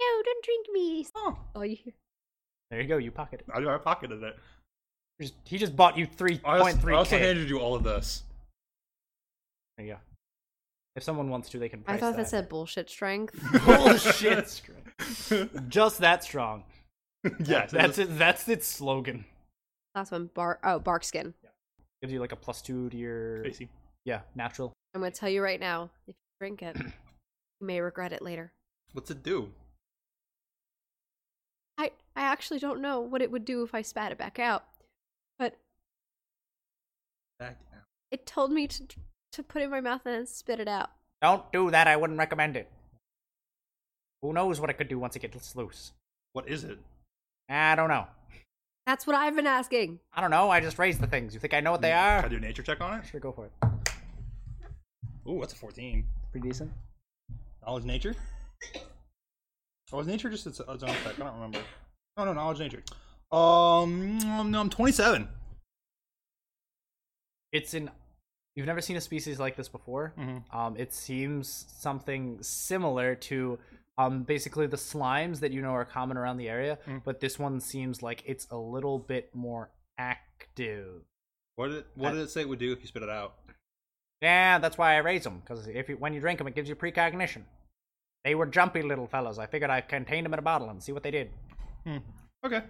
[SPEAKER 8] No, don't drink me. Oh, you hear.
[SPEAKER 2] there you go you pocket it
[SPEAKER 6] I, I pocketed it.
[SPEAKER 2] Just- he just bought you
[SPEAKER 6] I also,
[SPEAKER 2] 3.3
[SPEAKER 6] I also handed you all of this.
[SPEAKER 2] Yeah. If someone wants to, they can.
[SPEAKER 8] I
[SPEAKER 2] Price
[SPEAKER 8] thought that
[SPEAKER 2] that.
[SPEAKER 8] said bullshit strength.
[SPEAKER 2] bullshit. strength. Just that strong.
[SPEAKER 6] Yes,
[SPEAKER 2] that's it. That's its slogan.
[SPEAKER 8] Last one, bark. Oh, bark skin.
[SPEAKER 2] Gives you like a plus two to your.
[SPEAKER 6] AC.
[SPEAKER 2] Yeah, natural.
[SPEAKER 8] I'm gonna tell you right now. If you drink it, you may regret it later.
[SPEAKER 6] What's it do?
[SPEAKER 8] I I actually don't know what it would do if I spat it back out, but
[SPEAKER 6] Back
[SPEAKER 8] it told me to to put it in my mouth and then spit it out.
[SPEAKER 2] Don't do that. I wouldn't recommend it. Who knows what it could do once it gets loose?
[SPEAKER 6] What is it?
[SPEAKER 2] I don't know.
[SPEAKER 8] That's what I've been asking.
[SPEAKER 2] I don't know. I just raised the things. You think I know what they
[SPEAKER 6] Can I
[SPEAKER 2] are?
[SPEAKER 6] do a nature check on it?
[SPEAKER 2] Sure, go for it.
[SPEAKER 6] Ooh, that's a 14.
[SPEAKER 2] Pretty decent.
[SPEAKER 6] Knowledge nature? Or was nature just its, its own effect? I don't remember. Oh, No, no, knowledge nature. Um, no, I'm 27.
[SPEAKER 2] It's in. You've never
[SPEAKER 6] Mm-hmm.
[SPEAKER 2] seen a species like this before. Um, it seems something similar to
[SPEAKER 12] Um, basically the slimes that you know are common around the area, but this one seems like it's a little bit more active.
[SPEAKER 7] What did it, what did it say it would do if you spit it out?
[SPEAKER 12] Yeah, that's why I raise them because if you, when you drink them, it gives you precognition. They were jumpy little fellas. I figured I contained them in a bottle and see what they did.
[SPEAKER 6] Hmm. Okay.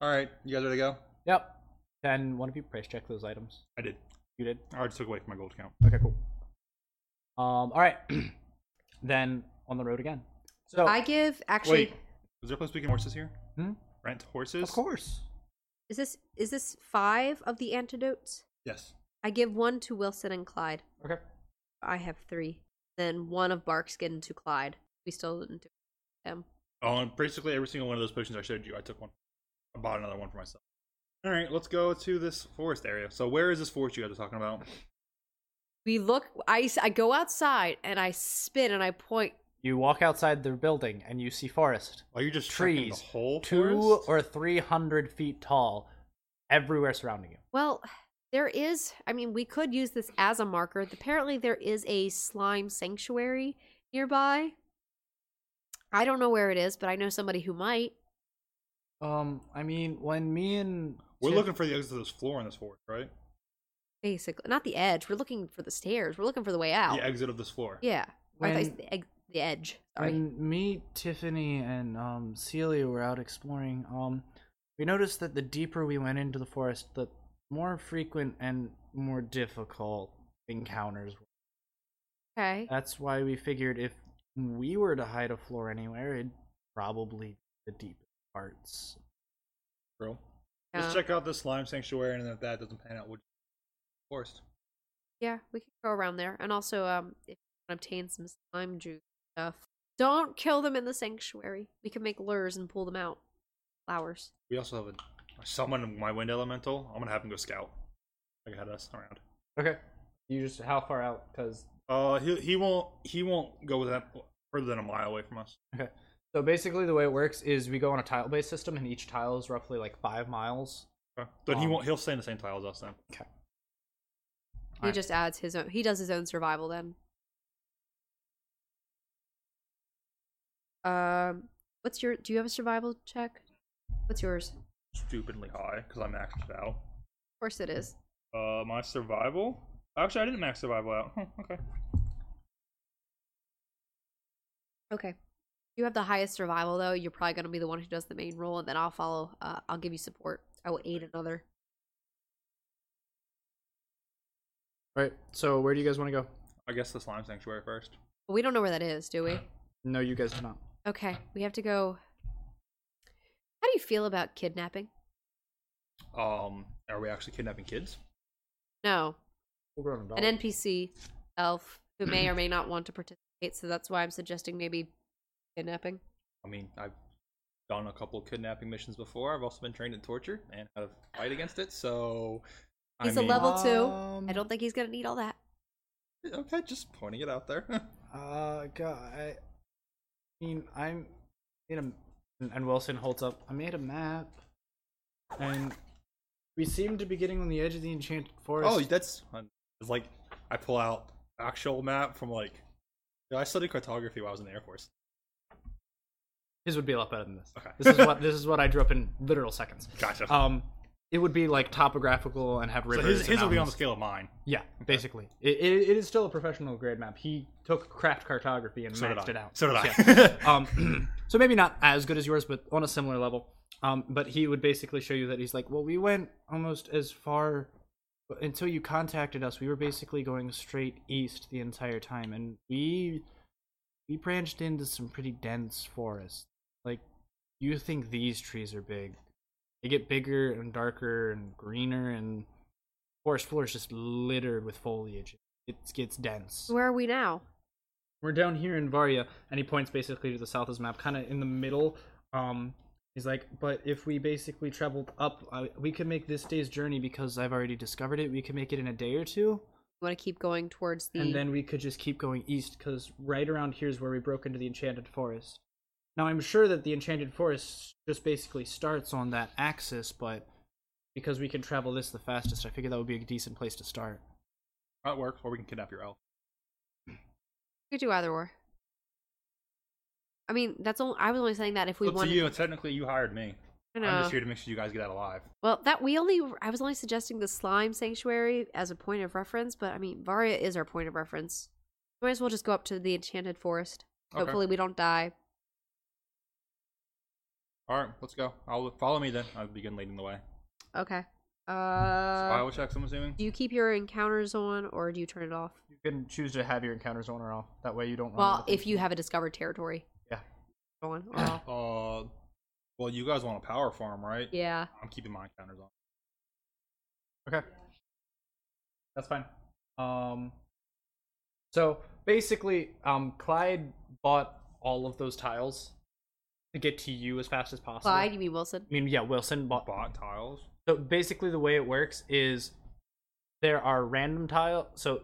[SPEAKER 6] All right, you guys ready to go?
[SPEAKER 12] Yep. Then one of you price check those items.
[SPEAKER 6] I did.
[SPEAKER 12] You did.
[SPEAKER 6] I already took away from my gold count.
[SPEAKER 12] Okay, cool. Um, all right. then on the road again.
[SPEAKER 2] Oh,
[SPEAKER 12] So
[SPEAKER 8] I give actually.
[SPEAKER 6] Wait, is there a place we can horses here?
[SPEAKER 12] Hmm?
[SPEAKER 6] Rent horses? Of
[SPEAKER 12] course.
[SPEAKER 8] Is this is this five of the antidotes?
[SPEAKER 6] Yes.
[SPEAKER 8] I give one to Wilson and Clyde.
[SPEAKER 12] Okay.
[SPEAKER 8] I have three. Then one of Barkskin to Clyde. We still didn't do him.
[SPEAKER 6] Oh, and basically every single one of those potions I showed you, I took one. I bought another one for myself. All right, let's go to this forest area. So, where is this forest you guys are talking about?
[SPEAKER 8] We look. I s- I go outside and I spin and I point.
[SPEAKER 12] You walk outside the building and you see forest.
[SPEAKER 6] Oh, you're just
[SPEAKER 12] trees,
[SPEAKER 6] trekking the whole
[SPEAKER 12] two
[SPEAKER 6] forest?
[SPEAKER 12] or three hundred feet tall, everywhere surrounding you.
[SPEAKER 8] Well, there is. I mean, we could use this as a marker. Apparently, there is a slime sanctuary nearby. I don't know where it is, but I know somebody who might.
[SPEAKER 12] Um, I mean, when me and
[SPEAKER 6] We're looking for the exit to this floor in this forest, right?
[SPEAKER 8] Basically, not the edge. We're looking for the stairs. We're looking for the way out.
[SPEAKER 6] The exit of this floor.
[SPEAKER 8] Yeah. I thought you
[SPEAKER 12] When-
[SPEAKER 8] said the, ex- the edge. Sorry.
[SPEAKER 12] When me, Tiffany, and um, Celia were out exploring, um, we noticed that the deeper we went into the forest, the more frequent and more difficult encounters were.
[SPEAKER 8] Okay.
[SPEAKER 12] That's why we figured if we were to hide a floor anywhere, it'd probably be the deep parts.
[SPEAKER 6] Bro.
[SPEAKER 8] Yeah.
[SPEAKER 6] Let's check out this slime sanctuary, and then if that doesn't pan out, we'll just forest.
[SPEAKER 8] Yeah, we can go around there. And also, um, if you can obtain some slime juice stuff, don't kill them in the sanctuary. We can make lures and pull them out. Flowers.
[SPEAKER 6] We also have a someone in my wind elemental. I'm gonna have him go scout. Like had us around.
[SPEAKER 12] Okay. You just how far out? Because
[SPEAKER 6] Uh, he he won't he won't go with that further than a mile away from us.
[SPEAKER 12] Okay. So basically, the way it works is we go on a tile-based system, and each tile is roughly like five miles.
[SPEAKER 6] Okay. Then he
[SPEAKER 12] Um,
[SPEAKER 6] won't. He'll stay in the same tile as us then.
[SPEAKER 12] Okay.
[SPEAKER 8] He just adds his own. He does his own survival then. Um, what's your? Do you have a survival check? What's yours? Of
[SPEAKER 6] Stupidly high because I maxed it out.
[SPEAKER 8] course it is.
[SPEAKER 6] Uh, my survival. Actually, I didn't max survival out. Huh, okay.
[SPEAKER 8] Okay. You have the highest survival though. You're probably gonna be the one who does the main role, and then I'll follow. Uh, I'll give you support. I will aid another.
[SPEAKER 12] All right. So where do you guys want to go?
[SPEAKER 6] I guess the slime sanctuary first.
[SPEAKER 8] But we don't know where that is, do we?
[SPEAKER 12] No, you guys do not.
[SPEAKER 8] Okay, we have to go. How do you feel about kidnapping?
[SPEAKER 6] Um, are we actually kidnapping kids?
[SPEAKER 8] No,
[SPEAKER 12] We're
[SPEAKER 8] an NPC elf who may or may not want to participate, so that's why I'm suggesting maybe kidnapping.
[SPEAKER 6] I mean, I've done a couple kidnapping missions before. I've also been trained in torture and how to fight against it. So I
[SPEAKER 8] He's
[SPEAKER 6] mean-
[SPEAKER 8] a level two. I don't think he's gonna need all that.
[SPEAKER 6] Okay, just pointing it out there.
[SPEAKER 12] Uh, God, I, I mean, I'm in a, and- and Wilson holds up. I made a map, and we seem to be getting on the edge of the enchanted forest.
[SPEAKER 6] oh, that's it's like I pull out actual map from like Yeah, I studied cartography while I was in the Air Force.
[SPEAKER 12] His would be a lot better than this.
[SPEAKER 6] Okay.
[SPEAKER 12] This is what this is what I drew up in literal seconds.
[SPEAKER 6] Gotcha.
[SPEAKER 12] Um, it would be like topographical and have
[SPEAKER 6] his-
[SPEAKER 12] rivers. and
[SPEAKER 6] his would be on the
[SPEAKER 12] mountains.
[SPEAKER 6] scale of mine.
[SPEAKER 12] Yeah, basically, it, it, it is still a professional grade map. He took craft cartography and
[SPEAKER 6] So did
[SPEAKER 12] maxed
[SPEAKER 6] I.
[SPEAKER 12] it out.
[SPEAKER 6] So did I.
[SPEAKER 12] Yeah. um, so maybe not as good as yours, but on a similar level. Um, but he would basically show you that he's like, well, we went almost as far until you contacted us. We were basically going straight east the entire time, and we we branched into some pretty dense forest. Like, you think these trees are big? They get bigger and darker and greener, and forest floor is just littered with foliage. It gets dense.
[SPEAKER 8] Where are we now?
[SPEAKER 12] We're down here in Varia, and he points basically to the south of his map, kind of in the middle. Um, he's like, but if we basically traveled up, uh, we could make this day's journey because I've already discovered it. We could make it in a day or two,
[SPEAKER 8] You want to keep going towards the.
[SPEAKER 12] and then we could just keep going east because right around here is where we broke into the Enchanted Forest. Now I'm sure that the Enchanted Forest just basically starts on that axis, but because we can travel this the fastest, I figure that would be a decent place to start.
[SPEAKER 6] That works, or we can kidnap your elf.
[SPEAKER 8] we could do either or. I mean, that's only. I was only saying that if we
[SPEAKER 6] Up
[SPEAKER 8] wanted.
[SPEAKER 6] to you. Technically, you hired me.
[SPEAKER 8] I
[SPEAKER 6] I'm
[SPEAKER 8] know.
[SPEAKER 6] just here to make sure you guys get out alive.
[SPEAKER 8] Well, that we only I was only suggesting the slime sanctuary as a point of reference, but I mean Varia is our point of reference. Might as well just go up to the enchanted forest.
[SPEAKER 6] Okay.
[SPEAKER 8] Hopefully we don't die.
[SPEAKER 6] All right, let's go. I'll follow me then. I'll begin leading the way.
[SPEAKER 8] Okay.
[SPEAKER 6] Survival
[SPEAKER 8] Uh
[SPEAKER 6] checks. I'm assuming.
[SPEAKER 8] do you keep your encounters on or do you turn it off?
[SPEAKER 12] You can choose to have your encounters on or off. That way you don't. run
[SPEAKER 8] Well,
[SPEAKER 12] into
[SPEAKER 8] if
[SPEAKER 12] things.
[SPEAKER 8] you haven't discovered territory.
[SPEAKER 12] Yeah.
[SPEAKER 8] On or off.
[SPEAKER 6] Uh, well, you guys want a power farm, right?
[SPEAKER 8] Yeah.
[SPEAKER 6] I'm keeping my encounters on.
[SPEAKER 12] Okay. That's fine. Um so basically, um Clyde bought all of those tiles to get to you as fast as possible.
[SPEAKER 8] Clyde, you mean Wilson?
[SPEAKER 12] I mean, yeah, Wilson bought
[SPEAKER 6] bought tiles.
[SPEAKER 12] So basically the way it works is there are random tile so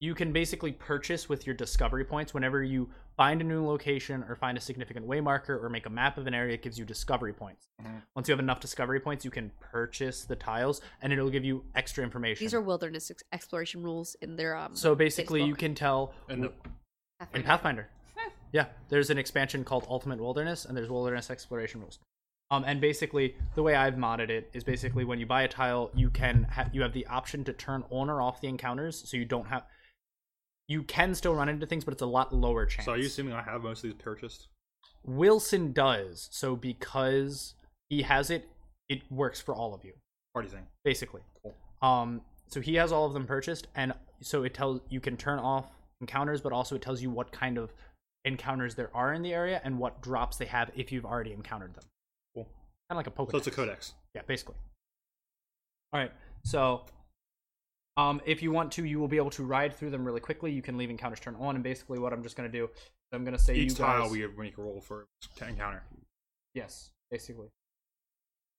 [SPEAKER 12] you can basically purchase with your discovery points whenever you find a new location or find a significant way marker or make a map of an area it gives you discovery points
[SPEAKER 6] Mhm.
[SPEAKER 12] once you have enough discovery points you can purchase the tiles and it'll give you extra information
[SPEAKER 8] These are wilderness ex- exploration rules in their um
[SPEAKER 12] so basically you
[SPEAKER 8] Facebook.
[SPEAKER 12] can tell
[SPEAKER 6] in,
[SPEAKER 12] in pathfinder yeah there's an expansion called ultimate wilderness and there's wilderness exploration rules um, and basically the way i've modded it is basically when you buy a tile you can ha- you have the option to turn on or off the encounters so you don't have you can still run into things but it's a lot lower chance
[SPEAKER 6] So are you assuming I have most of these purchased?
[SPEAKER 12] wilson does so because he has it it works for all of you
[SPEAKER 6] Party thing.
[SPEAKER 12] basically. Um, so he has all of them purchased, and so it tells you can turn off encounters, but also it tells you what kind of encounters there are in the area and what drops they have if you've already encountered them.
[SPEAKER 6] Cool.
[SPEAKER 12] Kind of like a Pokedex.
[SPEAKER 6] So it's a codex.
[SPEAKER 12] Yeah, basically. All right. So, um, if you want to, you will be able to ride through them really quickly. You can leave encounters turned on, and basically, what I'm just gonna do, is I'm gonna say
[SPEAKER 6] Each
[SPEAKER 12] you
[SPEAKER 6] tile
[SPEAKER 12] guys.
[SPEAKER 6] we have make a roll for to encounter.
[SPEAKER 12] Yes, basically.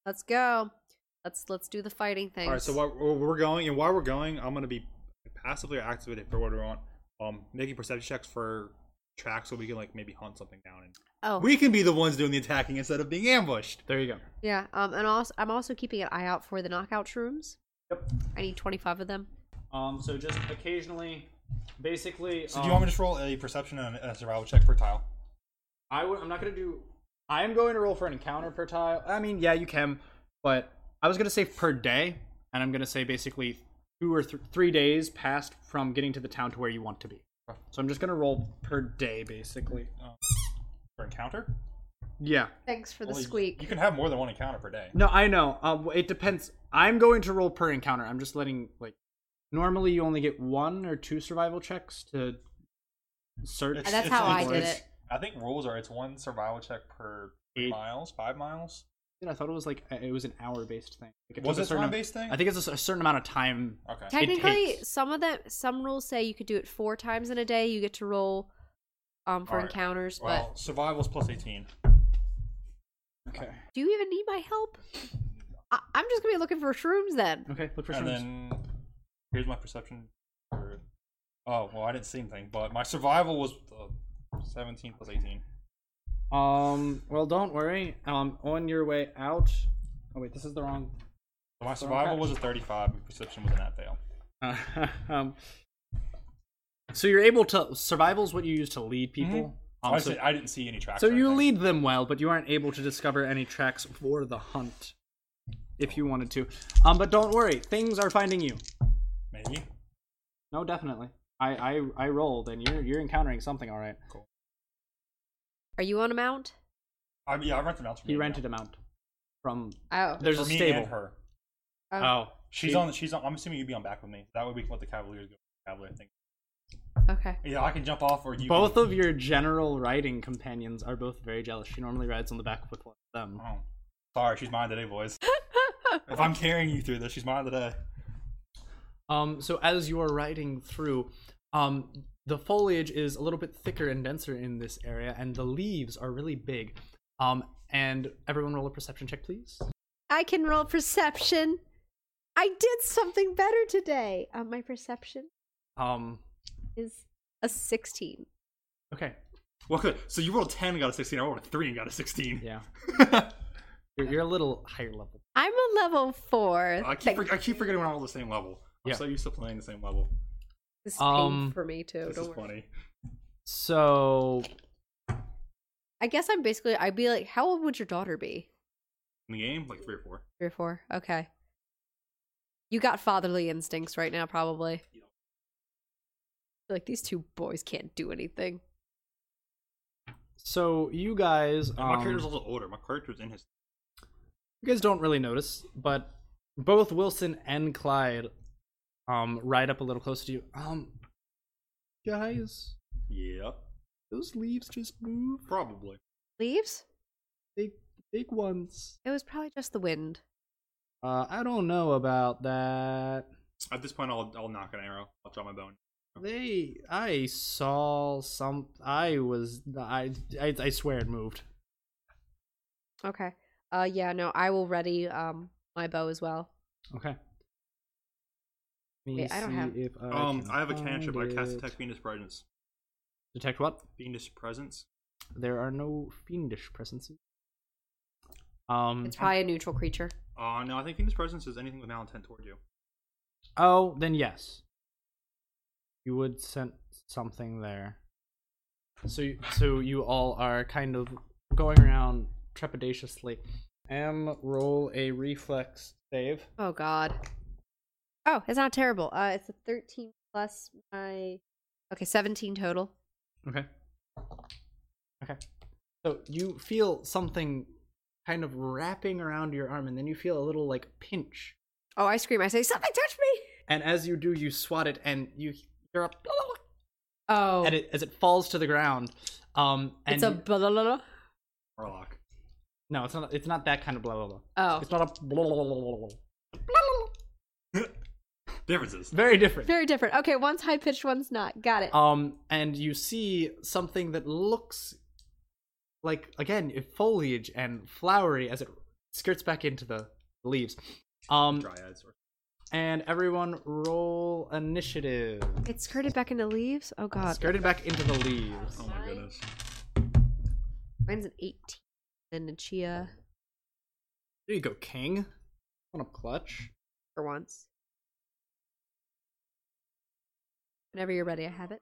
[SPEAKER 8] Let's go. Let's let's do the fighting thing.
[SPEAKER 6] All right, so while while we're going and while we're going, I'm gonna be passively or actively for what we want. Um, making perception checks for tracks so we can like maybe hunt something down and
[SPEAKER 8] Oh.
[SPEAKER 6] we can be the ones doing the attacking instead of being ambushed.
[SPEAKER 12] There you go.
[SPEAKER 8] Yeah, um, and also I'm also keeping an eye out for the knockout shrooms.
[SPEAKER 12] Yep.
[SPEAKER 8] I need 25 of them.
[SPEAKER 12] Um, so just occasionally, basically.
[SPEAKER 6] So
[SPEAKER 12] um,
[SPEAKER 6] do you want me to just roll a perception and a survival check per tile?
[SPEAKER 12] I w- I'm not gonna do. I am going to roll for an encounter per tile. I mean, yeah, you can, but I was gonna say per day, and I'm gonna say basically two or th- three days passed from getting to the town to where you want to be. So I'm just gonna roll per day, basically.
[SPEAKER 6] For encounter?
[SPEAKER 12] Yeah.
[SPEAKER 8] Thanks for the
[SPEAKER 6] Well, you-
[SPEAKER 8] squeak.
[SPEAKER 6] You can have more than one encounter per day.
[SPEAKER 12] No, I know. Um, it depends. I'm going to roll per encounter. I'm just letting like. Normally, you only get one or two survival checks to search.
[SPEAKER 6] It's- it's- it's- it's- I think rules are it's one survival check per
[SPEAKER 12] Eight.
[SPEAKER 6] miles, five miles.
[SPEAKER 12] I thought it was like it was an hour based thing. Like,
[SPEAKER 6] Was
[SPEAKER 12] took a
[SPEAKER 6] it
[SPEAKER 12] certain-
[SPEAKER 6] time-based thing?
[SPEAKER 12] I think it's a, cer- a certain amount of time.
[SPEAKER 6] Okay.
[SPEAKER 12] it
[SPEAKER 8] Technically,
[SPEAKER 12] takes.
[SPEAKER 8] some of them, some rules say you could do it four times in a day. You get to roll, um, for
[SPEAKER 6] All right.
[SPEAKER 8] encounters.
[SPEAKER 6] Well, survival's plus 18.
[SPEAKER 12] Okay.
[SPEAKER 8] But do you even need my help? I- I'm just gonna be looking for shrooms then.
[SPEAKER 12] Okay, look for
[SPEAKER 6] and
[SPEAKER 12] shrooms.
[SPEAKER 6] then here's my perception. For, oh well, I didn't see anything, but my survival was uh, 17 plus 18.
[SPEAKER 12] Um. Well, don't worry. Um. On your way out. Oh wait, this is the wrong.
[SPEAKER 6] So my
[SPEAKER 12] Throw
[SPEAKER 6] survival
[SPEAKER 12] back.
[SPEAKER 6] was a 35. My perception was an at fail.
[SPEAKER 12] Uh, um. So you're able to survival's what you use to lead people. Um,
[SPEAKER 6] Mm-hmm. I,
[SPEAKER 12] so,
[SPEAKER 6] said- I didn't see any tracks.
[SPEAKER 12] so
[SPEAKER 6] or
[SPEAKER 12] you
[SPEAKER 6] anything.
[SPEAKER 12] lead them well, but you aren't able to discover any tracks for the hunt, if you wanted to. Um. But don't worry, things are finding you.
[SPEAKER 6] maybe.
[SPEAKER 12] No, definitely. I I, I rolled, and you're you're encountering something. All right.
[SPEAKER 6] Cool.
[SPEAKER 8] Are you on a mount?
[SPEAKER 6] I, yeah, I rented them out for
[SPEAKER 12] He
[SPEAKER 6] me.
[SPEAKER 12] rented a mount from.
[SPEAKER 8] Oh.
[SPEAKER 12] There's
[SPEAKER 6] for
[SPEAKER 12] a
[SPEAKER 6] me
[SPEAKER 12] stable.
[SPEAKER 6] and her.
[SPEAKER 12] Oh.
[SPEAKER 6] She's
[SPEAKER 12] She-
[SPEAKER 6] on. She's on. I'm assuming you'd be on back with me. That way we can let the Cavaliers go. Cavalier thing.
[SPEAKER 8] Okay.
[SPEAKER 6] Yeah, I can jump off or you.
[SPEAKER 12] Both
[SPEAKER 6] can,
[SPEAKER 12] of your general riding companions are both very jealous. She normally rides on the back with one of them.
[SPEAKER 6] Oh, sorry, she's mine today, boys. if I'm carrying you through this, she's mine today.
[SPEAKER 12] Um, so as you are riding through, um, the foliage is a little bit thicker and denser in this area, and the leaves are really big. Um, and everyone roll a perception check, please.
[SPEAKER 8] I can roll perception. I did something better today. Um, my perception
[SPEAKER 12] Um,
[SPEAKER 8] is a 16.
[SPEAKER 12] okay,
[SPEAKER 6] Well, good. So you rolled 10 and got a 16. I rolled a 3 and got a 16.
[SPEAKER 12] yeah, you're, you're a little higher level.
[SPEAKER 8] I'm on level four.
[SPEAKER 6] I keep, for- I keep forgetting we're not all the same level. I'm
[SPEAKER 12] Yeah.
[SPEAKER 6] so used to playing the same level.
[SPEAKER 8] This is
[SPEAKER 12] Um,
[SPEAKER 8] pain for me too.
[SPEAKER 6] this
[SPEAKER 8] Don't
[SPEAKER 6] is
[SPEAKER 8] worry.
[SPEAKER 6] funny.
[SPEAKER 12] So,
[SPEAKER 8] I guess I'm basically I'd be like, how old would your daughter be?
[SPEAKER 7] In the game, like three or four.
[SPEAKER 8] Three or four. Okay. You got fatherly instincts right now, probably. You're Like these two boys can't do anything.
[SPEAKER 12] So you guys,
[SPEAKER 7] And my
[SPEAKER 12] um,
[SPEAKER 7] character's also older. My character's in his.
[SPEAKER 12] you guys don't really notice, but both Wilson and Clyde, um, ride up a little closer to you. Um, guys,
[SPEAKER 7] Yeah.
[SPEAKER 12] those leaves just move.
[SPEAKER 7] Probably.
[SPEAKER 8] Leaves?
[SPEAKER 12] Big big ones.
[SPEAKER 8] It was probably just the wind.
[SPEAKER 12] Uh, I don't know about that.
[SPEAKER 7] At this point, I'll, I'll knock an arrow. I'll draw my bone.
[SPEAKER 12] They, I saw some. I was, I, I, I swear it moved.
[SPEAKER 8] Okay. Uh yeah, no, I will ready um my bow as well.
[SPEAKER 12] Okay. Let me
[SPEAKER 8] Wait, I don't
[SPEAKER 12] see
[SPEAKER 8] have-
[SPEAKER 12] If I
[SPEAKER 7] um,
[SPEAKER 12] can
[SPEAKER 7] I have a
[SPEAKER 12] find
[SPEAKER 7] cantrip. I cast
[SPEAKER 12] it.
[SPEAKER 7] detect fiendish presence.
[SPEAKER 12] Detect what?
[SPEAKER 7] Fiendish presence.
[SPEAKER 12] There are no fiendish presences. Um.
[SPEAKER 8] It's probably a neutral creature.
[SPEAKER 7] Uh, no, I think fiendish presence is anything with malintent toward you.
[SPEAKER 12] Oh, then yes. You would sense something there. So, you, so you all are kind of going around trepidatiously. M, roll a reflex save.
[SPEAKER 8] Oh god. Oh, it's not terrible. Uh it's a thirteen plus my Okay, seventeen total.
[SPEAKER 12] Okay. Okay. So you feel something kind of wrapping around your arm, and then you feel a little like pinch.
[SPEAKER 8] Oh, I scream, I say, Something touched me
[SPEAKER 12] And as you do, you swat it, and you hear a
[SPEAKER 8] Oh
[SPEAKER 12] and it, as it falls to the ground. Um, and
[SPEAKER 8] it's a
[SPEAKER 12] you-
[SPEAKER 8] blah, blah, blah, blah.
[SPEAKER 7] Warlock.
[SPEAKER 12] No, it's not. It's not that kind of blah blah blah.
[SPEAKER 8] Oh.
[SPEAKER 12] It's not a blah blah blah blah blah. blah.
[SPEAKER 7] Differences.
[SPEAKER 12] Very different.
[SPEAKER 8] Very different. Okay, one's high pitched, one's not. Got it.
[SPEAKER 12] Um, and you see something that looks like again if foliage and flowery as it skirts back into the leaves. Um,
[SPEAKER 7] Dryads. Or...
[SPEAKER 12] and everyone roll initiative.
[SPEAKER 8] It's skirted back into leaves. Oh god.
[SPEAKER 12] Skirted back into the leaves.
[SPEAKER 7] Oh my goodness.
[SPEAKER 8] Mine's an eighteen. Then a chia
[SPEAKER 12] There you go, King. One up clutch.
[SPEAKER 8] for once. Whenever you're ready, I have it.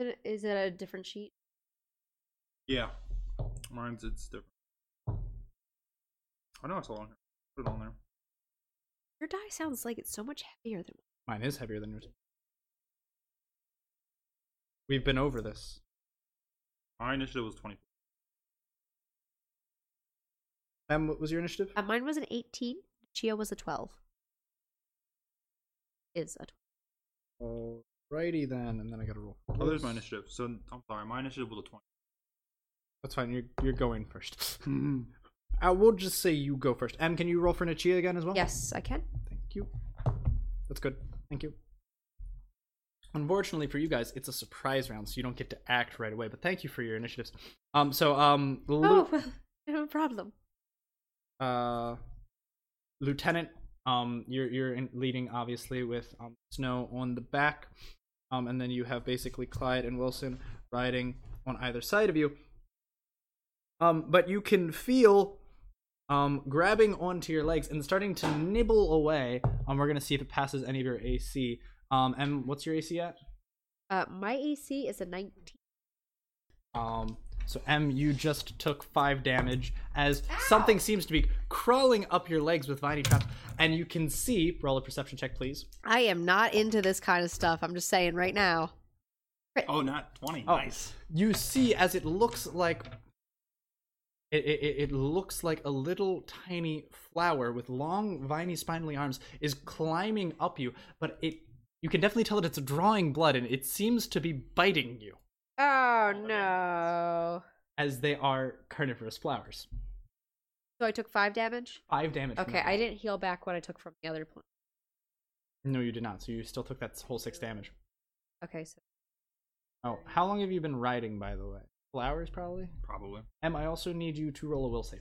[SPEAKER 8] Is it- Is it a different sheet?
[SPEAKER 7] Yeah. Mine's it's different. I know it's all on here. Put it on there.
[SPEAKER 8] Your die sounds like it's so much heavier than
[SPEAKER 12] Mine is heavier than yours. We've been over this.
[SPEAKER 7] My initiative was twenty.
[SPEAKER 12] Ma'am, what was your initiative?
[SPEAKER 8] uh, mine was an eighteen. Chia was a twelve. Is a
[SPEAKER 12] Alrighty then, and then I gotta roll.
[SPEAKER 7] Oh, there's my initiative. So I'm sorry. My initiative was a twenty.
[SPEAKER 12] That's fine. You're you're going first. I will just say you go first. Em, can you roll for Nichia again as well?
[SPEAKER 8] twelve. Yes, I can.
[SPEAKER 12] Thank you. That's good. Thank you. Unfortunately for you guys, it's a surprise round, so you don't get to act right away. But thank you for your initiatives. Um. So um. Lu-
[SPEAKER 8] Oh, well, no problem.
[SPEAKER 12] uh, lieutenant. Um, you're you're in, leading obviously with um, Snow on the back, um, and then you have basically Clyde and Wilson riding on either side of you. Um, but you can feel um grabbing onto your legs and starting to nibble away. Um, we're gonna see if it passes any of your AC. Um, and what's your AC at?
[SPEAKER 8] Uh, my AC is a nineteen.
[SPEAKER 12] Um, so M, you just took five damage as
[SPEAKER 8] Ah!
[SPEAKER 12] something seems to be crawling up your legs with viny traps, and you can see. Roll a perception check, please.
[SPEAKER 8] I am not into this kind of stuff. I'm just saying right now.
[SPEAKER 7] Oh, not twenty.
[SPEAKER 12] Oh,
[SPEAKER 7] Nice.
[SPEAKER 12] You see as it looks like. It, it, it- it looks like a little tiny flower with long viney spindly arms is climbing up you, but it you can definitely tell that it's drawing blood and it seems to be biting you
[SPEAKER 8] Oh no.
[SPEAKER 12] as they are carnivorous flowers.
[SPEAKER 8] So I took five damage.
[SPEAKER 12] Five damage. from
[SPEAKER 8] Okay,
[SPEAKER 12] that.
[SPEAKER 8] I didn't heal back what I took from the other point.
[SPEAKER 12] No, you did not. So you still took that whole six damage.
[SPEAKER 8] Okay, so
[SPEAKER 12] Oh, how long have you been riding, by the way? Couple hours, probably.
[SPEAKER 7] Probably.
[SPEAKER 12] Em, I also need you to roll a will save.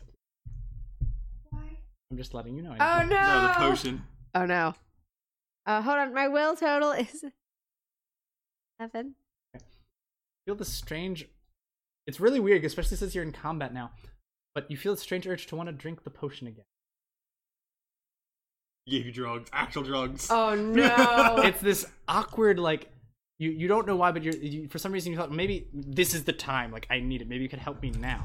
[SPEAKER 12] I'm just letting you know.
[SPEAKER 8] Oh
[SPEAKER 12] I need
[SPEAKER 8] no!
[SPEAKER 12] you-
[SPEAKER 7] No, the potion.
[SPEAKER 8] Oh no. Uh, hold on, my will total is seven.
[SPEAKER 12] Feel the strange. It's really weird, especially since you're in combat now. But you feel the strange urge to want to drink the potion again.
[SPEAKER 7] Gave you drugs. Actual drugs.
[SPEAKER 8] Oh no!
[SPEAKER 12] it's this awkward, like You you don't know why, but you're, you for some reason you thought maybe this is the time. Like I need it. Maybe you could help me now.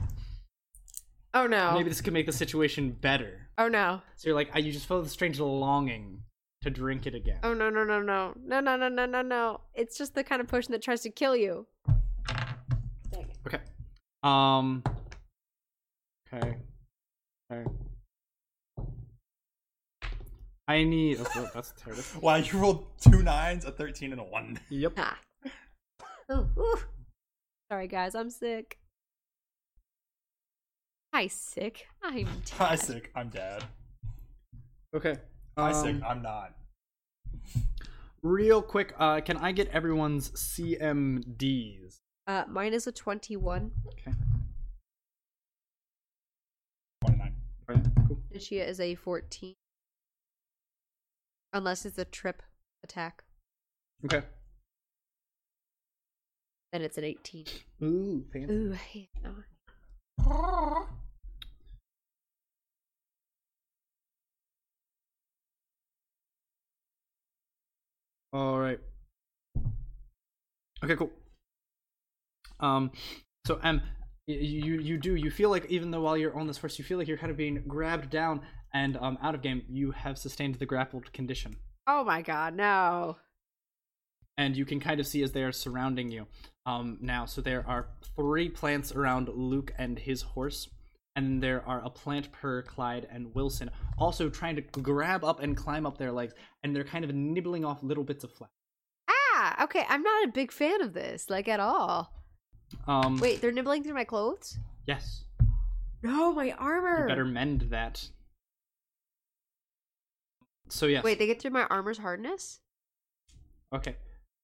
[SPEAKER 8] Oh no.
[SPEAKER 12] Maybe this could make the situation better.
[SPEAKER 8] Oh no.
[SPEAKER 12] So you're like I, you just feel the strange longing to drink it again.
[SPEAKER 8] Oh no no no no no no no no no no! It's just the kind of potion that tries to kill you.
[SPEAKER 12] Okay. Um. Okay. Okay. I need. Oh, oh, that's terrible.
[SPEAKER 7] Wow, you rolled two nines, a 13, and a 1.
[SPEAKER 12] Yep.
[SPEAKER 8] Ha. Ooh, ooh. Sorry guys, I'm sick. I sick. I'm dead.
[SPEAKER 7] I sick. I'm dead.
[SPEAKER 12] Okay.
[SPEAKER 7] I sick.
[SPEAKER 12] um,
[SPEAKER 7] I'm not.
[SPEAKER 12] Real quick, uh, can I get everyone's CMDs?
[SPEAKER 8] Uh, mine is a twenty-one.
[SPEAKER 12] Alright, cool.
[SPEAKER 8] And she is a fourteen. Unless it's a trip attack,
[SPEAKER 12] Okay.
[SPEAKER 8] then it's an eighteen.
[SPEAKER 12] Ooh,
[SPEAKER 8] Ooh, I hate that one.
[SPEAKER 12] All right. Okay, cool. Um, so um, y- you you do you feel like even though while you're on this horse, you feel like you're kind of being grabbed down and um out of game. You have sustained the grappled condition,
[SPEAKER 8] Oh my god, no!
[SPEAKER 12] and you can kind of see as they are surrounding you. Um, now, so there are three plants around Luke and his horse, and there are a plant per Clyde and Wilson, also trying to grab up and climb up their legs, and they're kind of nibbling off little bits of flesh.
[SPEAKER 8] Ah, okay. I'm not a big fan of this, like at all.
[SPEAKER 12] Um,
[SPEAKER 8] Wait, they're nibbling through my clothes?
[SPEAKER 12] Yes.
[SPEAKER 8] No, my armor.
[SPEAKER 12] You better mend that. So yes.
[SPEAKER 8] Wait, they get through my armor's hardness?
[SPEAKER 12] Okay.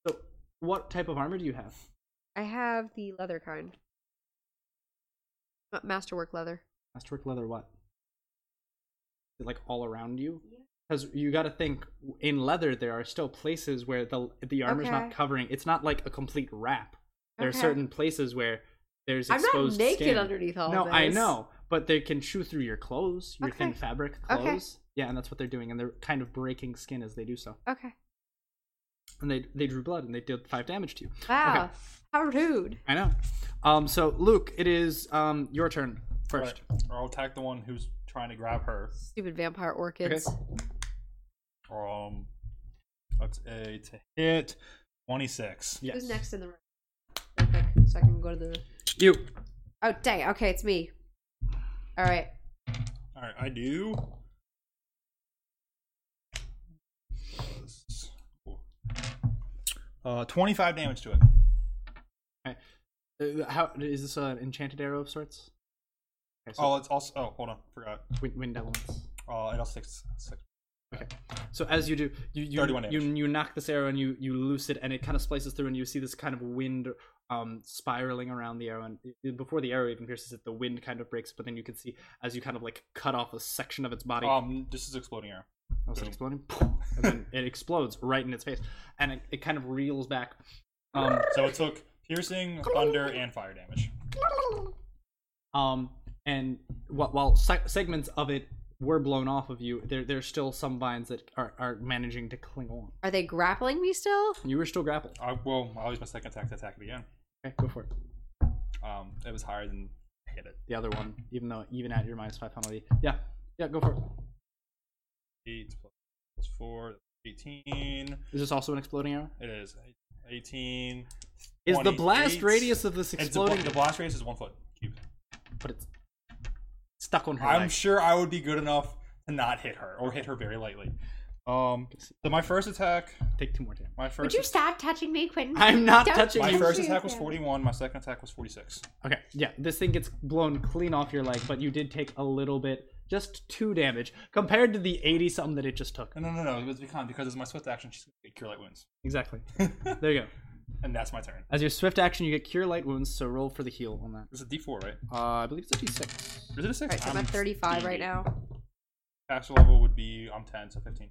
[SPEAKER 12] So what type of armor do you have?
[SPEAKER 8] I have the leather kind. Ma- Masterwork leather.
[SPEAKER 12] Masterwork leather what? Is it like all around you? Because you got to think in leather there are still places where the the armor's not
[SPEAKER 8] Okay.
[SPEAKER 12] covering. It's not like a complete wrap. There
[SPEAKER 8] Okay.
[SPEAKER 12] are certain places where there's
[SPEAKER 8] I'm not
[SPEAKER 12] exposed
[SPEAKER 8] naked
[SPEAKER 12] skin.
[SPEAKER 8] underneath all
[SPEAKER 12] No, I
[SPEAKER 8] this.
[SPEAKER 12] know, but they can chew through your clothes, your thin
[SPEAKER 8] Okay.
[SPEAKER 12] fabric
[SPEAKER 8] Okay.
[SPEAKER 12] clothes. Yeah, and that's what they're doing, and they're kind of breaking skin as they do so.
[SPEAKER 8] Okay.
[SPEAKER 12] and they they drew blood and they did five damage to you.
[SPEAKER 8] Wow.
[SPEAKER 12] Okay,
[SPEAKER 8] How rude.
[SPEAKER 12] I know. Um, so Luke, it is um your turn first.
[SPEAKER 6] Or I'll attack the one who's trying to grab her.
[SPEAKER 8] Stupid vampire orchids.
[SPEAKER 6] Um, that's a to hit 26.
[SPEAKER 8] Who's next in the room? Real quick, So I can go to the.
[SPEAKER 12] You.
[SPEAKER 8] Oh, dang. Okay, it's me. All right.
[SPEAKER 6] All right, I do. Uh, 25 damage to it.
[SPEAKER 12] Okay. Uh, How is this an enchanted arrow of sorts? Okay,
[SPEAKER 6] Oh, it's also. Oh, hold on, forgot.
[SPEAKER 12] Wind, wind elements.
[SPEAKER 6] Uh, it also takes six.
[SPEAKER 12] Okay. So as you do, you you,
[SPEAKER 6] 31
[SPEAKER 12] you
[SPEAKER 6] damage.
[SPEAKER 12] you knock this arrow and you you loose it and it kind of splices through and you see this kind of wind um spiraling around the arrow and i- before the arrow even pierces it the wind kind of breaks but then you can see as you kind of like cut off a section of its body
[SPEAKER 6] Um, this is exploding arrow.
[SPEAKER 12] Oh, it's
[SPEAKER 6] Boom.
[SPEAKER 12] exploding, and then it explodes right in its face, and it, it kind of reels back. Um,
[SPEAKER 6] So it took piercing, thunder, and fire damage.
[SPEAKER 12] um, and while, while se- segments of it were blown off of you, there there's still some vines that are, are managing to cling on.
[SPEAKER 8] Are they grappling me still?
[SPEAKER 12] You were still grappled.
[SPEAKER 6] I well, I'll use my second attack to attack it again.
[SPEAKER 12] Okay, go for it.
[SPEAKER 6] Um, it was higher than I hit it.
[SPEAKER 12] The other one, even though even at your minus five penalty, yeah, yeah, go for it.
[SPEAKER 6] Eight plus- plus four, 18.
[SPEAKER 12] Is this also an exploding arrow?
[SPEAKER 6] It is 18.
[SPEAKER 12] Is the blast
[SPEAKER 6] 28.
[SPEAKER 12] radius of this
[SPEAKER 6] It's the
[SPEAKER 12] exploding-
[SPEAKER 6] bla- The blast radius is one foot cube.
[SPEAKER 12] But it's stuck on her.
[SPEAKER 6] I'm
[SPEAKER 12] leg.
[SPEAKER 6] sure I would be good enough to not hit her or hit her very lightly. Um, so my first attack.
[SPEAKER 12] Take two more damage.
[SPEAKER 6] My first.
[SPEAKER 8] Would you stop touching me, Quentin? Don't
[SPEAKER 6] My
[SPEAKER 8] touch
[SPEAKER 6] first
[SPEAKER 8] me.
[SPEAKER 6] attack was 41. My second attack was 46.
[SPEAKER 12] Okay, yeah, this thing gets blown clean off your leg, but you did take a little bit, just two damage, compared to the 80 something that it just took.
[SPEAKER 6] No, no, no, no. It was because because it's my swift action. She's gonna cure light wounds,
[SPEAKER 12] Exactly. there you go.
[SPEAKER 6] and that's my turn.
[SPEAKER 12] As your swift action, you get cure light wounds, so roll for the heal on that.
[SPEAKER 6] It's a D4, right?
[SPEAKER 12] Uh, I believe it's a D6.
[SPEAKER 6] Is it a six?
[SPEAKER 8] Alright, so I'm at 35 right now.
[SPEAKER 6] Actual level would be
[SPEAKER 7] um,
[SPEAKER 6] I'm 10, so 15.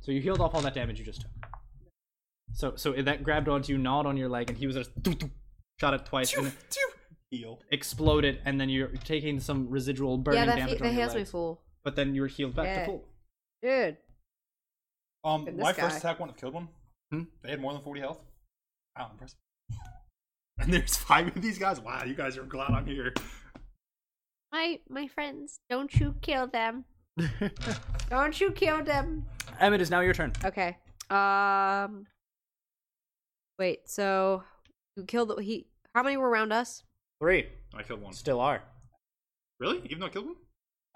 [SPEAKER 12] So you healed off all that damage you just took. So so that grabbed onto you, gnawed on your leg, and he was just doot, doot, shot it twice and
[SPEAKER 6] heal.
[SPEAKER 12] exploded, and then you're taking some residual burning
[SPEAKER 8] yeah, that, fe-
[SPEAKER 12] damage
[SPEAKER 8] that
[SPEAKER 12] on your
[SPEAKER 8] hands me
[SPEAKER 12] leg.
[SPEAKER 8] full.
[SPEAKER 12] But then you were healed back
[SPEAKER 8] Yeah.
[SPEAKER 12] to full.
[SPEAKER 8] Dude.
[SPEAKER 6] Um,
[SPEAKER 8] Look at
[SPEAKER 6] my
[SPEAKER 8] this
[SPEAKER 6] first
[SPEAKER 8] guy.
[SPEAKER 7] Um,
[SPEAKER 8] Hmm?
[SPEAKER 6] attack wouldn't have killed one. They had more than 40 health.
[SPEAKER 7] Wow, impressive. And there's five of these guys. Wow, you guys are glad I'm here.
[SPEAKER 8] My my friends, don't you kill them. don't you kill them.
[SPEAKER 12] Emmett, is now your turn.
[SPEAKER 8] Okay. Um. Wait. So you killed the, he. How many were around us?
[SPEAKER 12] Three.
[SPEAKER 7] I killed one.
[SPEAKER 12] Still are.
[SPEAKER 7] Really? Even though I killed one?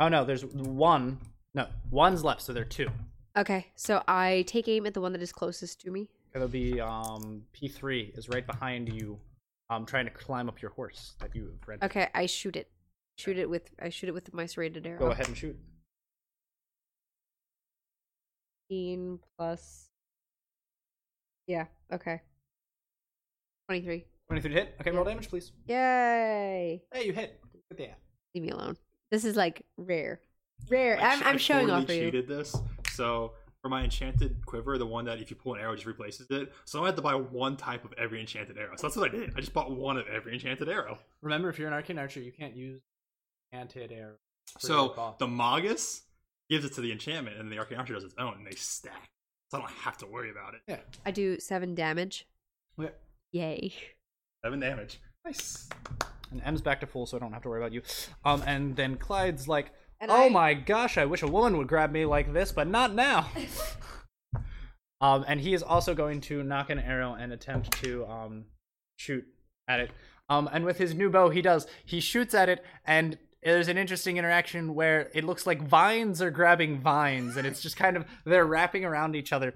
[SPEAKER 12] Oh no, there's one. No, one's left, so there are two.
[SPEAKER 8] Okay, so I take aim at the one that is closest to me.
[SPEAKER 12] It'll be um P3 is right behind you, um trying to climb up your horse that you have rented.
[SPEAKER 8] Okay, I shoot it. Shoot it with I shoot it with my serrated arrow.
[SPEAKER 12] Go ahead and shoot.
[SPEAKER 8] 15 plus. Yeah. Okay. Twenty-three.
[SPEAKER 12] Twenty-three to hit. Okay, roll damage, please.
[SPEAKER 8] Yay!
[SPEAKER 12] Hey, you hit. Good there.
[SPEAKER 8] Leave me alone. This is like rare, rare.
[SPEAKER 7] I
[SPEAKER 8] I'm,
[SPEAKER 7] che-
[SPEAKER 8] I'm
[SPEAKER 7] I
[SPEAKER 8] showing
[SPEAKER 7] totally
[SPEAKER 8] off for you.
[SPEAKER 7] cheated this. So for my enchanted quiver, the one that if you pull an arrow, it just replaces it. So I had to buy one type of every enchanted arrow. So that's what I did. I just bought one of every enchanted arrow.
[SPEAKER 12] Remember, if you're an arcane archer, you can't use enchanted arrow. for your
[SPEAKER 7] So
[SPEAKER 12] buff.
[SPEAKER 7] the Magus gives it to the enchantment, and the Arcane Archer does its own, and they stack. So I don't have to worry about it.
[SPEAKER 12] Yeah.
[SPEAKER 8] I do seven damage.
[SPEAKER 12] Yeah.
[SPEAKER 8] Yay!
[SPEAKER 7] Seven damage.
[SPEAKER 12] Nice. And M's back to full, so I don't have to worry about you. Um, and then Clyde's like,
[SPEAKER 8] And
[SPEAKER 12] "Oh
[SPEAKER 8] I-
[SPEAKER 12] my gosh, I wish a woman would grab me like this, but not now." um, and he is also going to knock an arrow and attempt to um shoot at it. Um, and with his new bow, he does. He shoots at it, and there's an interesting interaction where it looks like vines are grabbing vines, and it's just kind of they're wrapping around each other.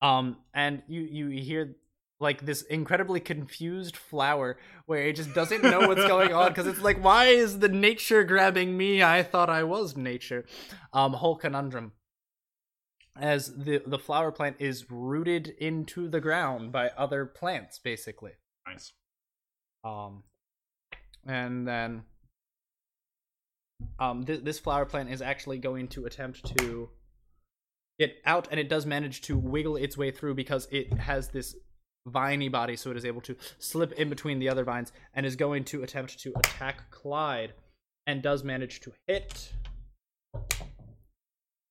[SPEAKER 12] Um, and you you hear like this incredibly confused flower where it just doesn't know what's going on because it's like, why is the nature grabbing me? I thought I was nature. Um, whole conundrum. As the the flower plant is rooted into the ground by other plants, basically.
[SPEAKER 7] Nice.
[SPEAKER 12] Um, and then um, th- this flower plant is actually going to attempt to get out, and it does manage to wiggle its way through because it has this viney body, so it is able to slip in between the other vines, and is going to attempt to attack Clyde, and does manage to hit,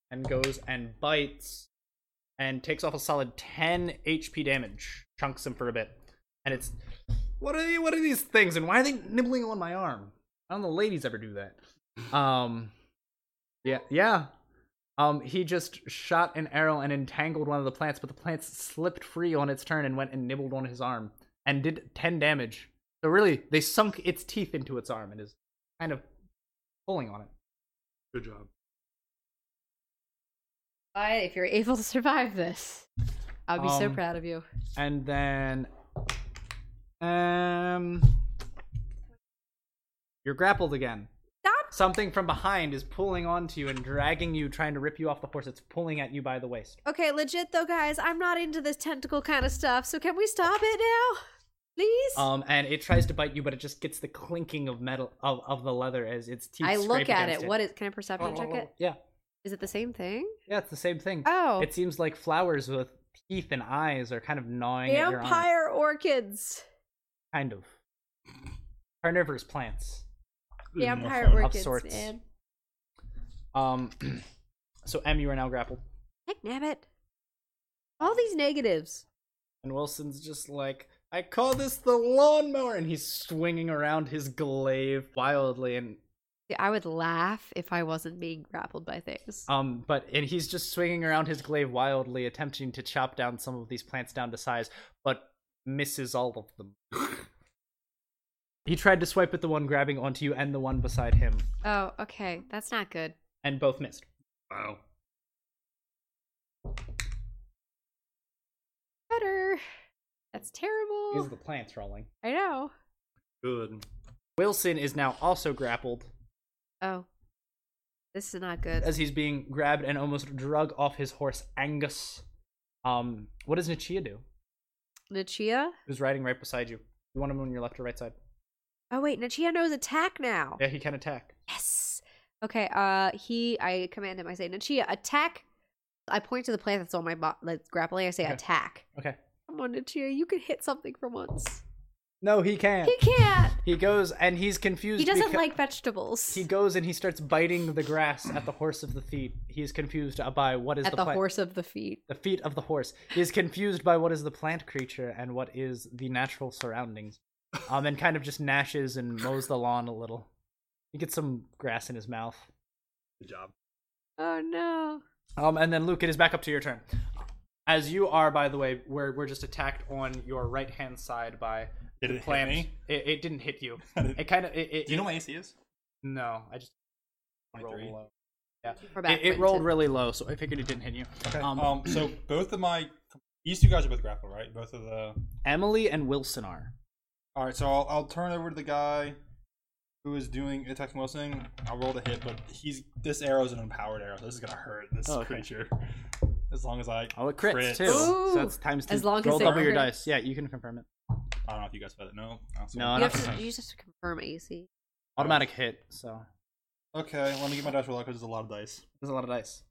[SPEAKER 12] and goes and bites, and takes off a solid ten HP damage, chunks him for a bit, and it's what are they, what are these things and why are they nibbling on my arm? I don't know ladies ever do that. Um Yeah, yeah. Um he just shot an arrow and entangled one of the plants, but the plants slipped free on its turn and went and nibbled on his arm and did 10 damage. So really, they sunk its teeth into its arm and is kind of pulling on it.
[SPEAKER 7] Good job.
[SPEAKER 8] But if you're able to survive this, I'll be so
[SPEAKER 12] Um,
[SPEAKER 8] proud of you.
[SPEAKER 12] And then um you're grappled again.
[SPEAKER 8] Stop.
[SPEAKER 12] Something from behind is pulling onto you and dragging you, trying to rip you off the horse. It's pulling at you by the waist.
[SPEAKER 8] Okay, legit though, guys, I'm not into this tentacle kind of stuff. So can we stop it now, please?
[SPEAKER 12] Um, and it tries to bite you, but it just gets the clinking of metal of, of the leather as its teeth.
[SPEAKER 8] I look
[SPEAKER 12] scrape
[SPEAKER 8] at
[SPEAKER 12] against
[SPEAKER 8] it. What is? Can I perception check it?
[SPEAKER 12] Yeah,
[SPEAKER 8] Is it the same thing?
[SPEAKER 12] yeah, it's the same thing.
[SPEAKER 8] Oh.
[SPEAKER 12] it seems like flowers with teeth and eyes are kind of gnawing at your arm.
[SPEAKER 8] Vampire orchids.
[SPEAKER 12] Kind of carnivorous plants.
[SPEAKER 8] Vampire
[SPEAKER 12] Of
[SPEAKER 8] orchids,
[SPEAKER 12] sorts.
[SPEAKER 8] man.
[SPEAKER 12] Um, so M, you are now grappled,
[SPEAKER 8] Heck, nabbit. All these negatives.
[SPEAKER 12] and Wilson's just like. I call this the lawnmower, and he's swinging around his glaive wildly, and
[SPEAKER 8] See, I would laugh if I wasn't being grappled by things.
[SPEAKER 12] Um, but and he's just swinging around his glaive wildly, attempting to chop down some of these plants down to size, but misses all of them. he tried to swipe at the one grabbing onto you and the one beside him,
[SPEAKER 8] Oh, okay. That's not good.
[SPEAKER 12] and both missed.
[SPEAKER 7] Wow.
[SPEAKER 8] Better. That's terrible.
[SPEAKER 12] These are the plants rolling.
[SPEAKER 8] I know.
[SPEAKER 7] Good.
[SPEAKER 12] Wilson is now also grappled
[SPEAKER 8] Oh. This is not good.
[SPEAKER 12] as he's being grabbed and almost drug off his horse Angus. Um, what does Nichia do?
[SPEAKER 8] Nachia?
[SPEAKER 12] Who's riding right beside you? You want him on your left or right side?
[SPEAKER 8] Oh wait, Nachia knows attack now.
[SPEAKER 12] Yeah, he can attack.
[SPEAKER 8] Yes. Okay, uh he I command him, I say, Nachia, attack. I point to the plant that's on my bo- like grappling, I say
[SPEAKER 12] Okay.
[SPEAKER 8] attack.
[SPEAKER 12] Okay.
[SPEAKER 8] Come on, Nachia, you can hit something for once.
[SPEAKER 12] No, he can't.
[SPEAKER 8] He can't.
[SPEAKER 12] He goes and he's confused.
[SPEAKER 8] He doesn't
[SPEAKER 12] beca-
[SPEAKER 8] like vegetables.
[SPEAKER 12] He goes and he starts biting the grass at the horse of the feet. He is confused by what is
[SPEAKER 8] At the
[SPEAKER 12] plant-
[SPEAKER 8] horse of the feet.
[SPEAKER 12] The feet of the horse. He is confused by what is the plant creature and what is the natural surroundings. Um, and kind of just gnashes and mows the lawn a little. He gets some grass in his mouth.
[SPEAKER 6] Good job.
[SPEAKER 8] Oh no.
[SPEAKER 12] Um, and then Luke, it is back up to your turn. As you are, by the way, we're, we're just attacked on your right hand side by
[SPEAKER 6] Did
[SPEAKER 12] the
[SPEAKER 6] it hit
[SPEAKER 12] plant.
[SPEAKER 6] me?
[SPEAKER 12] It, it didn't hit you. it kind of. It, it,
[SPEAKER 6] Do you know
[SPEAKER 12] it-
[SPEAKER 6] my AC is?
[SPEAKER 12] No, I just rolled
[SPEAKER 6] 23.
[SPEAKER 12] low. Yeah,
[SPEAKER 6] far back
[SPEAKER 12] it, it
[SPEAKER 6] went
[SPEAKER 12] rolled
[SPEAKER 6] to-
[SPEAKER 12] really low, so I figured it didn't hit you.
[SPEAKER 6] Okay. Um, so both of my these two guys are both grapple, right? Both of the.
[SPEAKER 12] Emily and Wilson are.
[SPEAKER 6] All right, so I'll, I'll turn over to the guy who is doing attack mostling. I rolled a hit, but he's this arrow is an empowered arrow, so this is gonna hurt this
[SPEAKER 12] Oh, okay.
[SPEAKER 6] creature. As long as I
[SPEAKER 12] Oh, it crits
[SPEAKER 6] crit.
[SPEAKER 12] too.
[SPEAKER 6] I
[SPEAKER 12] so that's times two.
[SPEAKER 8] As long as
[SPEAKER 12] roll
[SPEAKER 8] they
[SPEAKER 12] double your
[SPEAKER 8] crit.
[SPEAKER 12] dice. Yeah, you can confirm it.
[SPEAKER 6] don't know if you guys read it. No. Awesome.
[SPEAKER 12] No,
[SPEAKER 8] you,
[SPEAKER 12] not
[SPEAKER 8] have to,
[SPEAKER 12] confirm.
[SPEAKER 8] you just have to confirm AC.
[SPEAKER 6] Oh.
[SPEAKER 12] automatic hit. So
[SPEAKER 6] Okay, let me get my dice roll because there's a lot of dice.
[SPEAKER 12] there's a lot of dice.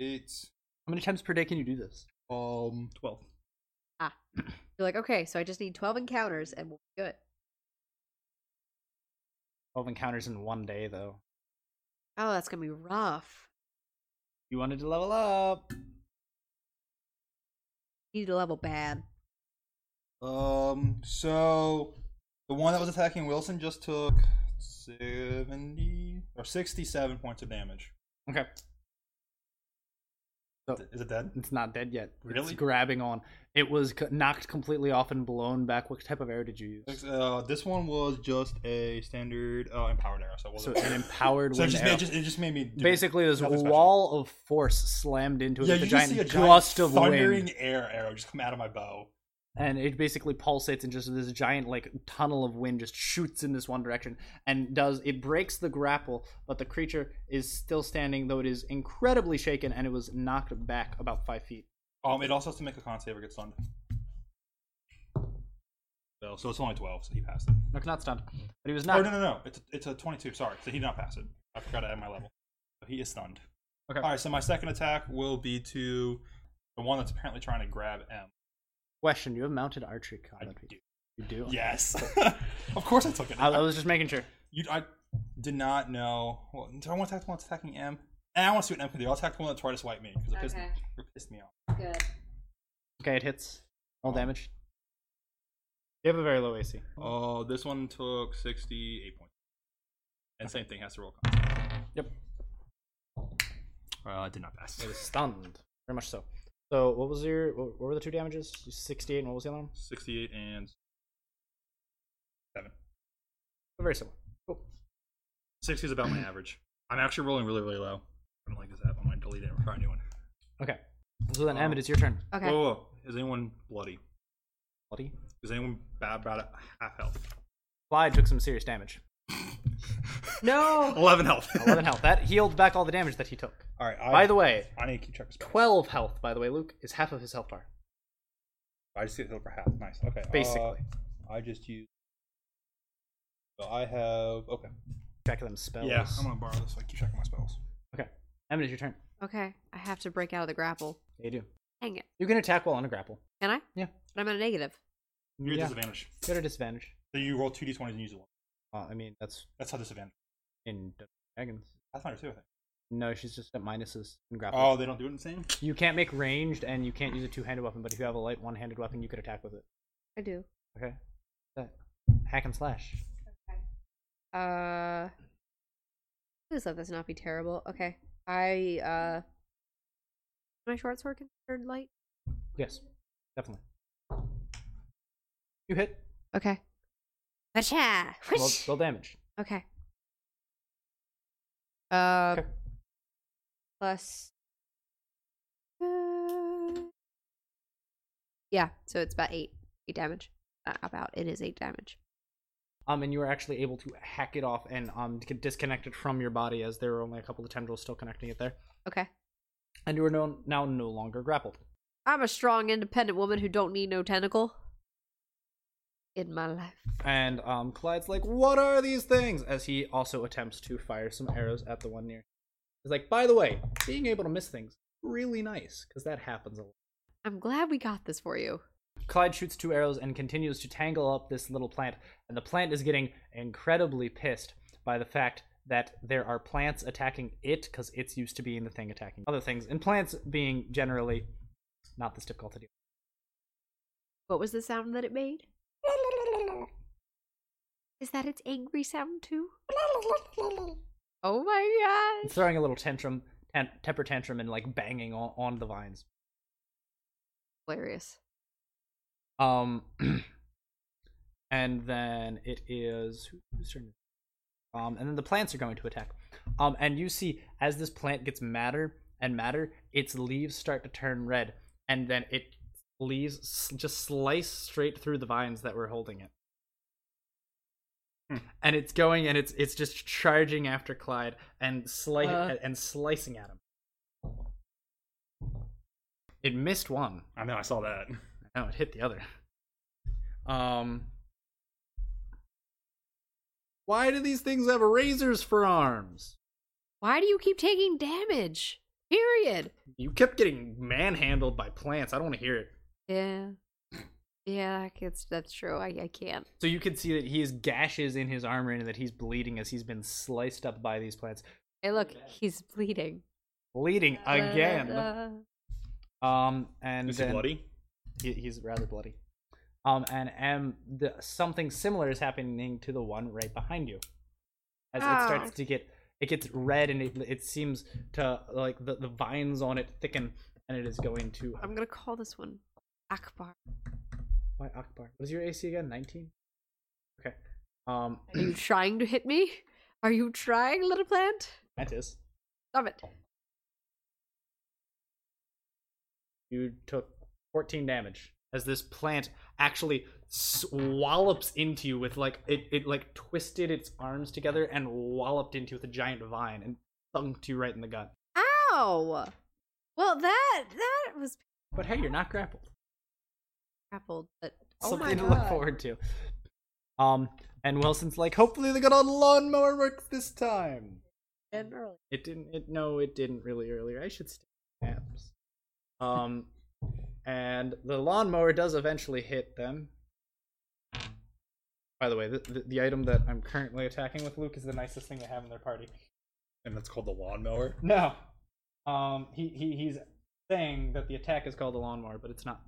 [SPEAKER 6] Eight.
[SPEAKER 12] How many times per day can you do this?
[SPEAKER 6] Um, twelve.
[SPEAKER 8] Ah. You're like, okay, so I just need 12 encounters and we'll be good.
[SPEAKER 12] Twelve encounters in one day, though.
[SPEAKER 8] Oh, that's going to be rough.
[SPEAKER 12] You wanted to level up.
[SPEAKER 8] Need to level bad.
[SPEAKER 6] Um, so the one that was attacking Wilson just took seventy or sixty-seven points of damage.
[SPEAKER 12] Okay.
[SPEAKER 6] is it dead?
[SPEAKER 12] It's not dead yet. It's
[SPEAKER 6] Really?
[SPEAKER 12] grabbing on. It was co- knocked completely off and blown back. What type of arrow did you use?
[SPEAKER 6] Uh, this one was just a standard uh, empowered arrow. So, it
[SPEAKER 12] So
[SPEAKER 6] wasn't
[SPEAKER 12] an empowered
[SPEAKER 6] So it
[SPEAKER 12] wind
[SPEAKER 6] just,
[SPEAKER 12] arrow.
[SPEAKER 6] It, just, it just made me do
[SPEAKER 12] Basically, this
[SPEAKER 6] nothing special.
[SPEAKER 12] wall of force slammed into it
[SPEAKER 6] Yeah,
[SPEAKER 12] with
[SPEAKER 6] you
[SPEAKER 12] a
[SPEAKER 6] just
[SPEAKER 12] giant,
[SPEAKER 6] see a giant
[SPEAKER 12] gust of
[SPEAKER 6] thundering
[SPEAKER 12] wind,
[SPEAKER 6] air arrow just come out of my bow.
[SPEAKER 12] and it basically pulsates and just this giant like tunnel of wind just shoots in this one direction and does it breaks the grapple, but the creature is still standing though it is incredibly shaken and it was knocked back about five feet.
[SPEAKER 6] Um, it also has to make a con save or get stunned. So, so it's only twelve, so he passed it.
[SPEAKER 12] No, not stunned, but he was
[SPEAKER 6] No,
[SPEAKER 12] not.
[SPEAKER 6] oh, no, no, no. It's, it's a 22. Sorry. So he did not pass it. I forgot to add my level. So he is stunned.
[SPEAKER 12] Okay.
[SPEAKER 6] All right. So my second attack will be to the one that's apparently trying to grab M.
[SPEAKER 12] Question: You have mounted archery combat. Do. You do.
[SPEAKER 6] Yes. of course I took it.
[SPEAKER 12] I, I was just making sure.
[SPEAKER 6] You, I did not know. Well, do I want to attack the one that's attacking M? And I want to see what M can do. I'll attack the one that tried to swipe me because it, pissed
[SPEAKER 8] Okay.
[SPEAKER 6] it pissed me off.
[SPEAKER 8] Good.
[SPEAKER 12] Okay, it hits. All damage. You have a very low AC.
[SPEAKER 6] Oh, this one took 68 points. And same thing has to roll. Con.
[SPEAKER 12] Yep.
[SPEAKER 6] Uh, did not pass.
[SPEAKER 12] It is stunned. Very much so. So what was your what were the two damages? Sixty eight and what was the other one?
[SPEAKER 6] 68 and 7.
[SPEAKER 12] Very similar. Cool.
[SPEAKER 6] 60 is about my average. I'm actually rolling really, really low. I don't like this app. I'm going to delete it and try a new one.
[SPEAKER 12] Okay. So then
[SPEAKER 6] Um,
[SPEAKER 12] Amit, it's your turn.
[SPEAKER 6] Whoa, whoa, whoa. Is anyone bloody?
[SPEAKER 12] Bloody?
[SPEAKER 6] Is anyone bad, bad at half health?
[SPEAKER 12] Clyde took some serious damage.
[SPEAKER 8] No.
[SPEAKER 6] 11 health.
[SPEAKER 12] Eleven health. That healed back all the damage that he took.
[SPEAKER 6] All right. I,
[SPEAKER 12] by the way,
[SPEAKER 6] I need to keep track of spells.
[SPEAKER 12] twelve health. By the way, Luke is half of his health bar.
[SPEAKER 6] I just get healed for half. Nice. Okay. uh,
[SPEAKER 12] Basically.
[SPEAKER 6] I just use. So I have. Okay.
[SPEAKER 12] Track of them spells.
[SPEAKER 6] Yeah. I'm going to borrow this. so I keep track of my spells.
[SPEAKER 12] Okay. Amit, it's your turn.
[SPEAKER 8] Okay, I have to break out of the grapple.
[SPEAKER 12] Yeah, you do.
[SPEAKER 8] Hang it.
[SPEAKER 12] You can attack while on a grapple.
[SPEAKER 8] Can I?
[SPEAKER 12] Yeah.
[SPEAKER 8] But I'm at a negative.
[SPEAKER 6] You're
[SPEAKER 12] Yeah.
[SPEAKER 6] at disadvantage.
[SPEAKER 12] You at a disadvantage.
[SPEAKER 6] So you roll 2d20s and use a 1.
[SPEAKER 12] Uh, I mean, that's
[SPEAKER 6] That's how disadvantage.
[SPEAKER 12] in Dungeons and Dragons.
[SPEAKER 6] Pathfinder 2, I think.
[SPEAKER 12] No, she's just at minuses in grapple.
[SPEAKER 6] Oh, they don't do it in the same?
[SPEAKER 12] You can't make ranged and you can't use a two handed weapon, but if you have a light one handed weapon, you could attack with it.
[SPEAKER 8] I do.
[SPEAKER 12] Okay. That. Hack and slash.
[SPEAKER 8] Uh, please let this not be terrible. Okay, I uh, my short sword considered light.
[SPEAKER 12] Yes, definitely. You hit.
[SPEAKER 8] Okay. Acha!
[SPEAKER 12] Roll, roll damage.
[SPEAKER 8] Okay. Uh,
[SPEAKER 12] Okay.
[SPEAKER 8] plus. Uh, yeah, so it's about eight, eight damage. Uh, about it is eight damage.
[SPEAKER 12] Um, and you were actually able to hack it off and um c- disconnect it from your body, as there were only a couple of tendrils still connecting it there.
[SPEAKER 8] Okay.
[SPEAKER 12] And you are no, now no longer grappled.
[SPEAKER 8] I'm a strong, independent woman who don't need no tentacle in my life.
[SPEAKER 12] And um, Clyde's like, "What are these things?" As he also attempts to fire some arrows at the one near. He's like, "By the way, being able to miss things really nice because that happens a lot."
[SPEAKER 8] I'm glad we got this for you.
[SPEAKER 12] Clyde shoots two arrows and continues to tangle up this little plant, and the plant is getting incredibly pissed by the fact that there are plants attacking it because it's used to being the thing attacking other things, and plants being generally not this difficult to deal.
[SPEAKER 8] What was the sound that it made? Is that its angry sound too?
[SPEAKER 4] Oh my
[SPEAKER 12] with. Throwing a little tantrum, tan- temper tantrum, and like banging on, on the vines.
[SPEAKER 4] Hilarious.
[SPEAKER 12] Um, and then it is who's turn? Um, and then the plants are going to attack. Um, and you see as this plant gets madder and madder, its leaves start to turn red, and then it leaves s- just slice straight through the vines that were holding it. And it's going and it's it's just charging after Clyde and sli-
[SPEAKER 23] Uh.
[SPEAKER 12] and slicing at him. It missed one.
[SPEAKER 7] I know, I saw that.
[SPEAKER 12] No, Oh, it hit the other. Um, why do these things have razors for arms?
[SPEAKER 8] Why do you keep taking damage? Period.
[SPEAKER 12] You kept getting manhandled by plants. I don't want to hear it.
[SPEAKER 8] Yeah. Yeah, I guess that's true. I, I can't.
[SPEAKER 12] So you can see that he has gashes in his armor and that he's bleeding as he's been sliced up by these plants,
[SPEAKER 8] Hey, look, he's bleeding.
[SPEAKER 12] bleeding again.
[SPEAKER 8] Da-da-da.
[SPEAKER 12] Um, and
[SPEAKER 7] Is he
[SPEAKER 12] then-
[SPEAKER 7] bloody?
[SPEAKER 12] He, he's rather bloody. Um, and M, the, something similar is happening to the one right behind you, as it
[SPEAKER 23] Ah.
[SPEAKER 12] starts to get it gets red and it it seems to like the the vines on it thicken and it is going to.
[SPEAKER 8] I'm gonna call this one Akbar.
[SPEAKER 12] Why Akbar? What is your AC again? Nineteen. Okay. Um,
[SPEAKER 8] Are you trying to hit me? Are you trying, little plant?
[SPEAKER 12] that is
[SPEAKER 8] Stop it.
[SPEAKER 12] you took fourteen damage as this plant actually swallops into you with like it it like twisted its arms together and walloped into you with a giant vine and thunked you right in the gut.
[SPEAKER 8] Ow! Well, that that was
[SPEAKER 12] But hey, you're not grappled.
[SPEAKER 8] grappled, but
[SPEAKER 12] something to look forward to. Um, and Wilson's like, hopefully the good old lawnmower works this time.
[SPEAKER 8] And early.
[SPEAKER 12] It didn't. It no, it didn't really earlier. I should stick to maps. Um, and the lawnmower does eventually hit them. By the way, the, the, the item that I'm currently attacking with Luke is the nicest thing they have in their party.
[SPEAKER 7] And that's called the lawnmower.
[SPEAKER 12] No. Um, he, he he's saying that the attack is called the lawnmower, but it's not.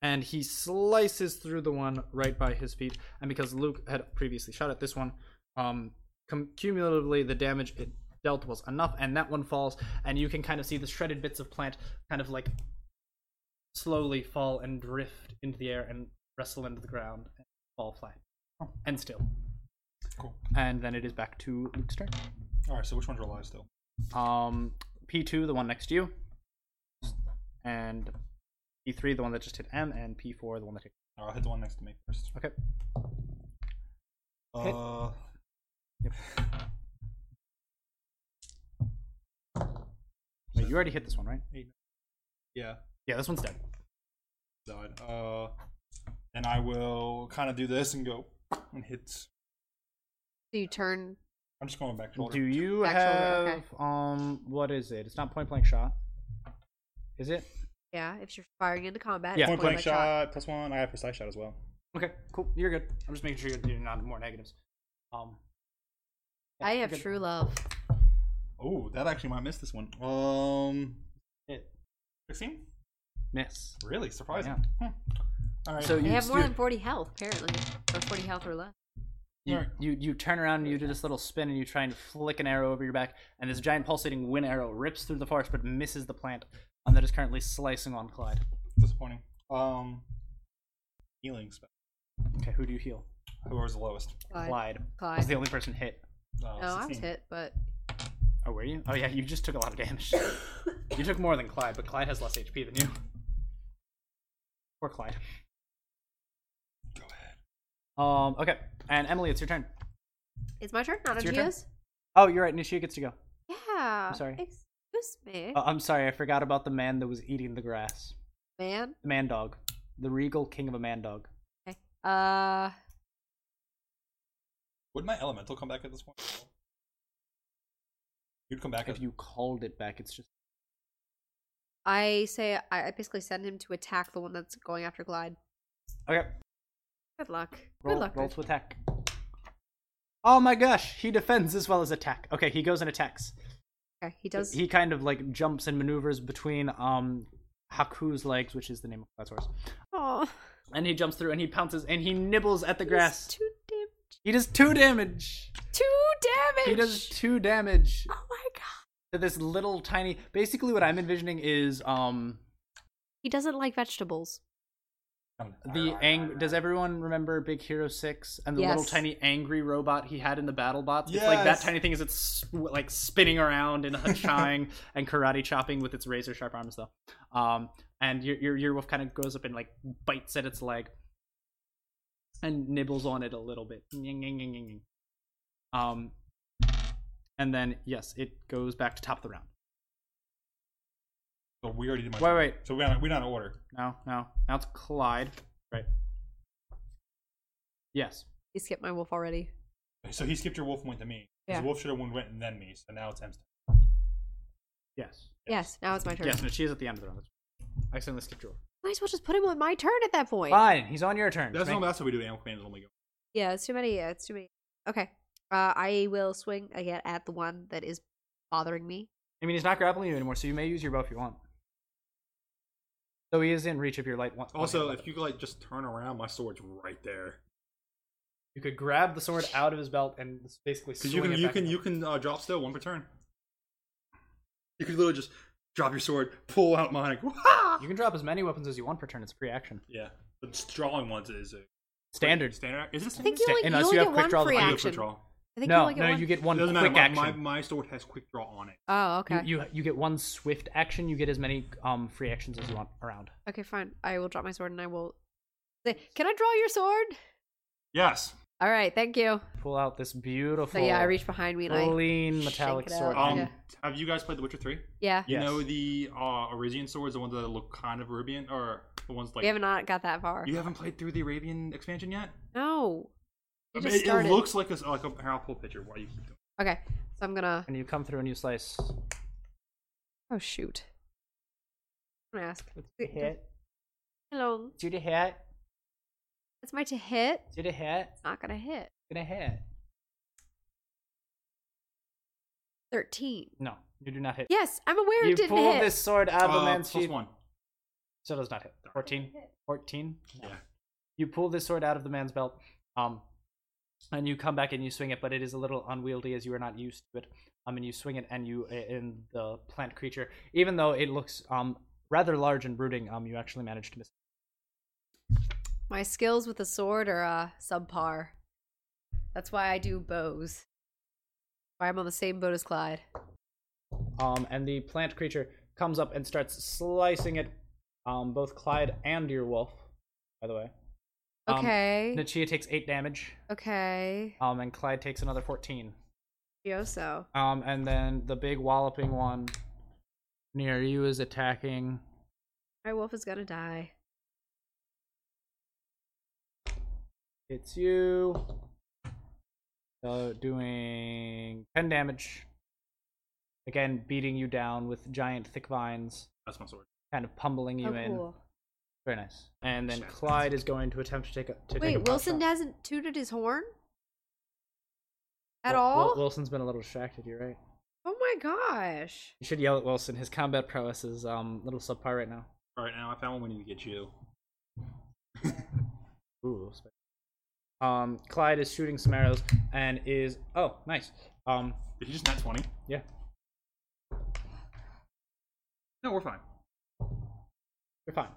[SPEAKER 12] And he slices through the one right by his feet. And because Luke had previously shot at this one, um, cum- cumulatively the damage it dealt was enough, and that one falls. And you can kind of see the shredded bits of plant kind of like slowly fall and drift into the air and wrestle into the ground and fall flat and still.
[SPEAKER 7] Cool.
[SPEAKER 12] And then it is back to Luke's turn.
[SPEAKER 7] All right, so which one's are alive still?
[SPEAKER 12] Um, P2, the one next to you, and P3, the one that just hit M, and P4, the one that hit.
[SPEAKER 7] All right, I'll hit the one next to me first.
[SPEAKER 12] Okay.
[SPEAKER 7] Uh.
[SPEAKER 12] Wait, you already hit this one, right?
[SPEAKER 7] Yeah.
[SPEAKER 12] Yeah, this one's dead.
[SPEAKER 7] Died. Uh. And I will kind of do this and go and hit.
[SPEAKER 8] So you turn.
[SPEAKER 7] I'm just going back shoulder.
[SPEAKER 12] Do you
[SPEAKER 8] Back shoulder,
[SPEAKER 12] have
[SPEAKER 8] okay.
[SPEAKER 12] um? What is it? It's not point blank shot. Is it?
[SPEAKER 8] Yeah, if you're firing into combat.
[SPEAKER 12] Yeah.
[SPEAKER 8] it's
[SPEAKER 7] Point blank
[SPEAKER 8] blank shot.
[SPEAKER 7] shot, plus one. I have precise shot as well.
[SPEAKER 12] Okay, cool. You're good. I'm just making sure you're, you're not more negatives. Um,
[SPEAKER 8] I have true love.
[SPEAKER 7] Oh, that actually might miss this one. Um.
[SPEAKER 12] Hit.
[SPEAKER 7] 16?
[SPEAKER 12] miss.
[SPEAKER 7] Really? Surprising. Hmm. All right.
[SPEAKER 12] So
[SPEAKER 8] I
[SPEAKER 12] you
[SPEAKER 8] have more
[SPEAKER 12] you,
[SPEAKER 8] than 40 health, apparently. Or 40 health or less.
[SPEAKER 12] you, you you turn around and you do this little spin and you try and flick an arrow over your back and this giant pulsating wind arrow rips through the forest but misses the plant um, that is currently slicing on Clyde.
[SPEAKER 7] disappointing. Um. Healing spell.
[SPEAKER 12] Okay, who do you heal?
[SPEAKER 7] Whoever's the lowest.
[SPEAKER 8] Clyde.
[SPEAKER 12] Clyde.
[SPEAKER 8] Clyde.
[SPEAKER 12] Was the only person hit.
[SPEAKER 7] Uh,
[SPEAKER 8] no, I was
[SPEAKER 7] 16.
[SPEAKER 8] hit, but
[SPEAKER 12] Oh, were you? Oh yeah, you just took a lot of damage. you took more than Clyde, but Clyde has less HP than you. Poor Clyde. Go ahead. Um. Okay, and Emily, it's your turn.
[SPEAKER 8] it's my turn, not
[SPEAKER 12] It's your turn.
[SPEAKER 8] Angia's?
[SPEAKER 12] Oh, you're right. Nishia gets to go.
[SPEAKER 8] Yeah.
[SPEAKER 12] sorry.
[SPEAKER 8] Excuse me,
[SPEAKER 12] Uh, I'm sorry, I forgot about the man that was eating the grass.
[SPEAKER 8] man.
[SPEAKER 12] The man dog, the regal king of a man dog.
[SPEAKER 8] Okay. Uh,
[SPEAKER 7] Would my elemental come back at this point? You'd come back
[SPEAKER 12] If
[SPEAKER 7] at
[SPEAKER 12] you called it back, it's just
[SPEAKER 8] I say I, I basically send him to attack the one that's going after Glide.
[SPEAKER 12] Okay.
[SPEAKER 8] Good luck.
[SPEAKER 12] Roll,
[SPEAKER 8] Good luck.
[SPEAKER 12] roll to attack. Oh my gosh, he defends as well as attack. Okay, he goes and attacks.
[SPEAKER 8] Okay, he does.
[SPEAKER 12] He kind of like jumps and maneuvers between um Haku's legs, which is the name of that horse.
[SPEAKER 8] Aw,
[SPEAKER 12] And he jumps through and he pounces and he nibbles at the grass.
[SPEAKER 8] Two damage.
[SPEAKER 12] He does two damage.
[SPEAKER 8] Two damage.
[SPEAKER 12] He does two damage
[SPEAKER 8] Oh my god.
[SPEAKER 12] to this little tiny. Basically, what I'm envisioning is um
[SPEAKER 8] He doesn't like vegetables.
[SPEAKER 12] the ang. Does everyone remember Big Hero Six and the little
[SPEAKER 8] Yes.
[SPEAKER 12] tiny angry robot he had in the battle bots? It's like that
[SPEAKER 7] Yes.
[SPEAKER 12] tiny thing is it's sw- like spinning around and hutching and karate chopping with its razor sharp arms though. Um, and your your, your wolf kind of goes up and like bites at its leg and nibbles on it a little bit. Nying, nying, nying, nying, nying. Um, and then yes, it goes back to top of the round.
[SPEAKER 6] So we already did my.
[SPEAKER 12] Wait, wait.
[SPEAKER 6] So we're not, we're not in order.
[SPEAKER 12] No, no, now it's Clyde. Right. Yes.
[SPEAKER 8] He skipped my wolf already.
[SPEAKER 6] So he skipped your wolf and went to me. 'Cause
[SPEAKER 8] Yeah.
[SPEAKER 6] The wolf should have went and then me. So now it's M's.
[SPEAKER 12] Yes.
[SPEAKER 8] Yes. Now it's my turn.
[SPEAKER 12] Yes, no, she is at the end of the round. I accidentally skipped your.
[SPEAKER 8] Might as well just put him on my turn at that point.
[SPEAKER 12] Fine, he's on your turn.
[SPEAKER 6] That's
[SPEAKER 12] Make-
[SPEAKER 6] not that's what we do. Animal command is only go.
[SPEAKER 8] Yeah, it's too many. Yeah, it's too many. Okay. Uh, I will swing again at the one that is bothering me.
[SPEAKER 12] I mean, he's not grappling you anymore, so you may use your bow if you want. So he is in reach of your light one.
[SPEAKER 6] Also,
[SPEAKER 12] one-handed
[SPEAKER 6] if you could like just turn around, my sword's right there.
[SPEAKER 12] weapon. you could grab the sword out of his belt and basically
[SPEAKER 6] Because
[SPEAKER 12] swing
[SPEAKER 6] you can
[SPEAKER 12] it
[SPEAKER 6] you
[SPEAKER 12] back
[SPEAKER 6] can
[SPEAKER 12] and
[SPEAKER 6] you can uh, drop still one per turn. You could literally just drop your sword, pull out mine. Like,
[SPEAKER 12] forth. you can drop as many weapons as you want per turn. It's free action.
[SPEAKER 6] yeah, but just drawing ones is a
[SPEAKER 12] Standard.
[SPEAKER 6] standard. Is it
[SPEAKER 8] I think
[SPEAKER 6] standard?
[SPEAKER 8] you only,
[SPEAKER 12] unless
[SPEAKER 8] you only
[SPEAKER 12] you have
[SPEAKER 8] get
[SPEAKER 12] quick
[SPEAKER 8] one
[SPEAKER 12] draw,
[SPEAKER 8] free
[SPEAKER 12] then
[SPEAKER 6] I do
[SPEAKER 8] action.
[SPEAKER 6] quick draw.
[SPEAKER 8] I think you
[SPEAKER 12] no,
[SPEAKER 8] only get
[SPEAKER 12] no,
[SPEAKER 8] one.
[SPEAKER 12] you get one
[SPEAKER 6] Doesn't matter.
[SPEAKER 12] quick
[SPEAKER 6] My,
[SPEAKER 12] action.
[SPEAKER 6] my my sword has quick draw on it.
[SPEAKER 8] Oh, okay.
[SPEAKER 12] You, you you get one swift action. You get as many um free actions as you want around.
[SPEAKER 8] Okay, fine. I will drop my sword and I will. Say, Can I draw your sword?
[SPEAKER 6] Yes.
[SPEAKER 8] All right, thank you.
[SPEAKER 12] Pull out this beautiful.
[SPEAKER 8] So yeah, I reach behind me and I.
[SPEAKER 12] clean
[SPEAKER 8] shake
[SPEAKER 12] metallic
[SPEAKER 8] it out.
[SPEAKER 12] sword.
[SPEAKER 6] Um,
[SPEAKER 8] Yeah.
[SPEAKER 6] have you guys played The Witcher Three?
[SPEAKER 8] Yeah,
[SPEAKER 6] You
[SPEAKER 12] Yes.
[SPEAKER 6] know the uh, Arisian swords, the ones that look kind of Arabian, or the ones like
[SPEAKER 8] we have not got that far.
[SPEAKER 6] you haven't played through the Arabian expansion yet.
[SPEAKER 8] No,
[SPEAKER 6] I
[SPEAKER 8] you
[SPEAKER 6] mean,
[SPEAKER 8] just
[SPEAKER 6] it, it
[SPEAKER 8] started.
[SPEAKER 6] looks like a s- like a here, I'll pull a picture. Why you keep doing?
[SPEAKER 8] Okay, so I'm gonna.
[SPEAKER 12] and you come through and you slice.
[SPEAKER 8] Oh shoot. I'm gonna ask.
[SPEAKER 12] Hit.
[SPEAKER 8] Hello,
[SPEAKER 12] Do the hit.
[SPEAKER 8] that's my to hit.
[SPEAKER 12] Do the hit.
[SPEAKER 8] It's not gonna hit.
[SPEAKER 12] Gonna hit.
[SPEAKER 8] Thirteen.
[SPEAKER 12] No, you do not hit.
[SPEAKER 8] Yes, I'm aware
[SPEAKER 12] you
[SPEAKER 8] it didn't
[SPEAKER 12] pull
[SPEAKER 8] hit.
[SPEAKER 12] this sword out of
[SPEAKER 6] Uh,
[SPEAKER 12] a man's
[SPEAKER 6] plus
[SPEAKER 12] sheath.
[SPEAKER 6] one.
[SPEAKER 12] So does not hit. 14? 14? No.
[SPEAKER 6] Yeah.
[SPEAKER 12] You pull this sword out of the man's belt, um, and you come back and you swing it, but it is a little unwieldy as you are not used to it. Um, and you swing it, and you in the plant creature, even though it looks um rather large and brooding, um, you actually manage to miss.
[SPEAKER 8] My skills with the sword are uh, subpar. That's why I do bows. Why I'm on the same boat as Clyde.
[SPEAKER 12] Um, and the plant creature comes up and starts slicing it. Um, both Clyde and your wolf, by the way. Um,
[SPEAKER 8] Okay.
[SPEAKER 12] Nichia takes eight damage.
[SPEAKER 8] Okay.
[SPEAKER 12] Um, and Clyde takes another fourteen.
[SPEAKER 8] Yoso.
[SPEAKER 12] Um, and then the big walloping one near you is attacking.
[SPEAKER 8] My wolf is gonna die.
[SPEAKER 12] It's you. So doing ten damage. Again, beating you down with giant thick vines,
[SPEAKER 6] That's my sword.
[SPEAKER 12] kind of pummeling you
[SPEAKER 8] Oh,
[SPEAKER 12] in.
[SPEAKER 8] cool.
[SPEAKER 12] Very nice. And then
[SPEAKER 6] Shit.
[SPEAKER 12] Clyde is going to attempt to take a to take a
[SPEAKER 8] Wait,
[SPEAKER 12] pot
[SPEAKER 8] Wilson
[SPEAKER 12] shot.
[SPEAKER 8] hasn't tooted his horn at
[SPEAKER 12] Wil- Wil-
[SPEAKER 8] all.
[SPEAKER 12] Wilson's been a little distracted. You're right.
[SPEAKER 8] oh my gosh!
[SPEAKER 12] You should yell at Wilson. His combat prowess is um a little subpar right now.
[SPEAKER 6] All right, now I found one we need to get you.
[SPEAKER 12] Ooh. sp- Um, Clyde is shooting some arrows and is oh nice. Um,
[SPEAKER 6] Did he just nat twenty?
[SPEAKER 12] yeah.
[SPEAKER 6] No, we're fine.
[SPEAKER 12] You're fine.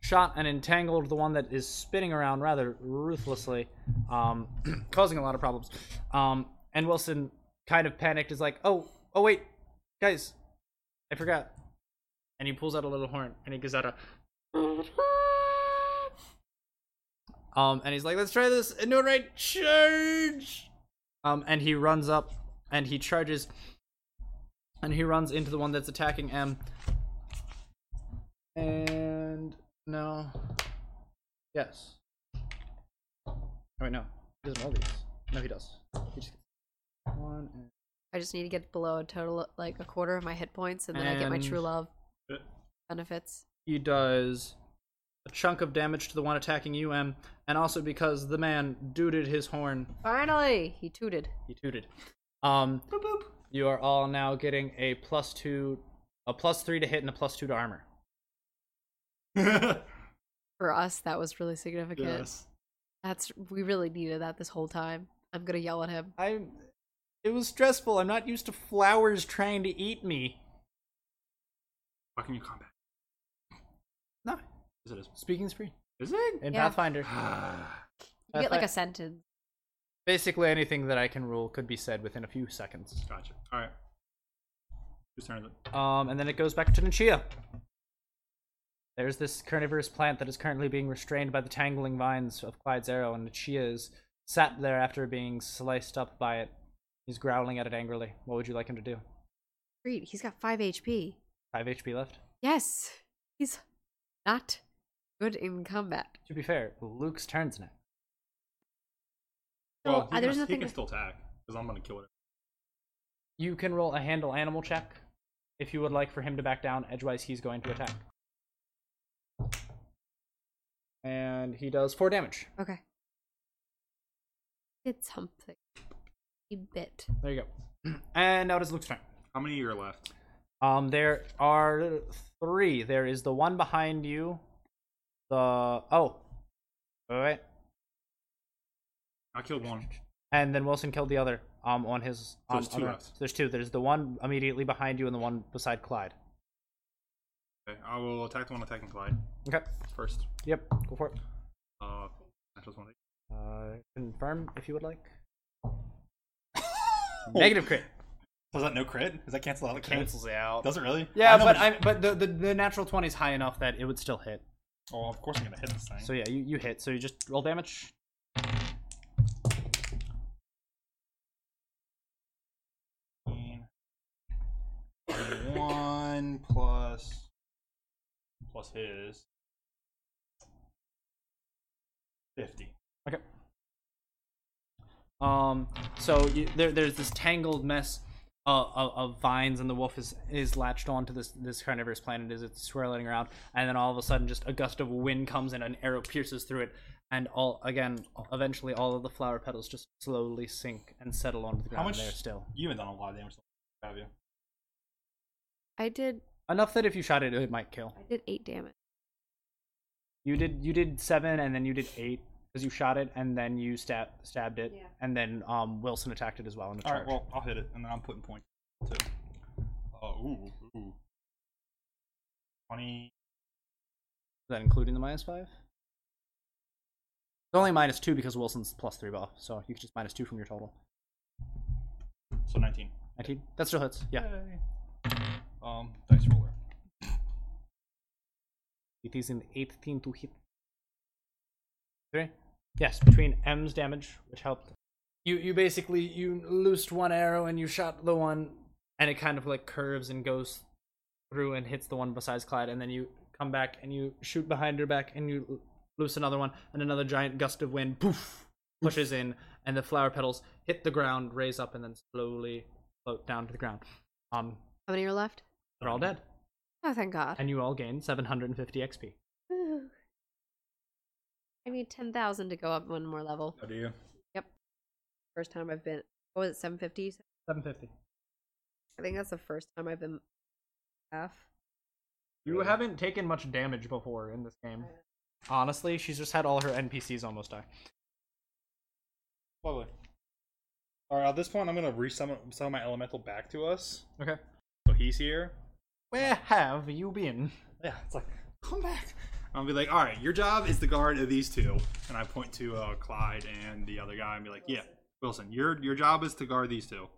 [SPEAKER 12] Shot and entangled the one that is spinning around rather ruthlessly, um, causing a lot of problems. Um, and Wilson, kind of panicked, is like, "Oh, oh wait, guys, I forgot." And he pulls out a little horn and he gives out a. Um, and he's like, "Let's try this and do it right, charge!" Um, and he runs up and he charges, and he runs into the one that's attacking M. And no. Yes. Oh wait, no. He doesn't roll these. No, he does. He just gets one and
[SPEAKER 8] I just need to get below a total of, like a
[SPEAKER 12] uh,
[SPEAKER 8] quarter of my hit points, and then I get my
[SPEAKER 12] And-
[SPEAKER 8] true love
[SPEAKER 6] Uh,
[SPEAKER 8] benefits.
[SPEAKER 12] he does a chunk of damage to the one attacking you, M, and also because the man dooted his horn.
[SPEAKER 4] Finally, he tooted.
[SPEAKER 12] He tooted. Um, You are all now getting a plus two, a plus three to hit, and a plus two to armor.
[SPEAKER 4] For us, that was really significant.
[SPEAKER 12] Yes.
[SPEAKER 4] That's we really needed that this whole time. I'm gonna yell at him.
[SPEAKER 12] I. It was stressful. I'm not used to flowers trying to eat me.
[SPEAKER 7] Fucking your combat.
[SPEAKER 12] No.
[SPEAKER 7] Is it a
[SPEAKER 12] speaking spree?
[SPEAKER 7] Is it?
[SPEAKER 12] In
[SPEAKER 4] Yeah.
[SPEAKER 12] Pathfinder.
[SPEAKER 6] Ah,
[SPEAKER 4] You get like
[SPEAKER 12] Pathfi-
[SPEAKER 4] a sentence.
[SPEAKER 12] Basically, anything that I can rule could be said within a few seconds.
[SPEAKER 7] Gotcha. All right. Whose turn is it?
[SPEAKER 12] Um, and then it goes back to Nichia. There's this carnivorous plant that is currently being restrained by the tangling vines of Clyde's arrow, and Nichia is sat there after being sliced up by it. He's growling at it angrily. What would you like him to do?
[SPEAKER 4] Reed, he's got five HP.
[SPEAKER 12] Five HP left.
[SPEAKER 4] Yes, he's not good in combat.
[SPEAKER 12] To be fair, Luke's turn's next.
[SPEAKER 4] So,
[SPEAKER 7] well,
[SPEAKER 4] uh,
[SPEAKER 7] he
[SPEAKER 4] there's
[SPEAKER 7] can,
[SPEAKER 4] nothing
[SPEAKER 7] he can
[SPEAKER 4] with-
[SPEAKER 7] still attack because I'm gonna kill it.
[SPEAKER 12] You can roll a handle animal check if you would like for him to back down. Edgewise, he's going to attack. And he does four damage.
[SPEAKER 4] Okay. Did something. He bit.
[SPEAKER 12] There you go. And now it is Luke's turn.
[SPEAKER 7] How many are left?
[SPEAKER 12] Um, there are three. There is the one behind you. The oh, all right.
[SPEAKER 7] I killed one.
[SPEAKER 12] And then Wilson killed the other. Um, on his.
[SPEAKER 7] So
[SPEAKER 12] Um,
[SPEAKER 7] there's two
[SPEAKER 12] other-
[SPEAKER 7] left.
[SPEAKER 12] so there's two. There's the one immediately behind you and the one beside Clyde.
[SPEAKER 7] Okay, I will attack the one attacking Clyde
[SPEAKER 12] Okay.
[SPEAKER 7] first.
[SPEAKER 12] Yep. Go for it.
[SPEAKER 7] Uh, I just want to.
[SPEAKER 12] Uh, confirm if you would like.
[SPEAKER 7] Oh.
[SPEAKER 12] Negative crit.
[SPEAKER 7] Was that no crit? Does that cancel out? the crit?
[SPEAKER 12] cancels it out.
[SPEAKER 7] Does it really?
[SPEAKER 12] Yeah,
[SPEAKER 7] I know,
[SPEAKER 12] but I but the, the the natural twenty is high enough that it would still hit.
[SPEAKER 7] Oh, of course I'm gonna hit this thing.
[SPEAKER 12] So yeah, you, you hit. So you just roll damage.
[SPEAKER 7] one plus plus his fifty.
[SPEAKER 12] Okay. Um. So you, there, there's this tangled mess of, of, of vines, and the wolf is is latched onto this this carnivorous planet as it's swirling around, and then all of a sudden, just a gust of wind comes in, an arrow pierces through it, and all again, eventually, all of the flower petals just slowly sink and settle onto the ground.
[SPEAKER 7] How much?
[SPEAKER 12] there still
[SPEAKER 7] You haven't done a lot of damage, have you?
[SPEAKER 8] I did
[SPEAKER 12] enough that if you shot it, it might kill.
[SPEAKER 8] I did eight damage.
[SPEAKER 12] You did you did seven, and then you did eight because you shot it, and then you stab stabbed it, and then um Wilson attacked it as well in a
[SPEAKER 7] All
[SPEAKER 12] charge.
[SPEAKER 7] right, well I'll hit it, and then I'm putting points too. Oh, ooh, ooh. Twenty.
[SPEAKER 12] Is that including the minus five? It's only minus two because Wilson's plus three buff, so you could just minus two from your total.
[SPEAKER 7] So nineteen.
[SPEAKER 12] 19? That still hits, yeah.
[SPEAKER 7] Um, dice roller.
[SPEAKER 12] It is an 18 to hit. Three? Yes, between M's damage, which helped. You you basically you loosed one arrow and you shot the one and it kind of like curves and goes through and hits the one besides Clyde and then you come back and you shoot behind her back and you l- loose another one and another giant gust of wind poof pushes in and the flower petals hit the ground, raise up and then slowly float down to the ground. Um
[SPEAKER 8] How many are left?
[SPEAKER 12] they're all dead.
[SPEAKER 8] Oh, thank God.
[SPEAKER 12] And you all gain 750 XP.
[SPEAKER 8] Whew. I need 10,000 to go up one more level.
[SPEAKER 7] Oh, do you?
[SPEAKER 8] Yep. First time I've been. What was it, 750?
[SPEAKER 12] 750.
[SPEAKER 8] I think that's the first time I've been half.
[SPEAKER 12] You haven't taken much damage before in this game. Honestly, she's just had all her NPCs almost die.
[SPEAKER 6] Lovely. All right. At this point, I'm gonna resummon some of my elemental back to us.
[SPEAKER 12] Okay.
[SPEAKER 6] So he's here.
[SPEAKER 12] Where have you been?
[SPEAKER 6] Yeah. It's like come back. I'll be like, all right, your job is the guard of these two, and I point to uh, Clyde and the other guy, and be like, yeah, Wilson, your your job is to guard these two.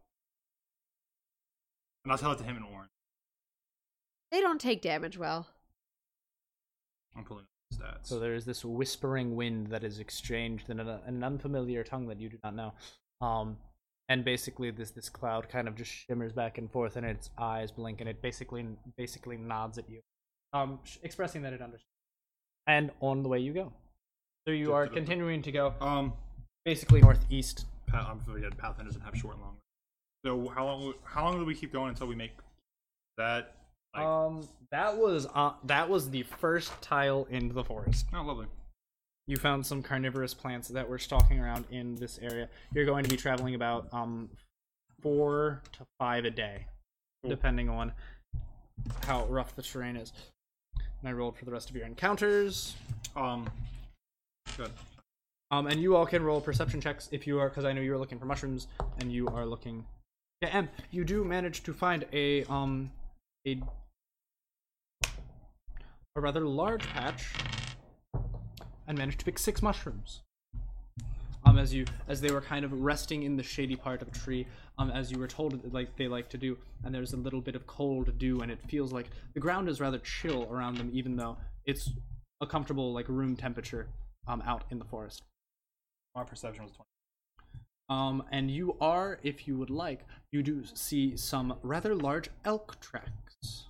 [SPEAKER 6] And I'll tell it to him and Warren.
[SPEAKER 8] They don't take damage well.
[SPEAKER 7] I'm pulling up the stats.
[SPEAKER 12] So there is this whispering wind that is exchanged in an, an unfamiliar tongue that you do not know. Um, and basically, this this cloud kind of just shimmers back and forth, and its eyes blink, and it basically basically nods at you, um, sh- expressing that it understands. And on the way you go. So you are continuing to go.
[SPEAKER 7] Um,
[SPEAKER 12] basically northeast.
[SPEAKER 7] Path, I'm familiar. Pathfinder doesn't have short and long. So how long? How long do we keep going until we make that
[SPEAKER 12] Um, that was uh, that was the first tile in the forest.
[SPEAKER 6] Oh, lovely.
[SPEAKER 12] You found some carnivorous plants that were stalking around in this area. You're going to be traveling about um four to five a day, depending on how rough the terrain is. And I rolled for the rest of your encounters.
[SPEAKER 6] Um, good.
[SPEAKER 12] Um, and you all can roll perception checks if you are, because I know you were looking for mushrooms and you are looking. Yeah, and you do manage to find a um a a rather large patch and managed to pick six mushrooms. Um, as you as they were kind of resting in the shady part of a tree, um, as you were told like they like to do, and there's a little bit of cold dew, and it feels like the ground is rather chill around them, even though it's a comfortable like room temperature um out in the forest.
[SPEAKER 6] My perception was twenty.
[SPEAKER 12] Um, and you are, if you would like, you do see some rather large elk tracks.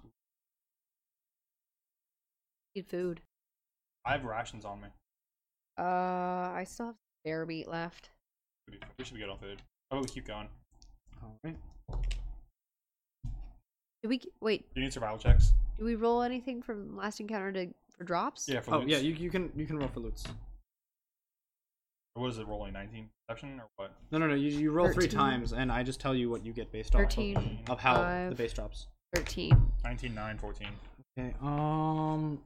[SPEAKER 8] Need food.
[SPEAKER 6] I have rations on me.
[SPEAKER 8] Uh, I still have bear meat left.
[SPEAKER 6] We should be- We should be good on food. How about we keep going?
[SPEAKER 12] All right.
[SPEAKER 8] Do we wait?
[SPEAKER 6] Do you need survival checks?
[SPEAKER 8] Do we roll anything from last encounter to for drops?
[SPEAKER 6] Yeah. For
[SPEAKER 12] oh
[SPEAKER 6] loots.
[SPEAKER 12] yeah, you, you can you can roll for loots.
[SPEAKER 6] Or What is it rolling? Nineteen perception or what?
[SPEAKER 12] No no no, you, you roll three
[SPEAKER 6] 13.
[SPEAKER 12] times, and I just tell you what you get based off of-
[SPEAKER 8] 13,
[SPEAKER 12] of how the
[SPEAKER 8] five.
[SPEAKER 12] base drops.
[SPEAKER 8] Thirteen.
[SPEAKER 6] 19, 9, 14.
[SPEAKER 12] Okay. Um,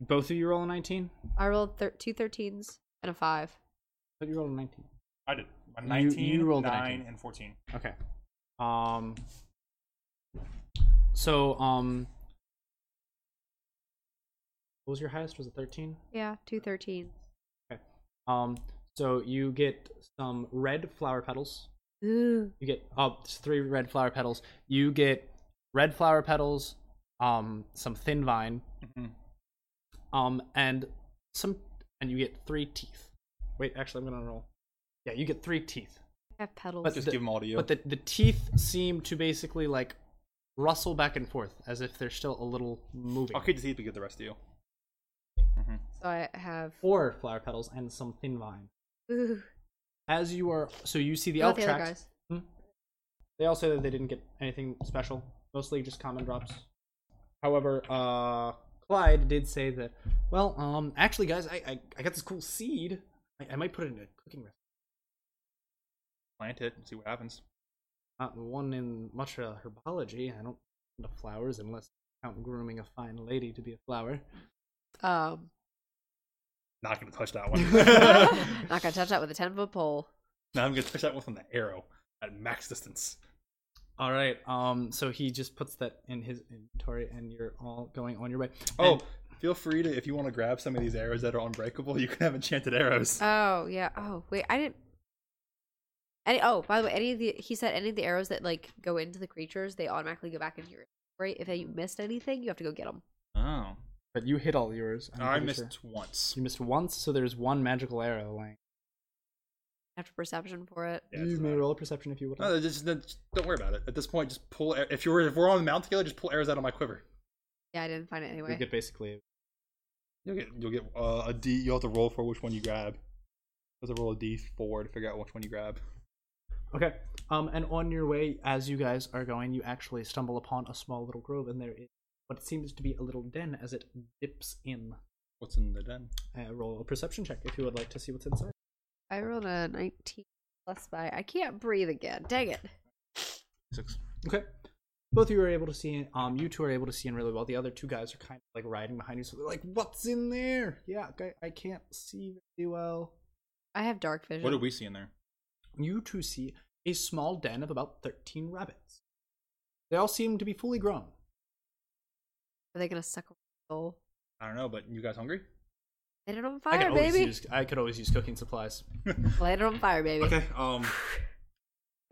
[SPEAKER 12] both of you roll a nineteen.
[SPEAKER 8] I rolled thir- two 13s and a five.
[SPEAKER 12] But you rolled a nineteen.
[SPEAKER 6] I did. A
[SPEAKER 12] You-
[SPEAKER 6] 19,
[SPEAKER 12] you rolled a
[SPEAKER 6] 9,
[SPEAKER 12] 19.
[SPEAKER 6] and 14.
[SPEAKER 12] Okay. Um. So um. What was your highest? Was it thirteen?
[SPEAKER 8] Yeah, two 13s.
[SPEAKER 12] Okay. Um. So you get some red flower petals.
[SPEAKER 8] Ooh.
[SPEAKER 12] You get oh, it's three red flower petals. You get red flower petals. Um, some thin vine. Um, and some, and you get three teeth. Wait, actually, I'm gonna roll. Yeah, you get three teeth.
[SPEAKER 8] I have petals.
[SPEAKER 12] But the, But the, the teeth seem to basically like rustle back and forth as if they're still a little moving.
[SPEAKER 6] I'll keep the teeth to get the rest of you.
[SPEAKER 8] So I have.
[SPEAKER 12] Four flower petals and some thin vine.
[SPEAKER 8] Ooh.
[SPEAKER 12] As you are, so you see the
[SPEAKER 8] What
[SPEAKER 12] elk
[SPEAKER 8] about the other
[SPEAKER 12] tracks.
[SPEAKER 8] guys?
[SPEAKER 12] Hmm? They all say that they didn't get anything special, mostly just common drops. However, uh, Clyde did say that. Well, um, actually, guys, I I, I got this cool seed. I, I might put it in a cooking recipe.
[SPEAKER 6] Plant it and see what happens.
[SPEAKER 12] Not one in much uh, herbology. I don't into flowers unless I count grooming a fine lady to be a flower.
[SPEAKER 8] Um,
[SPEAKER 6] Not gonna touch that one.
[SPEAKER 8] not gonna touch that with a ten foot pole.
[SPEAKER 6] now I'm gonna touch that one from the arrow at max distance.
[SPEAKER 12] All right. Um. So he just puts that in his inventory, and you're all going on your way.
[SPEAKER 6] Oh,
[SPEAKER 12] And-
[SPEAKER 6] feel free to if you want to grab some of these arrows that are unbreakable, you can have enchanted arrows.
[SPEAKER 12] Uh,
[SPEAKER 8] Oh yeah. Oh wait, I didn't. Any, oh, by the way, any of the he said any of the arrows that like go into the creatures, they automatically go back into your right. If you missed anything, you have to go get them.
[SPEAKER 6] oh.
[SPEAKER 12] But you hit all yours. I'm
[SPEAKER 6] I
[SPEAKER 12] pretty
[SPEAKER 6] missed
[SPEAKER 12] sure.
[SPEAKER 6] once.
[SPEAKER 12] You missed once, so there's one magical arrow. Like
[SPEAKER 8] After perception for it.
[SPEAKER 12] you may roll a perception if you would.
[SPEAKER 6] No, just, just don't worry about it. At this point, just pull. ar- If you're if we're on the mount together, just pull arrows out of my quiver.
[SPEAKER 8] Yeah, I didn't find it anyway.
[SPEAKER 12] You get basically.
[SPEAKER 6] You'll get you'll get uh, a D. You'll have to roll for which one you grab. You have to roll a D four to figure out which one you grab.
[SPEAKER 12] Okay. Um. And on your way, as you guys are going, you actually stumble upon a small little grove, and there is what seems to be a little den as it dips in.
[SPEAKER 6] What's in the den?
[SPEAKER 12] Uh, roll a perception check if you would like to see what's inside.
[SPEAKER 8] I rolled a nineteen plus my. I can't breathe again. Dang it.
[SPEAKER 6] Six.
[SPEAKER 12] Okay. Both of you are able to see. Um, you two are able to see in really well. The other two guys are kind of like riding behind you, so they're like, "What's in there?" Yeah, I, I can't see very well.
[SPEAKER 8] I have dark vision.
[SPEAKER 6] What did we see in there?
[SPEAKER 12] You two see a small den of about thirteen rabbits. They all seem to be fully grown.
[SPEAKER 8] Are they gonna suck a soul?
[SPEAKER 6] I don't know, but you guys hungry?
[SPEAKER 8] Light it on
[SPEAKER 12] I could
[SPEAKER 8] fire,
[SPEAKER 12] always
[SPEAKER 8] baby.
[SPEAKER 12] use. I could always use cooking supplies.
[SPEAKER 8] Light it on fire, baby.
[SPEAKER 6] Okay. Um.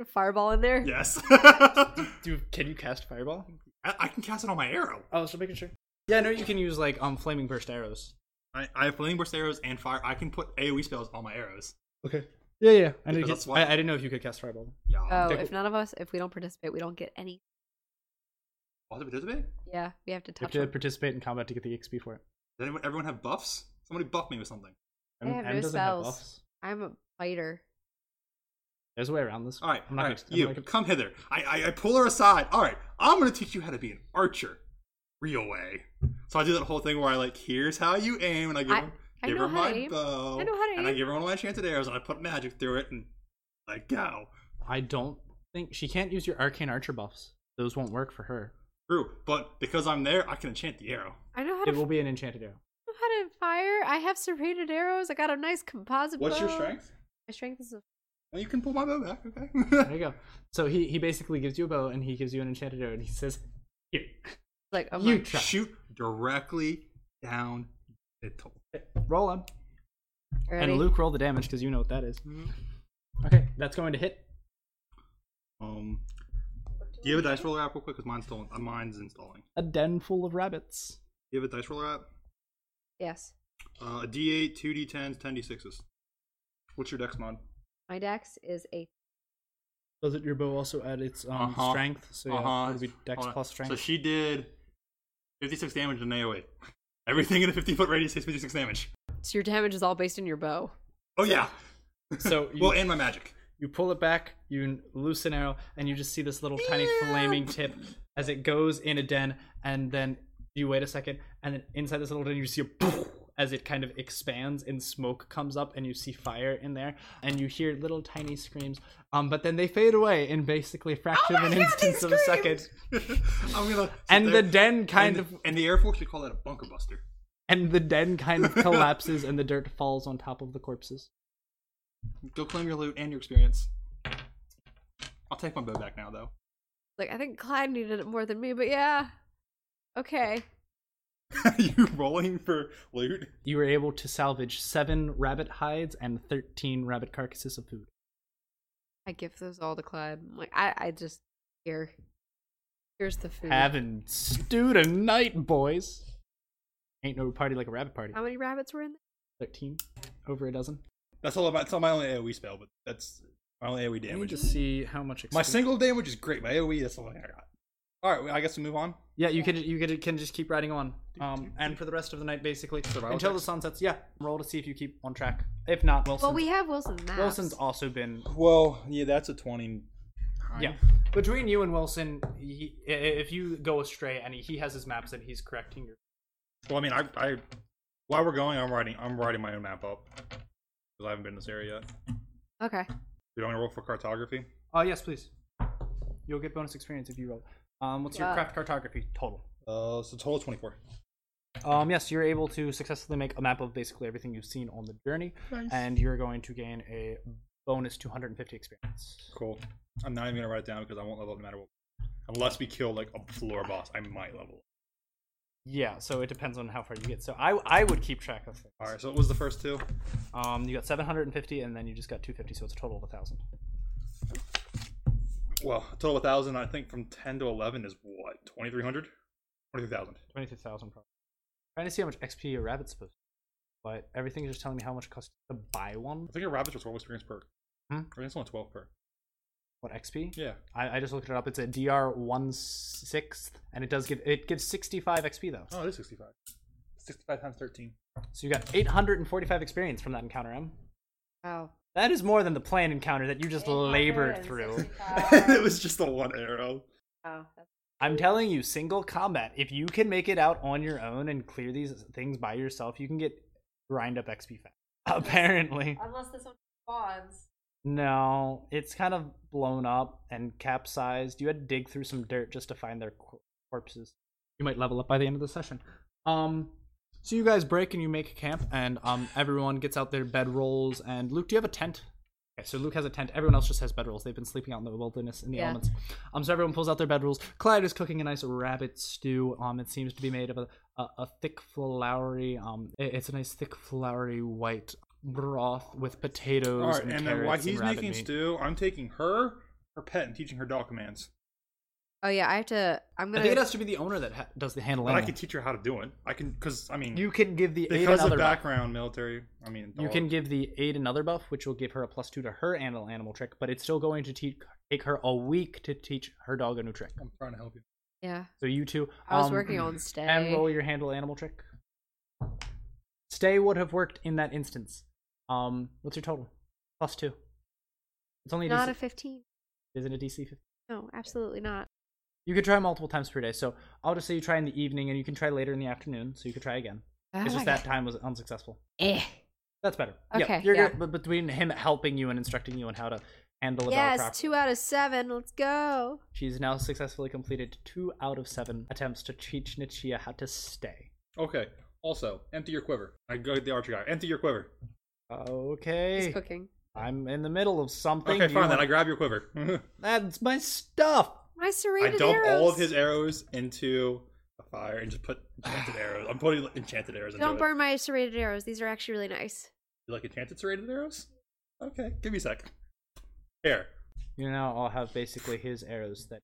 [SPEAKER 8] A fireball in there.
[SPEAKER 6] Yes.
[SPEAKER 12] Do can you cast fireball?
[SPEAKER 6] I, I can cast it on my arrow.
[SPEAKER 12] Oh, so making sure. Yeah, no, you can use like um flaming burst arrows.
[SPEAKER 6] I, I have flaming burst arrows and fire. I can put AOE spells on my arrows.
[SPEAKER 12] Okay. Yeah, yeah. I
[SPEAKER 6] Because
[SPEAKER 12] didn't,
[SPEAKER 6] that's
[SPEAKER 12] get,
[SPEAKER 6] why-
[SPEAKER 12] I, I didn't know if you could cast fireball.
[SPEAKER 6] Yeah.
[SPEAKER 8] Oh,
[SPEAKER 12] Okay,
[SPEAKER 8] if
[SPEAKER 12] cool.
[SPEAKER 8] none of us, if we don't participate, we don't get any.
[SPEAKER 6] Also, participate.
[SPEAKER 8] Yeah, we have to
[SPEAKER 12] You
[SPEAKER 8] touch
[SPEAKER 12] have to
[SPEAKER 8] them.
[SPEAKER 12] participate in combat to get the XP for it.
[SPEAKER 6] Does anyone, everyone have buffs? Somebody buff me with something.
[SPEAKER 8] I have no spells. I'm a fighter.
[SPEAKER 12] There's a way around this.
[SPEAKER 6] All right,
[SPEAKER 12] I'm not
[SPEAKER 6] all
[SPEAKER 12] gonna-
[SPEAKER 6] right,
[SPEAKER 12] I'm
[SPEAKER 6] you
[SPEAKER 12] not gonna-
[SPEAKER 6] come hither. I, I I pull her aside. All right, I'm gonna teach you how to be an archer. real way. So I do that whole thing where I like, here's how you aim, and I give
[SPEAKER 24] I-
[SPEAKER 6] him
[SPEAKER 24] I
[SPEAKER 6] give
[SPEAKER 24] know
[SPEAKER 6] her
[SPEAKER 24] how to
[SPEAKER 6] my
[SPEAKER 24] aim.
[SPEAKER 6] bow,
[SPEAKER 24] I know how to
[SPEAKER 6] and I
[SPEAKER 24] aim.
[SPEAKER 6] give her one of my enchanted arrows, and I put magic through it, and I go.
[SPEAKER 12] I don't think she can't use your arcane archer buffs. Those won't work for her.
[SPEAKER 6] True, but because I'm there, I can enchant the arrow.
[SPEAKER 24] I know how to
[SPEAKER 12] It will be an enchanted arrow.
[SPEAKER 24] know how to fire. I have serrated arrows. I got a nice composite.
[SPEAKER 6] What's your
[SPEAKER 24] bow.
[SPEAKER 6] strength?
[SPEAKER 24] My strength is a
[SPEAKER 6] Well, you can pull my bow back. Okay.
[SPEAKER 12] there you go. So he, he basically gives you a bow and he gives you an enchanted arrow and he says, Here.
[SPEAKER 24] like oh
[SPEAKER 12] you
[SPEAKER 24] my.
[SPEAKER 12] try.
[SPEAKER 6] shoot directly down the middle.
[SPEAKER 12] Roll him.
[SPEAKER 24] Ready?
[SPEAKER 12] And Luke, roll the damage because you know what that is. Okay, that's going to hit.
[SPEAKER 6] Um, do you have a dice roller app real quick? Cause mine's still uh, mine's installing.
[SPEAKER 12] A den full of rabbits.
[SPEAKER 6] Do you have a dice roller app?
[SPEAKER 24] Yes.
[SPEAKER 6] Uh, a D8, two D10s, ten D6s. What's your dex mod?
[SPEAKER 24] My dex is eight.
[SPEAKER 12] Does it your bow also add its um,
[SPEAKER 6] Uh-huh.
[SPEAKER 12] strength? So yeah, it would be dex
[SPEAKER 6] Hold on.
[SPEAKER 12] plus strength.
[SPEAKER 6] So she did 56 damage in AoE. Everything in a 15 foot radius takes 56 damage.
[SPEAKER 8] So your damage is all based on your bow.
[SPEAKER 6] Oh yeah.
[SPEAKER 12] So
[SPEAKER 6] well, and my magic.
[SPEAKER 12] You pull it back, you loose an arrow, and you just see this little tiny flaming tip as it goes in a den, and then you wait a second, and then inside this little den you see a as it kind of expands and smoke comes up and you see fire in there and you hear little tiny screams um but then they fade away in basically a fraction
[SPEAKER 6] Oh
[SPEAKER 12] of an instance of a second
[SPEAKER 6] I'm gonna. sit
[SPEAKER 12] And
[SPEAKER 6] there-
[SPEAKER 12] the den kind
[SPEAKER 6] and, of. And the Air Force would call that a bunker buster.
[SPEAKER 12] and the den kind of collapses and the dirt falls on top of the corpses
[SPEAKER 6] Go claim your loot and your experience. I'll take my bow back now though.
[SPEAKER 8] Like I think Clyde needed it more than me, but yeah. Okay.
[SPEAKER 6] you rolling for loot?
[SPEAKER 12] you were able to salvage seven rabbit hides and 13 rabbit carcasses of food
[SPEAKER 8] I give those all to Clyde. I'm like I, I just here. Here's the food.
[SPEAKER 12] having stew tonight, boys. Ain't no party like a rabbit party.
[SPEAKER 8] How many rabbits were in there?
[SPEAKER 12] Thirteen, over a dozen.
[SPEAKER 6] That's all about. That's all my only AOE spell, but that's my only AOE
[SPEAKER 12] Let me
[SPEAKER 6] damage.
[SPEAKER 12] just see how much.
[SPEAKER 6] My
[SPEAKER 12] experience-
[SPEAKER 6] single damage is great. My AOE, that's the only thing I got. All right, well, I guess we move on.
[SPEAKER 12] Yeah, you can you can, can just keep riding on. Um, and for the rest of the night, basically, until the
[SPEAKER 6] checks.
[SPEAKER 12] sun sets. Yeah, roll to see if you keep on track. If not, Wilson.
[SPEAKER 24] Well, we have Wilson's map.
[SPEAKER 12] Wilson's also been.
[SPEAKER 6] Well, yeah, that's a twenty.
[SPEAKER 12] Yeah, between you and Wilson, he, i- i- if you go astray, and he, he has his maps and he's correcting your.
[SPEAKER 6] Well, I mean, I, I while we're going, I'm writing, I'm writing my own map up because I haven't been in this area yet.
[SPEAKER 8] Okay.
[SPEAKER 6] You want me to roll for cartography?
[SPEAKER 12] Oh yes, please. You'll get bonus experience if you roll. Um, what's your
[SPEAKER 8] Yeah.
[SPEAKER 12] craft cartography total?
[SPEAKER 6] Uh, so total twenty four.
[SPEAKER 12] Um, yes, you're able to successfully make a map of basically everything you've seen on the journey,
[SPEAKER 6] Nice.
[SPEAKER 12] and you're going to gain a bonus 250 experience.
[SPEAKER 6] Cool. I'm not even gonna write it down because I won't level up no matter what. Unless we kill like a floor boss, I might level. up.
[SPEAKER 12] Yeah, so it depends on how far you get. So I, I would keep track of things.
[SPEAKER 6] All right. So what was the first two?
[SPEAKER 12] Um, you got 750, and then you just got 250, so it's a total of a thousand.
[SPEAKER 6] Well, a total of thousand. I think from ten to eleven is what twenty three hundred. Twenty three thousand.
[SPEAKER 12] 23,000 probably. Trying to see how much XP your rabbit's supposed to. But everything's just telling me how much it costs to buy one.
[SPEAKER 6] I think your rabbits are twelve experience per.
[SPEAKER 12] Hmm?
[SPEAKER 6] I think it's only twelve per.
[SPEAKER 12] What XP?
[SPEAKER 6] Yeah.
[SPEAKER 12] I, I just looked it up. It's a DR one sixth, and it does give it gives 65 XP though.
[SPEAKER 6] Oh, it is sixty five. Sixty five times thirteen.
[SPEAKER 12] So you got 845 experience from that encounter, M.
[SPEAKER 8] Wow.
[SPEAKER 12] That is more than the plane encounter that you just labored through.
[SPEAKER 6] it was just the one arrow.
[SPEAKER 8] Oh, that's
[SPEAKER 12] I'm telling you, single combat. If you can make it out on your own and clear these things by yourself, you can get grind up XP fast. Apparently.
[SPEAKER 24] Unless this one spawns.
[SPEAKER 12] No, it's kind of blown up and capsized. You had to dig through some dirt just to find their cor- corpses. You might level up by the end of the session. Um, so you guys break and you make camp, and um, everyone gets out their bed rolls. And Luke, do you have a tent? Okay, so Luke has a tent. Everyone else just has bedrolls. They've been sleeping out in the wilderness in the
[SPEAKER 8] Yeah.
[SPEAKER 12] elements. Um, so everyone pulls out their bedrolls. Clyde is cooking a nice rabbit stew. Um, it seems to be made of a, a, a thick floury. Um, i- it's a nice thick floury white broth with potatoes
[SPEAKER 6] All right,
[SPEAKER 12] and,
[SPEAKER 6] and then
[SPEAKER 12] carrots
[SPEAKER 6] while
[SPEAKER 12] and
[SPEAKER 6] he's
[SPEAKER 12] rabbit
[SPEAKER 6] making
[SPEAKER 12] meat.
[SPEAKER 6] stew, I'm taking her, her pet, and teaching her dog commands.
[SPEAKER 8] Oh yeah, I have to I'm
[SPEAKER 12] I
[SPEAKER 8] gonna
[SPEAKER 12] think it has to be the owner that ha- does the handling.
[SPEAKER 6] But I can teach her how to do it. I can, because I mean,
[SPEAKER 12] you can give the aid
[SPEAKER 6] because
[SPEAKER 12] another
[SPEAKER 6] of
[SPEAKER 12] buff.
[SPEAKER 6] background military. I mean,
[SPEAKER 12] You
[SPEAKER 6] dog.
[SPEAKER 12] can give the aid another buff, which will give her a plus two to her animal animal trick, but it's still going to teach take her a week to teach her dog a new trick.
[SPEAKER 6] I'm trying to help you.
[SPEAKER 8] Yeah.
[SPEAKER 12] So you two.
[SPEAKER 8] I was
[SPEAKER 12] um,
[SPEAKER 8] working on
[SPEAKER 12] And
[SPEAKER 8] stay.
[SPEAKER 12] roll your handle animal trick. Stay would have worked in that instance. Um, what's your total? Plus two. It's only a
[SPEAKER 8] Not
[SPEAKER 12] DC.
[SPEAKER 8] a fifteen.
[SPEAKER 12] Isn't it DC? 15?
[SPEAKER 8] No, absolutely not.
[SPEAKER 12] You could try multiple times per day. So I'll just say you try in the evening, and you can try later in the afternoon. So you could try again.
[SPEAKER 6] Oh
[SPEAKER 4] I
[SPEAKER 12] it's just
[SPEAKER 4] like
[SPEAKER 8] Ah,
[SPEAKER 12] that
[SPEAKER 4] it.
[SPEAKER 12] time was unsuccessful.
[SPEAKER 4] Eh.
[SPEAKER 12] That's better.
[SPEAKER 4] Okay,
[SPEAKER 12] Yeah, you're
[SPEAKER 4] yeah.
[SPEAKER 12] good. But between him helping you and instructing you on how to handle the battle
[SPEAKER 8] Yes,
[SPEAKER 12] properly,
[SPEAKER 8] two out of seven. Let's go.
[SPEAKER 12] she's now successfully completed two out of seven attempts to teach Nichia how to stay.
[SPEAKER 6] Okay. Also, empty your quiver. I go to the archer guy. Empty your quiver.
[SPEAKER 12] Okay.
[SPEAKER 8] He's cooking.
[SPEAKER 12] I'm in the middle of something.
[SPEAKER 6] Okay,
[SPEAKER 12] Do you
[SPEAKER 6] fine. Then
[SPEAKER 12] wanna-
[SPEAKER 6] I grab your quiver.
[SPEAKER 12] That's my stuff.
[SPEAKER 8] My
[SPEAKER 6] I
[SPEAKER 8] serrated
[SPEAKER 6] dump
[SPEAKER 8] arrows.
[SPEAKER 6] all of his arrows into the fire and just put enchanted arrows. I'm putting enchanted arrows into
[SPEAKER 8] Don't
[SPEAKER 6] it.
[SPEAKER 8] burn my serrated arrows. These are actually really nice.
[SPEAKER 6] You like enchanted serrated arrows? Okay, give me a sec. Here.
[SPEAKER 12] You now all have basically his arrows that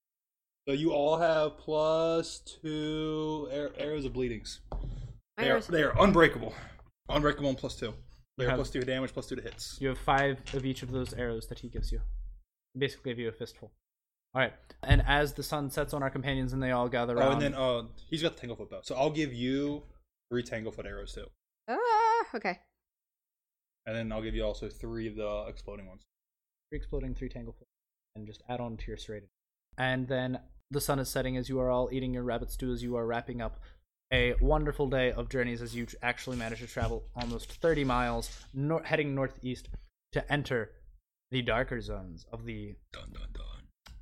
[SPEAKER 6] So you all have plus two ar- arrows of bleedings.
[SPEAKER 12] My
[SPEAKER 6] They are,
[SPEAKER 12] arrows-
[SPEAKER 6] they are unbreakable. Unbreakable and plus two. They
[SPEAKER 12] You
[SPEAKER 6] are
[SPEAKER 12] have-
[SPEAKER 6] plus two to damage, plus two to hits.
[SPEAKER 12] You have five of each of those arrows that he gives you. Basically, give you a fistful. All right. And as the sun sets on our companions and they all gather
[SPEAKER 6] Oh,
[SPEAKER 12] around,
[SPEAKER 6] and then uh, he's got the Tanglefoot bow. So I'll give you three Tanglefoot arrows too.
[SPEAKER 8] Ah, okay.
[SPEAKER 6] And then I'll give you also three of the exploding ones.
[SPEAKER 12] three exploding, three tanglefoot, and just add on to your serrated. And then the sun is setting as you are all eating your rabbit stew as you are wrapping up a wonderful day of journeys as you actually manage to travel almost 30 miles nor- heading northeast to enter the darker zones of the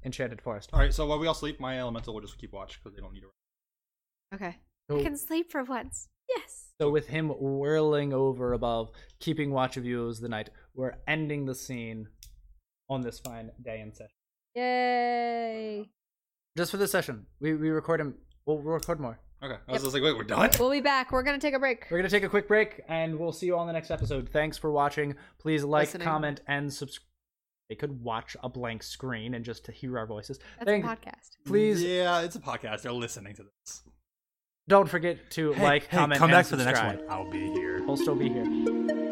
[SPEAKER 12] enchanted forest.
[SPEAKER 6] All right, so while we all sleep, my elemental will just keep watch because they don't need to.
[SPEAKER 8] Okay.
[SPEAKER 12] So-
[SPEAKER 8] I can sleep for once. Yes.
[SPEAKER 12] So with him whirling over above, keeping watch of you as the night, we're ending the scene on this fine day and session.
[SPEAKER 4] Yay.
[SPEAKER 12] Just for this session, we, we record him. We'll we'll record more.
[SPEAKER 6] Okay, I
[SPEAKER 4] was Yep. just like, wait,
[SPEAKER 6] we're
[SPEAKER 4] We'll be back. We're going to take a break.
[SPEAKER 12] We're gonna take a quick break, and we'll see you all in the next episode. Thanks for watching. Please like,
[SPEAKER 4] Listening.
[SPEAKER 12] comment, and subscribe. They could watch a blank screen and just to hear our voices.
[SPEAKER 8] That's
[SPEAKER 12] Thank-
[SPEAKER 8] a podcast.
[SPEAKER 12] Please
[SPEAKER 6] Yeah, it's a podcast. They're listening to this.
[SPEAKER 12] don't forget to
[SPEAKER 6] Hey,
[SPEAKER 12] like,
[SPEAKER 6] hey,
[SPEAKER 12] comment,
[SPEAKER 6] come
[SPEAKER 12] and
[SPEAKER 6] back for the next
[SPEAKER 12] subscribe.
[SPEAKER 6] one. I'll be here.
[SPEAKER 12] We'll still be here.